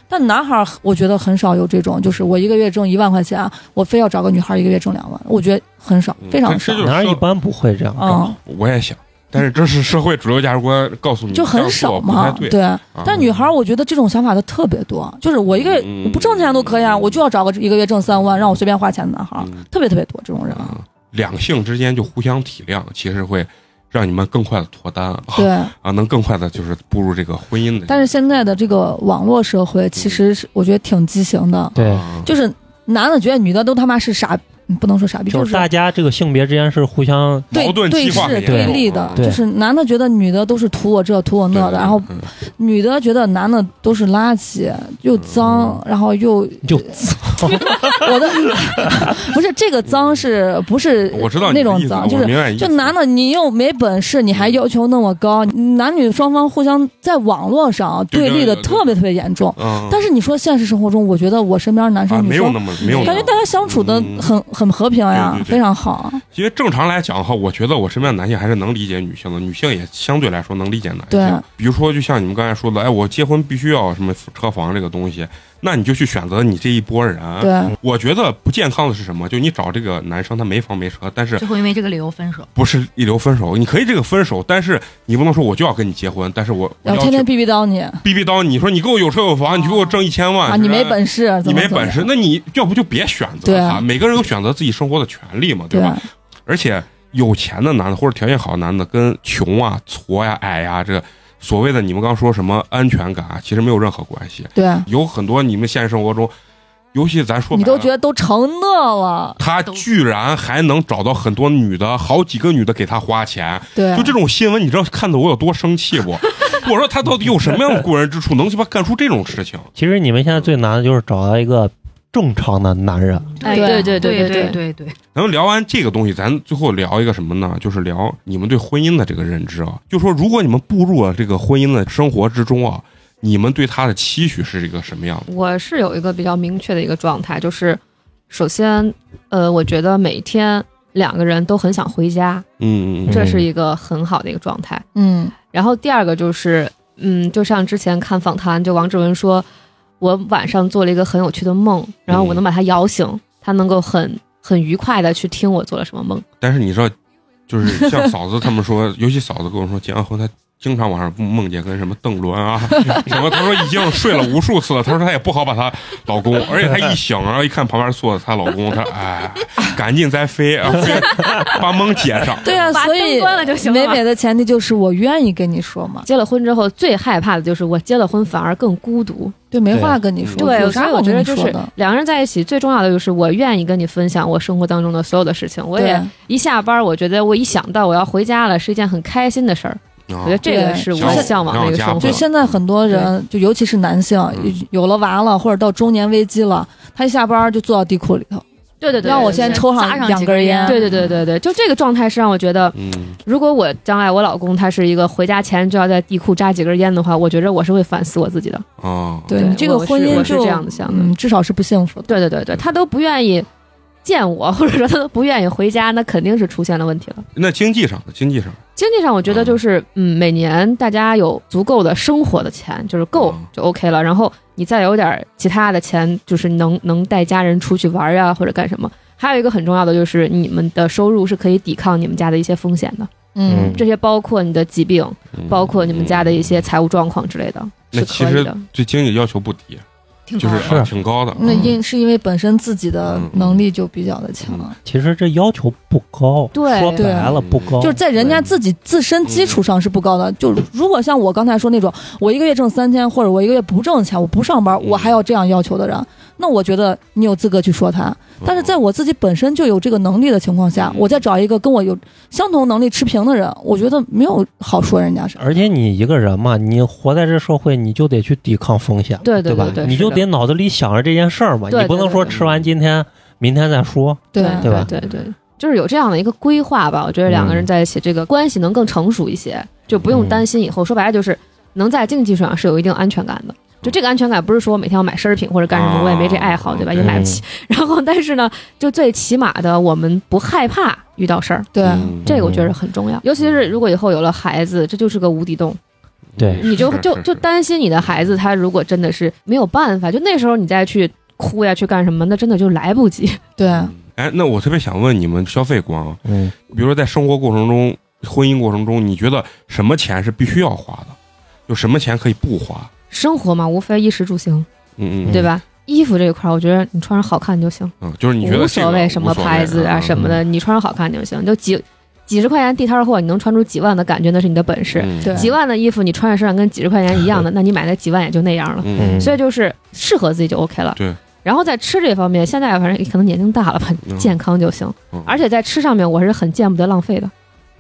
C: 但男孩儿我觉得很少有这种，就是我一个月挣一万块钱，我非要找个女孩儿一个月挣两万，我觉得很少，非常
B: 嗯这。
C: 少
B: 就是
D: 男人
B: 社
D: 一般不会这样
C: 嗯
D: 搞，，
B: 我也想，但是这是社会主流价值观告诉你，
C: 就
B: 嗯这
C: 很
B: 样
C: 少
B: 做不
C: 嘛
B: 太，对。
C: 对。
B: 啊
C: 但女孩儿，我觉得这种想法的特别多，就是我一个月
B: 嗯
C: 我不挣钱都可以啊，我就要找个一个月挣三万，让我随便花钱的男孩儿，
B: 嗯
C: 特别特别多这种人。啊
B: 嗯两性之间就互相体谅，其实会让你们更快的脱单啊，
C: 对，
B: 啊，能更快的就是步入这个婚姻的。
C: 但是现在的这个网络社会，
B: 嗯
C: 其实是我觉得挺畸形的，
D: 对。
B: 啊
C: 就是男的觉得女的都他妈是傻，嗯不能说傻逼，
D: 就
C: 就是是
D: 大家这个性别之间是互相
C: 对
B: 矛盾
C: 对
B: 激化
C: 视
B: 很严重
C: 对立的
B: 啊，
D: 对
C: 就是男的觉得女的都是图我这图我那的，然后
B: 嗯嗯
C: 女的觉得男的都是垃圾，又脏，然后又
D: 就操！
C: 我 的不是这个脏是不是
B: 我知道你的
C: 那种
B: 意思
C: 脏，
B: 我
C: 就是
B: 明白你的
C: 就
B: 意思
C: 男的你又没本事，你还要求那么高，男女双方互相在网络上对立
B: 对
C: 的
B: 对对
C: 特别特别严重。
B: 嗯，
C: 但是你说现实生活中，我觉得我身边男
B: 啊
C: 生
B: 没
C: 女
B: 有
C: 生
B: 那么没有那
C: 感
B: 么
C: 觉大家相处的
B: 嗯
C: 很很和平呀
B: 对对，对
C: 非常好。啊
B: 因为正常来讲哈，我觉得我身边的男性还是能理解女性的，女性也相对来说能理解男性。
C: 对，
B: 比如说就像你们刚才说的，哎，我结婚必须要什么车房这个东西，那你就去选择你这一波人。
C: 对，
B: 我觉得不健康的是什么？就你找这个男生，他没房没车，但是
F: 最后因为这个理由分手。
B: 不是一流分手，你可以这个分手，但是你不能说我就要跟你结婚，但是我我
C: 然
B: 要
C: 后天
B: 去
C: 天逼逼叨你
B: 逼逼叨你，你说你给我有车有房，你就给我挣一千万
C: 啊，你没
B: 事，
C: 本事，怎
B: 你
C: 么
B: 没
C: 怎么
B: 本事
C: 样，
B: 那你要不就别选择
C: 对啊
B: 他。每个人有选择自己生活的权利嘛，
C: 对啊
B: 吧？而且有钱的男的或者条件好的男的，跟穷啊、矬呀、矮呀、这所谓的你们刚说什么安全感啊，其实没有任何关系。
C: 对，
B: 有很多你们现实生活中，尤其咱说
C: 你
B: 白
C: 都
B: 了
C: 觉得都成那了，
B: 他居然还能找到很多女的，好几个女的给他花钱，
C: 对啊
B: 就，这种新闻，你知道看得我有多生气不？ 我说他到底有什么 样的过人之处，能鸡巴干出这种事情？
D: 其实你们现在最难的就是找到一个正常的男人，
G: 哎，
C: 对
G: 对对对
F: 对对对，
B: 咱们聊完这个东西，咱最后聊一个什么呢？就是聊你们对婚姻的这个认知啊。就说如果你们步入了这个婚姻的生活之中啊，你们对他的期许是一个什么样的？
G: 我是有一个比较明确的一个状态，就是首先，呃，我觉得每天两个人都很想回家，
B: 嗯嗯嗯
G: 这是一个很好的一个状态。
C: 嗯，
G: 然后第二个就是，嗯，就像之前看访谈，就王志文说，我晚上做了一个很有趣的梦，然后我能把他摇醒，他能够很很愉快的去听我做了什么梦。
B: 但是你知道，就是像嫂子他们说， 尤其嫂子跟我说结完婚，她经常晚上梦见跟什么邓伦啊 什么，她说已经睡了无数次了，她说她也不好把她老公，而且她一醒，然后一看旁边坐着她老公，她说 哎，赶紧再飞啊，飞把梦解上。
C: 对啊，
G: 把
C: 所
G: 灯
C: 以
G: 关了就行了
C: 美美的前提就是我愿意跟你说嘛，
G: 结了婚之后，最害怕的就是我结了婚反而更孤独。
C: 对，没
D: 对
C: 话跟你说，有
G: 对，啊所以
C: 啥
G: 我
C: 好
G: 觉
C: 跟
G: 得
C: 你
G: 就
C: 说
G: 是
C: 的？
G: 两个人在一起最重要的就是我愿意跟你分享我生活当中的所有的事情。我也
C: 对
G: 一下班，我觉得我一想到我要回家了，是一件很开心的事儿。
B: 啊
G: 我觉得这个
C: 对
G: 是
B: 想
G: 我向往的一个生
B: 想
G: 活。
B: 家
C: 就现在很多人，就尤其是男性
B: 嗯，
C: 有了娃了或者到中年危机了，他一下班就坐到地库里头，
G: 对对对，
C: 让我先抽
F: 扎
C: 上
F: 上
C: 两
F: 几
C: 根
F: 根
C: 烟，
F: 烟
G: 对对对对对，就这个状态是让我觉得，
B: 嗯，
G: 如果我将来我老公他是一个回家前就要在地库扎几根烟的话，我觉着我是会反思我自己的。
B: 啊，
C: 对
G: 对
C: 你这个
G: 我是
C: 婚姻
G: 我是
C: 就
G: 这样子想的
C: 嗯，至少是不幸福的。
G: 对对对对，他都不愿意见我，或者说他都不愿意回家，那肯定是出现了问题了。
B: 那经济上呢，经济上
G: 经济上，我觉得就是，嗯，每年大家有足够的生活的钱，就是够
B: 嗯
G: 就 OK 了。然后你再有点其他的钱，就是能能带家人出去玩呀、或者干什么。还有一个很重要的就是，你们的收入是可以抵抗你们家的一些风险的，
C: 嗯
G: 这些包括你的疾病，
B: 嗯
G: 包括你们家的一些财务状况之类的，
B: 那
G: 是
B: 其
G: 可以
B: 实
G: 的。
B: 嗯对经济要求不低，
F: 挺
B: 就
F: 高
B: 是
F: 的
B: 啊挺高的。
C: 那
B: 嗯
C: 因是因为本身自己的
B: 嗯
C: 能力就比较的强，
D: 其实这要求不高，
G: 对
D: 说白了不高，
C: 就是在人家自己自身基础上是不高的。就如果像我刚才说那种，我一个月挣三千，或者我一个月不挣钱，我不上班，
B: 嗯
C: 我还要这样要求的人，那我觉得你有资格去说他。但是在我自己本身就有这个能力的情况下，
B: 哦嗯
C: 我再找一个跟我有相同能力持平的人，我觉得没有好说人家啥。
D: 而且你一个人嘛，你活在这社会，你就得去抵抗风险，
G: 对对
D: 吧
G: 对？对
D: 你
G: 是
D: 就
G: 的
D: 得脑子里想着这件事儿嘛，
G: 对
D: 你不能说
G: 对对
D: 吃完今天，明天再说。
C: 对
D: 对吧
G: 对对，就是有这样的一个规划吧。我觉得两个人在一起，这个关系能更成熟一些，就不用担心以后。说白了就是能在经济上是有一定安全感的。就这个安全感，不是说我每天要买奢侈品或者干什么，我也没这爱好，对吧？也买不起。 然后，但是呢，就最起码的，我们不害怕遇到事儿，
C: 对，
B: 嗯
G: 这个我觉得很重要。尤其是如果以后有了孩子，这就是个无底洞。
D: 对
G: 你就是就是就是担心你的孩子，他如果真的是没有办法，就那时候你再去哭呀，去干什么，那真的就来不及。
C: 对，
B: 哎，那我特别想问你们消费观啊，
D: 嗯，
B: 比如说在生活过程中、婚姻过程中，你觉得什么钱是必须要花的，有什么钱可以不花？
G: 生活嘛，无非衣食住行，
B: 嗯嗯，
G: 对吧？衣服这一块儿，我觉得你穿上好看就行，
B: 嗯，就是你觉得
G: 无
B: 这
G: 所
B: 个
G: 谓什么
B: 无所谓嗯
G: 牌子啊什么的，你穿上好看就行。就几几十块钱地摊货，你能穿出几万的感觉，那是你的本事。
B: 嗯
C: 对
G: 几万的衣服你穿在身上跟几十块钱一 样的，那你买那几万也就那样了。
B: 嗯，
G: 所以就是适合自己就 OK 了。
B: 对。
G: 然后在吃这方面，现在反正可能年龄大了吧
B: 嗯，
G: 健康就行。
B: 嗯
G: 而且在吃上面，我是很见不得浪费的。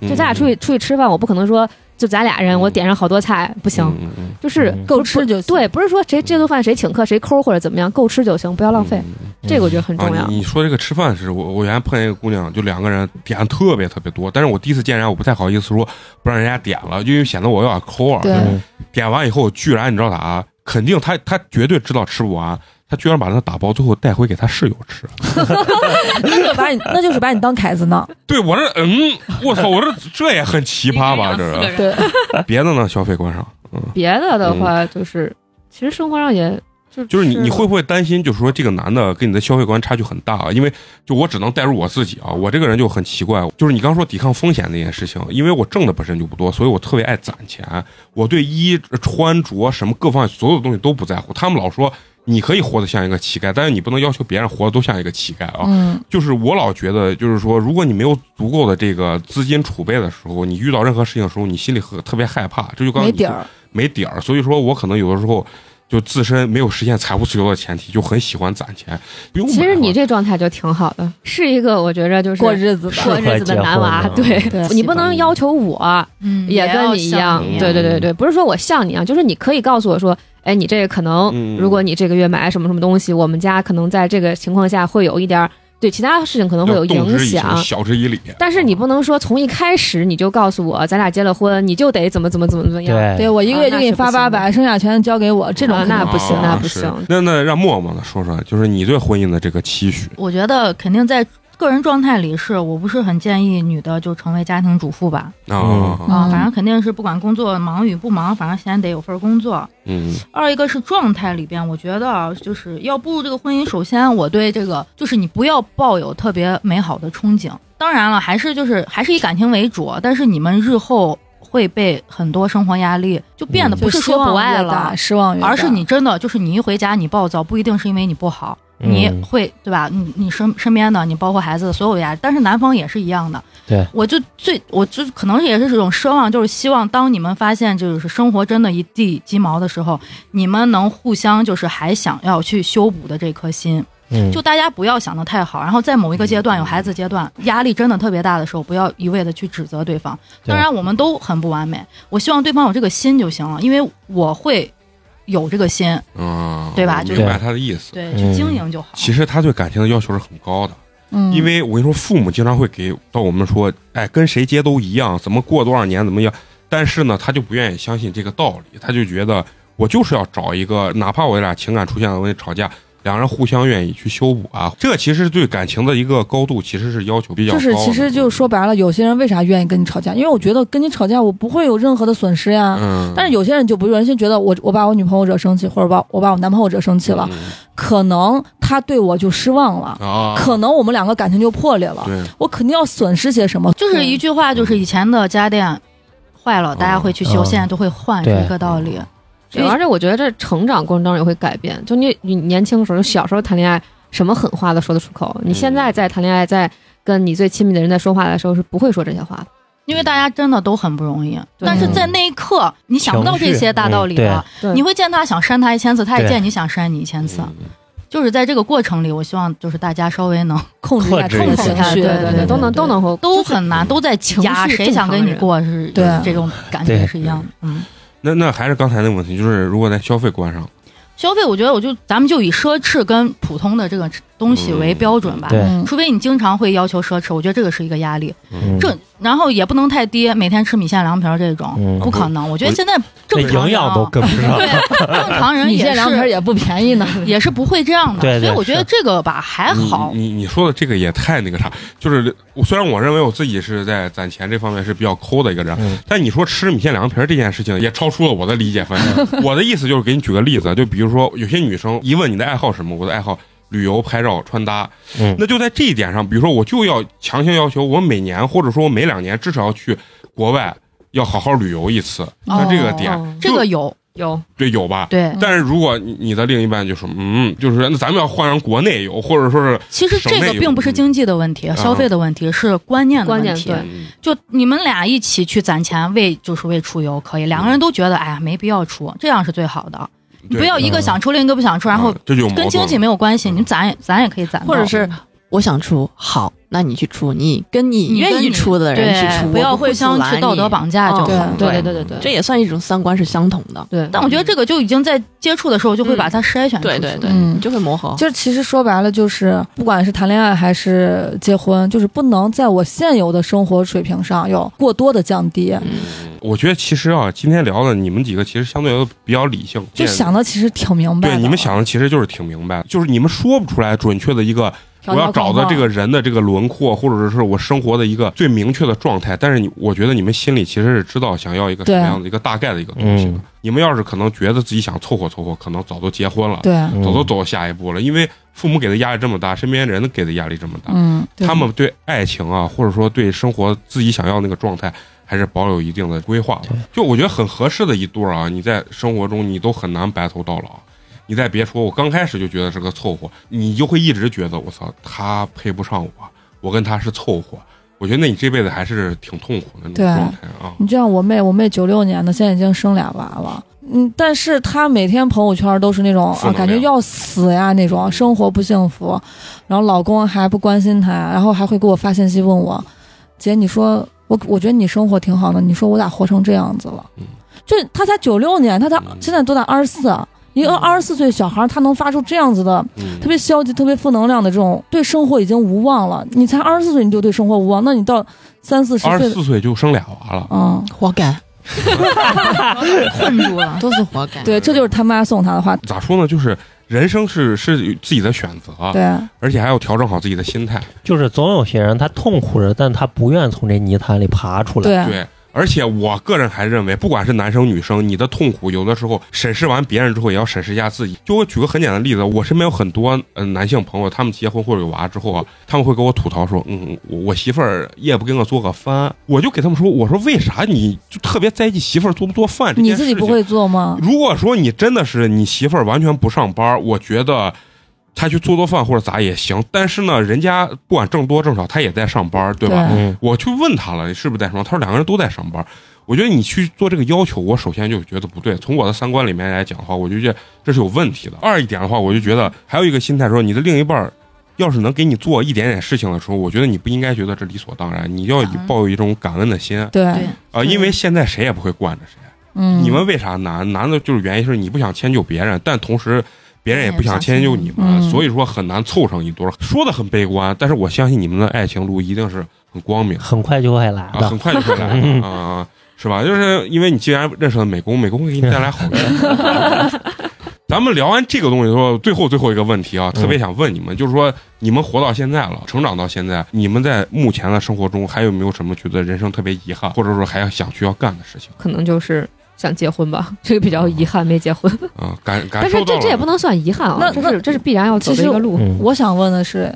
G: 就咱俩出去
B: 嗯
G: 出去吃饭，我不可能说就咱俩人，我点上好多菜不行，
B: 嗯嗯
G: 就是
D: 嗯
C: 够吃就行
G: 对，不是说谁这顿饭谁请客谁抠或者怎么样，够吃就行，不要浪费。
B: 嗯
G: 这个我觉得很重
B: 啊
G: 要。
B: 你。你说这个吃饭是我我原来碰见一个姑娘，就两个人点特别特别多，但是我第一次见人家，我不太好意思说不让人家点了，因为显得我有点抠啊。
C: 对
D: 嗯
B: 点完以后，居然你知道咋？肯定他他绝对知道吃不完，他居然把那打包最后带回给他室友吃。
C: 那就把你那就是把你当凯子呢。
B: 对我这嗯，我操，我这这也很奇葩 吧？这
E: 一人养四个
B: 是
E: 人
C: 对，
B: 别的呢，消费观上，嗯，
G: 别的的话就是，其实生活上也就
B: 就是你
G: 吃
B: 你会不会担心，就是说这个男的跟你的消费观差距很大啊？因为就我只能代入我自己啊，我这个人就很奇怪，就是你刚说抵抗风险那件事情，因为我挣的本身就不多，所以我特别爱攒钱，我对衣穿着什么各方面所有的东西都不在乎。他们老说你可以活得像一个乞丐，但是你不能要求别人活得都像一个乞丐啊。
C: 嗯，
B: 就是我老觉得，就是说，如果你没有足够的这个资金储备的时候，你遇到任何事情的时候，你心里很特别害怕，这就刚刚
C: 没
B: 你
C: 底儿。
B: 没底儿，所以说我可能有的时候就自身没有实现财务自由的前提，就很喜欢攒钱。不用
G: 其
B: 买啊
G: 实
B: 了
G: 你这状态就挺好的，是一个我觉着就是
C: 过日子
D: 是
C: 吧，
G: 过日子的男娃
D: 适。合结
G: 对
B: 嗯
D: 婚
C: 的
G: 你不能要求我
F: 嗯
G: 也跟
E: 要
G: 你一
E: 像
G: 样
B: 你，
G: 对对对对，不是说我像你一样，就是你可以告诉我说，哎，你这个可能
B: 嗯，
G: 如果你这个月买什么什么东西，我们家可能在这个情况下会有一点儿对其他事情可能会有
B: 要动
G: 影
B: 之以情
G: 响，
B: 晓之以理。啊
G: 但是你不能说从一开始你就告诉我，咱俩结了婚，你就得怎么怎么怎么怎么样。
C: 对
D: 对，
C: 我一个月就给你
G: 啊
C: 发
G: 那
C: 八百，
G: 是不行
C: 剩下全交给我，这种
G: 啊
C: 肯定
G: 那不行
B: 啊
G: 那不
B: 是
G: 行
B: 那那让默默呢说说，就是你对婚姻的这个期许。
F: 我觉得肯定在个人状态里是，我不是很建议女的就成为家庭主妇吧。
B: 啊，
F: 啊、
C: 嗯
F: 反正肯定是不管工作忙与不忙，反正先得有份工作。
B: 嗯，
F: 二一个是状态里边，我觉得啊，就是要步入这个婚姻，首先我对这个就是你不要抱有特别美好的憧憬。当然了，还是就是还是以感情为主，但是你们日后会被很多生活压力嗯就变得
C: 就
F: 不是
C: 失
F: 说
C: 望
F: 不爱
C: 越大
F: 了，
C: 失望越大，
F: 而是你真的就是你一回家你暴躁，不一定是因为你不好，你
D: 嗯
F: 会对吧？你你身身边的，你包括孩子的所有压力，但是男方也是一样的。
D: 对，
F: 我就最我就可能也是这种奢望，就是希望当你们发现就是生活真的一地鸡毛的时候，你们能互相就是还想要去修补的这颗心，
D: 嗯
F: 就大家不要想的太好，然后在某一个阶段有孩子阶段压力真的特别大的时候，不要一味的去指责对方。
D: 对
F: 当然我们都很不完美，我希望对方有这个心就行了，因为我会有这个心，
B: 啊，
F: 对吧
B: 我
F: 就是
B: 明白他的意思。
F: 对，
D: 嗯
F: 去经营就好。
B: 其实他对感情的要求是很高的，
C: 嗯
B: 因为我跟你说，父母经常会给到我们说，哎，跟谁结都一样，怎么过多少年怎么样。但是呢，他就不愿意相信这个道理，他就觉得我就是要找一个，哪怕我俩情感出现了问题吵架，两人互相愿意去修补啊。嗯这其实对感情的一个高度，其实是要求比较
C: 就
B: 高的。
C: 是其实就是说白了，有些人为啥愿意跟你吵架？因为我觉得跟你吵架我不会有任何的损失呀。
B: 嗯，嗯，
C: 但是有些人就不是，有些觉得我我把我女朋友惹生气，或者把我把我男朋友惹生气了，可能他对我就失望了，
B: 嗯啊，
C: 可能我们两个感情就破裂了，
B: 对，
C: 我肯定要损失些什么。
F: 就是一句话，就是以前的家电坏了，大家会去修，
D: 嗯
F: 现在都会换，是一个道理。
G: 对而且我觉得这成长过程当中也会改变。就你你年轻的时候，小时候谈恋爱，什么狠话都说得出口。你现在在谈恋爱，在跟你最亲密的人在说话的时候，是不会说这些话的。
F: 因为大家真的都很不容易，
G: 对哎
F: 但是在那一刻，你想不到这些大道理
D: 嗯情绪嗯
F: 的，
G: 对
F: 你会见他想扇他一千次，他也
D: 对
F: 见你想扇你一千次。
B: 嗯
F: 就是在这个过程里，我希望就是大家稍微能
C: 控制一下
D: 克制
C: 自
D: 一
C: 己
D: 下
C: 的
G: 控制
C: 情
G: 一下，
C: 绪，
G: 对
D: 对
G: 对
D: 对
G: 对，都能
C: 对
G: 都能会
F: 都很难，都在挤嗯压，
G: 情绪
F: 谁想跟你过是
C: 正常人
F: 这种感觉是一样的。嗯，
B: 那那还是刚才那个问题，就是如果在消费观上，
F: 消费我觉得我就咱们就以奢侈跟普通的这个东西为标准吧，
D: 对
C: 嗯，
F: 除非你经常会要求奢侈，我觉得这个是一个压力。
D: 嗯
F: 这然后也不能太低，每天吃米线凉皮儿这种，
D: 嗯
F: 不可能。我觉得现在
D: 这
F: 正常人啊
D: 营养都跟不上，
F: 对，正常人
C: 米
F: 也
C: 线凉皮儿
F: 是
C: 也不便宜呢。
F: 也是不会这样 的，
D: 对对嗯
F: 所以我觉得这个吧还好。
B: 你你你说的这个也太那个啥，就是我虽然我认为我自己是在攒钱这方面是比较抠的一个人，
D: 嗯
B: 但你说吃米线凉皮儿这件事情也超出了我的理解范围。 我的意思就是给你举个例子，就比如说有些女生一问你的爱好是什么，我的爱好旅游、拍照、穿搭，
D: 嗯
B: 那就在这一点上，比如说我就要强行要求我每年或者说我每两年至少要去国外要好好旅游一次，那这个点、
G: 哦
F: 这个有
G: 有
B: 对有吧？
F: 对，
D: 嗯
B: 但是如果你你的另一半就说，嗯，就是那咱们要换上国内游，或者说是
F: 其实这
B: 省内
F: 个
B: 有
F: 并
D: 嗯
F: 不是经济的问题，消费的问题是观念的问题。
G: 观念
B: 嗯
F: 就你们俩一起去攒钱为就是为出游可以，两个人都觉得哎呀没必要出，这样是最好的。你
B: 对
F: 不要一个想出，另一个不想出，然后
B: 嗯这就有矛
F: 跟
B: 盾
F: 经济
B: 了嗯
F: 没有关系，你攒也攒也可以攒到，
E: 或者是我想出好，那你去出，你跟你
F: 你跟
E: 愿意
F: 你
E: 出的人去
F: 对
E: 出，
F: 不要
E: 我
F: 互
E: 会
F: 相
E: 阻拦
F: 去道
E: 你
F: 德绑架就好
E: 哦。
C: 嗯对
G: 对对对对
E: 这
G: 对
E: 也算一种三观是相同的。
G: 对。
F: 但我觉得这个就已经在接触的时候就会把它筛选出
E: 对
F: 去。
E: 对对，
C: 嗯
E: 你就会磨 合。
C: 就是其实说白了，就是不管是谈恋爱还是结婚，就是不能在我现有的生活水平上有过多的降低，
B: 嗯我觉得其实啊，今天聊的你们几个其实相对来说比较理性，
C: 就
B: 这
C: 想的其实挺明白的。
B: 对你们想的其实就是挺明白的，就是你们说不出来准确的一个
C: 条
B: 我
C: 条
B: 要找
C: 框框，
B: 的这个人的这个轮廓，或者是我生活的一个最明确的状态。但是你，我觉得你们心里其实是知道想要一个什
C: 对
B: 么样的一个大概的一个东西的。你们要是可能觉得自己想凑合凑合，可能早都结婚了，
C: 对，
D: 嗯
B: 早都走下一步了，因为父母给的压力这么大，身边人给的压力这么大，
C: 嗯，对
B: 他们对爱情啊，或者说对生活自己想要那个状态，还是保有一定的规划的
D: 对。
B: 就我觉得很合适的一对儿啊，你在生活中你都很难白头到老。你再别说，我刚开始就觉得是个凑合，你就会一直觉得我操，他配不上我，我跟他是凑合。我觉得那你这辈子还是挺痛苦的那种
C: 对
B: 状态啊。
C: 你就像我妹，我妹九六年的，现在已经生俩娃了。嗯，但是她每天朋友圈都是那种
B: 负
C: 啊，
B: 能量
C: 感觉要死呀那种，生活不幸福，然后老公还不关心她，然后还会给我发信息问我，姐，你说我我觉得你生活挺好的，你说我咋活成这样子了
B: 嗯？
C: 就她才九六年，她才
B: 嗯
C: 现在多大？二十四，啊一个二十四岁小孩，她能发出这样子的
B: 嗯
C: 特别消极、特别负能量的这种，对生活已经无望了。你才二十四岁你就对生活无望，那你到三四十
B: 二
C: 岁
B: 十
C: 的，
B: 四岁就生俩娃了，
C: 嗯。
E: 活 该，
F: 困住了。
E: 都是活该。
C: 对，这就是他妈送他的话。
B: 咋说呢？就是人生是是自己的选择，
C: 对，
B: 而且还要调整好自己的心态。
D: 就是总有些人他痛苦着，但他不愿从这泥潭里爬出来。
C: 对，
B: 对，而且我个人还认为，不管是男生女生，你的痛苦有的时候审视完别人之后，也要审视一下自己。就我举个很简单的例子，我身边有很多呃男性朋友，他们结婚或者有娃之后啊，他们会跟我吐槽说，嗯，我我媳妇儿夜不给我做个饭，我就给他们说，我说为啥你就特别在意媳妇儿做不做饭这
C: 你
B: 件事
C: 自
B: 情？
C: 己不会做吗？
B: 如果说你真的是你媳妇儿完全不上班，我觉得她去做做饭或者咋也行。但是呢，人家不管挣多挣少，她也在上班，对吧？
C: 对
D: 嗯，
B: 我去问他了，你是不是在上班？他说两个人都在上班。我觉得你去做这个要求，我首先就觉得不对。从我的三观里面来讲的话，我就觉得这是有问题的。二一点的话，我就觉得还有一个心态说，你的另一半儿要是能给你做一点点事情的时候，我觉得你不应该觉得这理所当然，你要
F: 感恩
B: 抱有一种感恩的心啊、
C: 对
F: 对，
B: 呃因为现在谁也不会惯着谁。
C: 嗯，
B: 你们为啥难？难的就是原因是你不想迁就别人，但同时别人也不想迁就你们，
C: 嗯
B: 所以说很难凑成一对儿。说的很悲观，但是我相信你们的爱情路一定是很光明的
D: 很快就会来
B: 啊，
D: 的
B: 很。快就会来的啊啊，是吧？就是因为你既然认识了美工，美工会给你带来好运。咱们聊完这个东西之后，最后最后一个问题啊，
D: 嗯
B: 特别想问你们，就是说你们活到现在了，成长到现在，你们在目前的生活中还有没有什么觉得人生特别遗憾，或者说还要想去要干的事情
G: 可能就是想结婚吧，这个比较遗憾没结婚。
B: 啊？感感
G: 但
B: 受
G: 是
B: 到
G: 这
B: 了
G: 这也不能算遗憾
C: 那
G: 啊，这
C: 那
G: 是这是必然要走的一个路。
D: 嗯，
C: 我想问的是，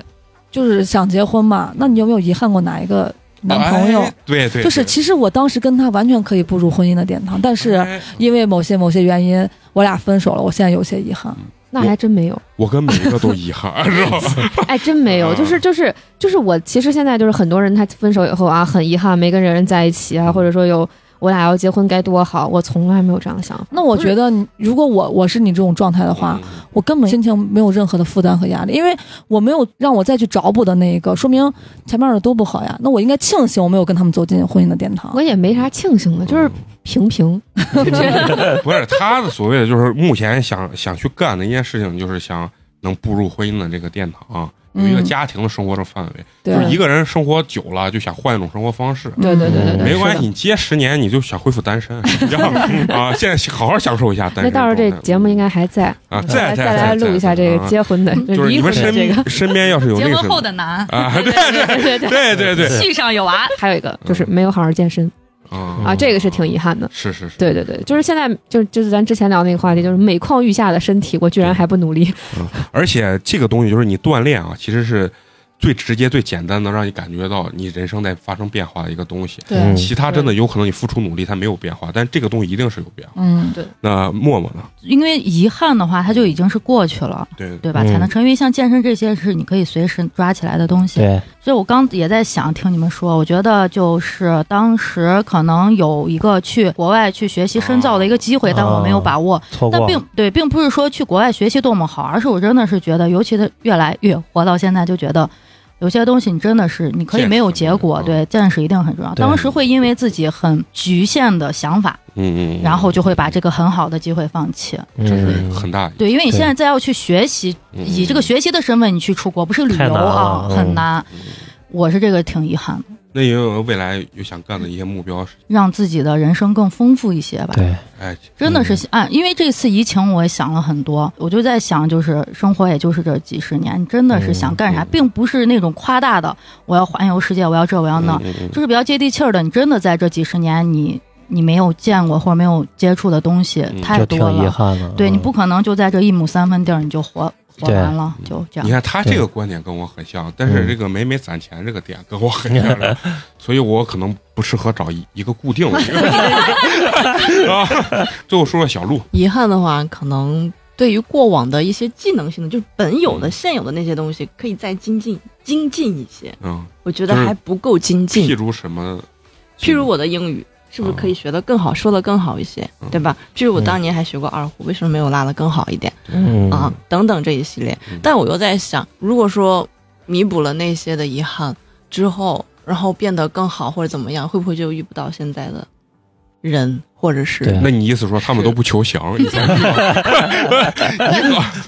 C: 就是想结婚嘛？那你有没有遗憾过哪一个男朋友
B: 哎？对对，
C: 就是其实我当时跟他完全可以步入婚姻的殿堂，但
B: 对
C: 是
B: 哎
C: 因为某些某些原因，我俩分手了。我现在有些遗憾。
G: 那还真没有，
B: 我跟每一个都遗 憾，是吧？
G: 哎，真没有，就是就是就是我其实现在就是很多人他分手以后啊，很遗憾没跟这人在一起啊，或者说有我俩要结婚该多好，我从来没有这样的想法。
C: 那我觉得你，如果我我是你这种状态的话，
B: 嗯
C: 我根本心情没有任何的负担和压力，因为我没有让我再去找补的那一个，说明前面的都不好呀。那我应该庆幸我没有跟他们走进婚姻的殿堂
G: 我。也没啥庆幸的，就是平平。
B: 不是他的所谓的就是目前想想去干的一件事情，就是想能步入婚姻的这个殿堂，啊有一个
C: 嗯
B: 家庭的生活的范围。
C: 对
B: 就是一个人生活久了，就想换一种生活方式。
G: 对对对对对
B: 没关
G: 是
B: 系，你接十年你就想恢复单身，你知道吗？ 啊，现在好好享受一下单
G: 那
B: 身
G: 到时
B: 状
G: 候
B: 态。
G: 这节目应该还在啊
B: 啊在
G: 再
B: 在
G: 再来录一下这个
B: 在
G: 结婚的、
B: 啊
C: 嗯
B: 就是
G: 离
B: 你
G: 婚
B: 们
G: 的这个。
B: 身身边要是有
F: 结
B: 那
F: 婚
B: 什
F: 后
B: 么
F: 的难，
B: 啊，对对
G: 对对
B: 对
G: 对，
B: 对对
F: 戏上有娃，
G: 还有一个就是没有好好健身啊，
B: 啊
G: 这个是挺遗憾的。
B: 是是是，
G: 对对对，就是现在就就是咱之前聊那个话题，就是每况愈下的身体，我居然还不努力。
B: 而且这个东西就是你锻炼啊，其实是最直接、最简单，能让你感觉到你人生在发生变化的一个东西。
D: 嗯
C: 对，
B: 其他真的有可能你付出努力它没有变化，但这个东西一定是有变化。
C: 嗯，
B: 那默默呢？
F: 因为遗憾的话，它就已经是过去了，
B: 对
F: 对吧？
D: 嗯
F: 才能成。因为像健身这些是你可以随时抓起来的东西。
D: 对，
F: 所以我刚也在想，听你们说，我觉得就是当时可能有一个去国外去学习深造的一个机会，
D: 哦
F: 但我没有把握。
D: 错
F: 但
D: 过
F: 并对，并不是说去国外学习多么好，而是我真的是觉得，尤其的越来越活到现在，就觉得有些东西你真的是你可以没有结果，
B: 见识
F: 对，见识一定很重要。
D: 嗯对
F: 当时会因为自己很局限的想法，
B: 嗯嗯，嗯
F: 然后就会把这个很好的机会放弃。
B: 这是
D: 嗯
B: 很大，
F: 对，因为你
D: 对
F: 现在再要去学习，
B: 嗯
F: 以这个学习的身份你去出国，不是旅
D: 太
F: 游
D: 难了
F: 啊，很
D: 嗯
F: 难。我是这个挺遗憾的，
B: 那也有未来有想干的一些目标是，
F: 让自己的人生更丰富一些吧。
D: 对，
B: 哎，
F: 真的是啊，因为这次疫情，我也想了很多，我就在想，就是生活也就是这几十年，真的是想干啥，
B: 嗯
F: 并不是那种夸大的，我要环游世界，我要这，我要那，
B: 嗯嗯
F: 就是比较接地气儿的。你真的在这几十年，你你没有见过或者没有接触的东西
B: 嗯
F: 太
D: 就
F: 多
D: 挺遗
F: 了，
D: 憾的。
F: 对
D: 嗯
F: 你不可能就在这一亩三分地儿你就活活
D: 对
F: 完了，就这
B: 你
F: 样。
B: 看他这个观点跟我很像，但是这个每每攒钱这个点跟我很像， 所以我可能不适合找一一个固定的 啊。最后说说小鹿，
E: 遗憾的话，可能对于过往的一些技能性的，就是本有
B: 嗯
E: 的、现有的那些东西，可以再精进、精进一些。
B: 嗯，
E: 我觉得
B: 就是
E: 还不够精进
B: 譬。如嗯什么，
E: 譬如我的英语是不是可以学得更好，说得更好一些，
B: 嗯
E: 对吧？譬如我当年还学过二胡，为什么没有拉得更好一点
D: 嗯
E: 啊？等等这一系列
B: 嗯。
E: 但我又在想，如果说弥补了那些的遗憾之后，然后变得更好或者怎么样，会不会就遇不到现在的人，或者是
D: 对
B: 那你意思说他们都不求降？你才知道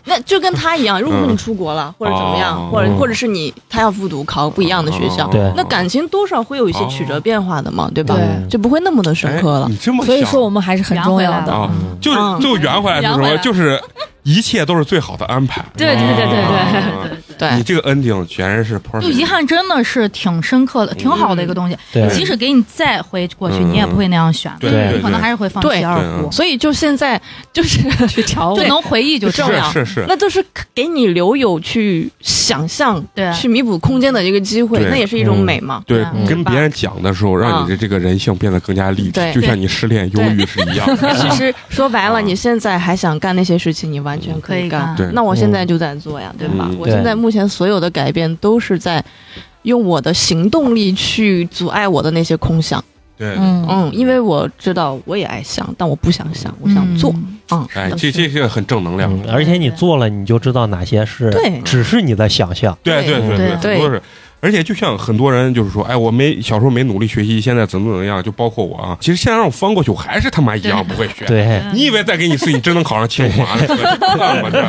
E: 那就跟他一样，如果说你出国了，或者怎么样，
B: 哦
E: 或者
D: 嗯
E: 或者是你他要复读考 不一样的学校，
B: 哦
D: 对哦
E: 那感情多少会有一些曲折变化的嘛，对吧？
C: 对
E: 就不会那么的深
B: 哎
E: 刻了。
B: 你这么
C: 所以
B: 想
C: 说我们还是很重要的。
B: 啊
D: 嗯，
B: 就
E: 嗯
B: 就圆回来是什
E: 圆回
B: 么？
E: 来
B: 就是一切都是最好的安排。
G: 对对对对
B: 啊
E: 对，
B: 你这个 ending 全是 perfect，
F: 就遗憾真的是挺深刻的，挺好的一个东西。
D: 对，
F: 即使给你再回过去，
B: 嗯
F: 你也不会那样选，
B: 对
D: 对
F: 你可
B: 对
F: 能还是会放
E: 对
F: 弃二
B: 对
F: 胡
B: 嗯。
E: 所以就现在就是
C: 去调
F: 不
E: 对
F: 能回忆就重要。
B: 是是是，
E: 那都是给你留有去想象、
F: 对
E: 去弥补空间的一个机会
B: 对，
E: 那也是一种美嘛。
B: 对，
F: 嗯
B: 跟别人讲的时候，让
E: 啊
B: 你的这个人性变得更加立体，
E: 对
B: 就像你失恋忧郁是一样的。
E: 其实说白了，
B: 嗯
E: 你现在还想干那些事情，你完全
F: 可以
E: 干
F: 干。
B: 对
E: 那我现在就在做呀，对吧
B: 嗯？
E: 我现在目前所有的改变都是在用我的行动力去阻碍我的那些空想。
B: 对，
C: 嗯
E: 嗯，因为我知道我也爱想，但我不想想，我想做。
F: 嗯
E: 嗯，
B: 哎，
E: 是的
B: 这这些很正能量。
D: 嗯而且你做了，你就知道哪些是
E: 对
D: 只是你的想象。
B: 对
E: 对
B: 对很
F: 对
B: 多是。而且就像很多人就是说，哎，我没小时候没努力学习，现在怎么怎么样，就包括我啊。其实现在让我翻过去，我还是他妈一样不会学。
D: 对，
B: 你以为再给你一次，你真能考上清华呢？那么着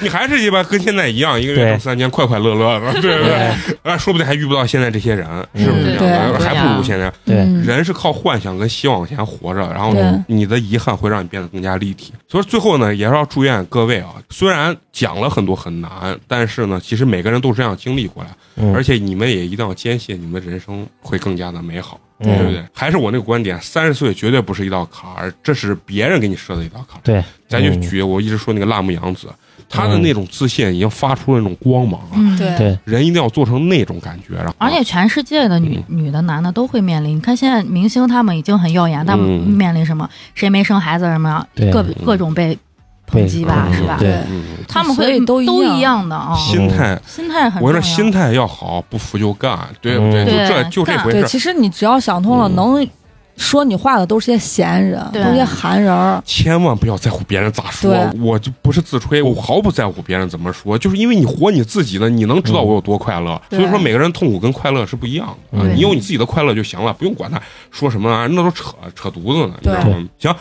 B: 你还是一般跟现在一样，一个月
D: 对
B: 挣三千，快快乐乐的，对不对？啊，说不定还遇不到现在这些人，是不是
C: 嗯
B: 这样的？
E: 对
B: 还不如现在。
D: 对
C: 嗯
B: 人是靠幻想跟希望往前活着，然后
C: 对
B: 你的遗憾会让你变得更加立体。所以最后呢，也是要祝愿各位啊，虽然讲了很多很难，但是呢，其实每个人都是这样经历过来，
D: 嗯
B: 而且你们也一定要坚信你们人生会更加的美好，对不
D: 嗯，
B: 对？还是我那个观点，三十岁绝对不是一道坎儿，这是别人给你设的一道坎儿。
D: 对，
B: 咱就
D: 嗯
B: 举我一直说那个辣目洋子，她的那种自信已经发出了那种光芒了。
F: 嗯，
C: 对
D: 对
B: 人一定要做成那种感觉，然后
F: 而且全世界的女、
B: 嗯
F: 女的、男的都会面临。你看现在明星他们已经很耀眼，他们
B: 嗯
F: 面临什么？谁没生孩子什么呀？
D: 对
F: 各各种被抨击吧，
B: 被
F: 是吧？
D: 对
B: 嗯，
F: 他们会
C: 所以都一样
F: 都一样的啊、
B: 心态
F: 心态很重
B: 我说
F: 要。
B: 心态要好，不服就干，对不对？
D: 嗯
B: 就
F: 对
B: 这就这
F: 干
B: 回
C: 对，
B: 事儿。
C: 其实你只要想通了，
B: 嗯
C: 能说你话的都是些闲人，都
F: 对
C: 是些寒人儿。
B: 千万不要在乎别人咋说
C: 对，
B: 我就不是自吹，我毫不在乎别人怎么说，就是因为你活你自己的，你能知道我有多快乐。
C: 嗯
B: 所以说，每个人痛苦跟快乐是不一样的，啊
D: 嗯
B: 你有你自己的快乐就行了，不用管他说什么啊，那都扯扯犊子呢，你知道吗？行。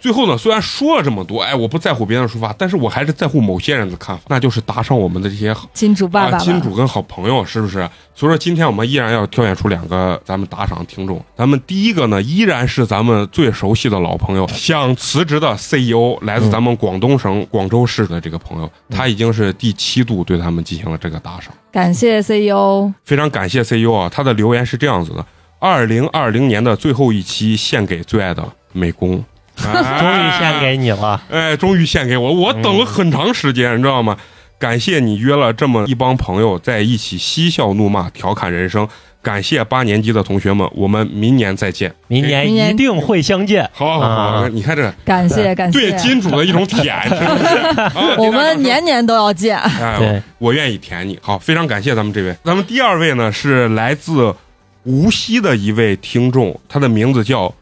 B: 最后呢，虽然说了这么多，哎，我不在乎别人的说法，但是我还是在乎某些人的看法，那就是打赏我们的这些
C: 金主爸爸
B: 啊，
C: 了，
B: 金主跟好朋友是不是？所以说今天我们依然要挑选出两个咱们打赏听众。咱们第一个呢，依然是咱们最熟悉的老朋友，想辞职的 CEO，来自咱们广东省广州市的这个朋友，他已经是第七度对他们进行了这个打赏。
C: 感谢 E CEO，
B: 非常感谢 CEO 啊，他的留言是这样子的：二零二零年的最后一期献给最爱的美工。终
D: 终于献给你了，
B: 哎，终于献给我，我等了很长时间，你知道吗？感谢你约了这么一帮朋友在一起嬉笑怒骂、调侃人生。感谢八年级的同学们，我们明年再见。
D: 明年
C: 明年
D: 一定会相见。
B: 好好好，
D: 啊
B: 你看这
C: 感谢感
B: 对
C: 谢，
B: 金主的一种 舔，真的是。啊
C: 我们年年都要见。
B: 哎
D: 对，
B: 我愿意舔你。好，非常感谢咱们这位。咱们第二位呢是来自无锡的一位听众，他的名字叫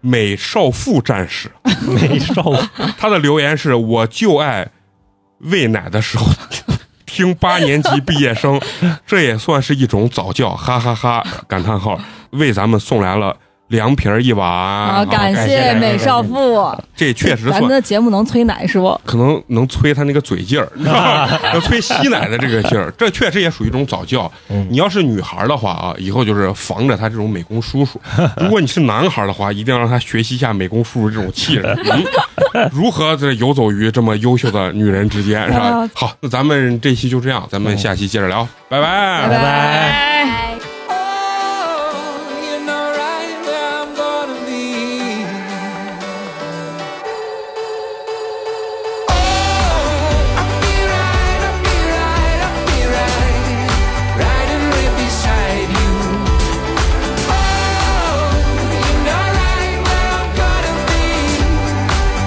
B: 美少妇战士。
D: 美少妇
B: 他的留言是：我就爱喂奶的时候听八年级毕业生， 这也算是一种早教，哈哈哈感叹号，为咱们送来了凉皮儿一碗。
C: 啊，感
D: 感谢
C: 谢美少妇，
B: 这确实
C: 咱
B: 算
C: 们的节目能催奶是不？
B: 可能能催他那个嘴劲儿，你知道吗？要催吸奶的这个劲儿，这确实也属于一种早教。
D: 嗯
B: 你要是女孩儿的话啊，以后就是防着他这种美工叔叔；如果你是男孩儿的话，一定要让他学习一下美工叔叔这种气质，嗯、如何这游走于这么优秀的女人之间，是吧
C: 啊？
B: 好，那咱们这期就这样，咱们下期接着聊，拜拜
D: 拜拜。
A: Oh, you know right where I'm gonna be. Oh, I'll be right, I'll be right, I'll be right, riding right beside you. Oh, you know right where I'm gonna be,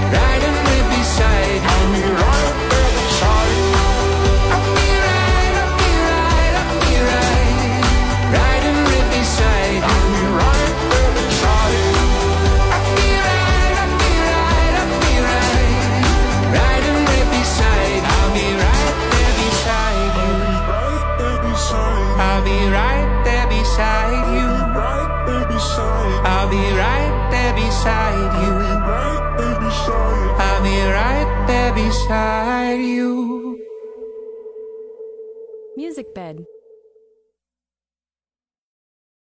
A: riding right beside you. I'll be right there beside you. I'll be right, I'll be right, I'll be right. Riding right beside you. I'll be right there beside you. I'll be right, I'll be right, I'll be right. Riding right beside you. I'll be right there beside you. I'll be right there beside you. I'll be right there beside you. I'll be right there beside you.
H: Music bed.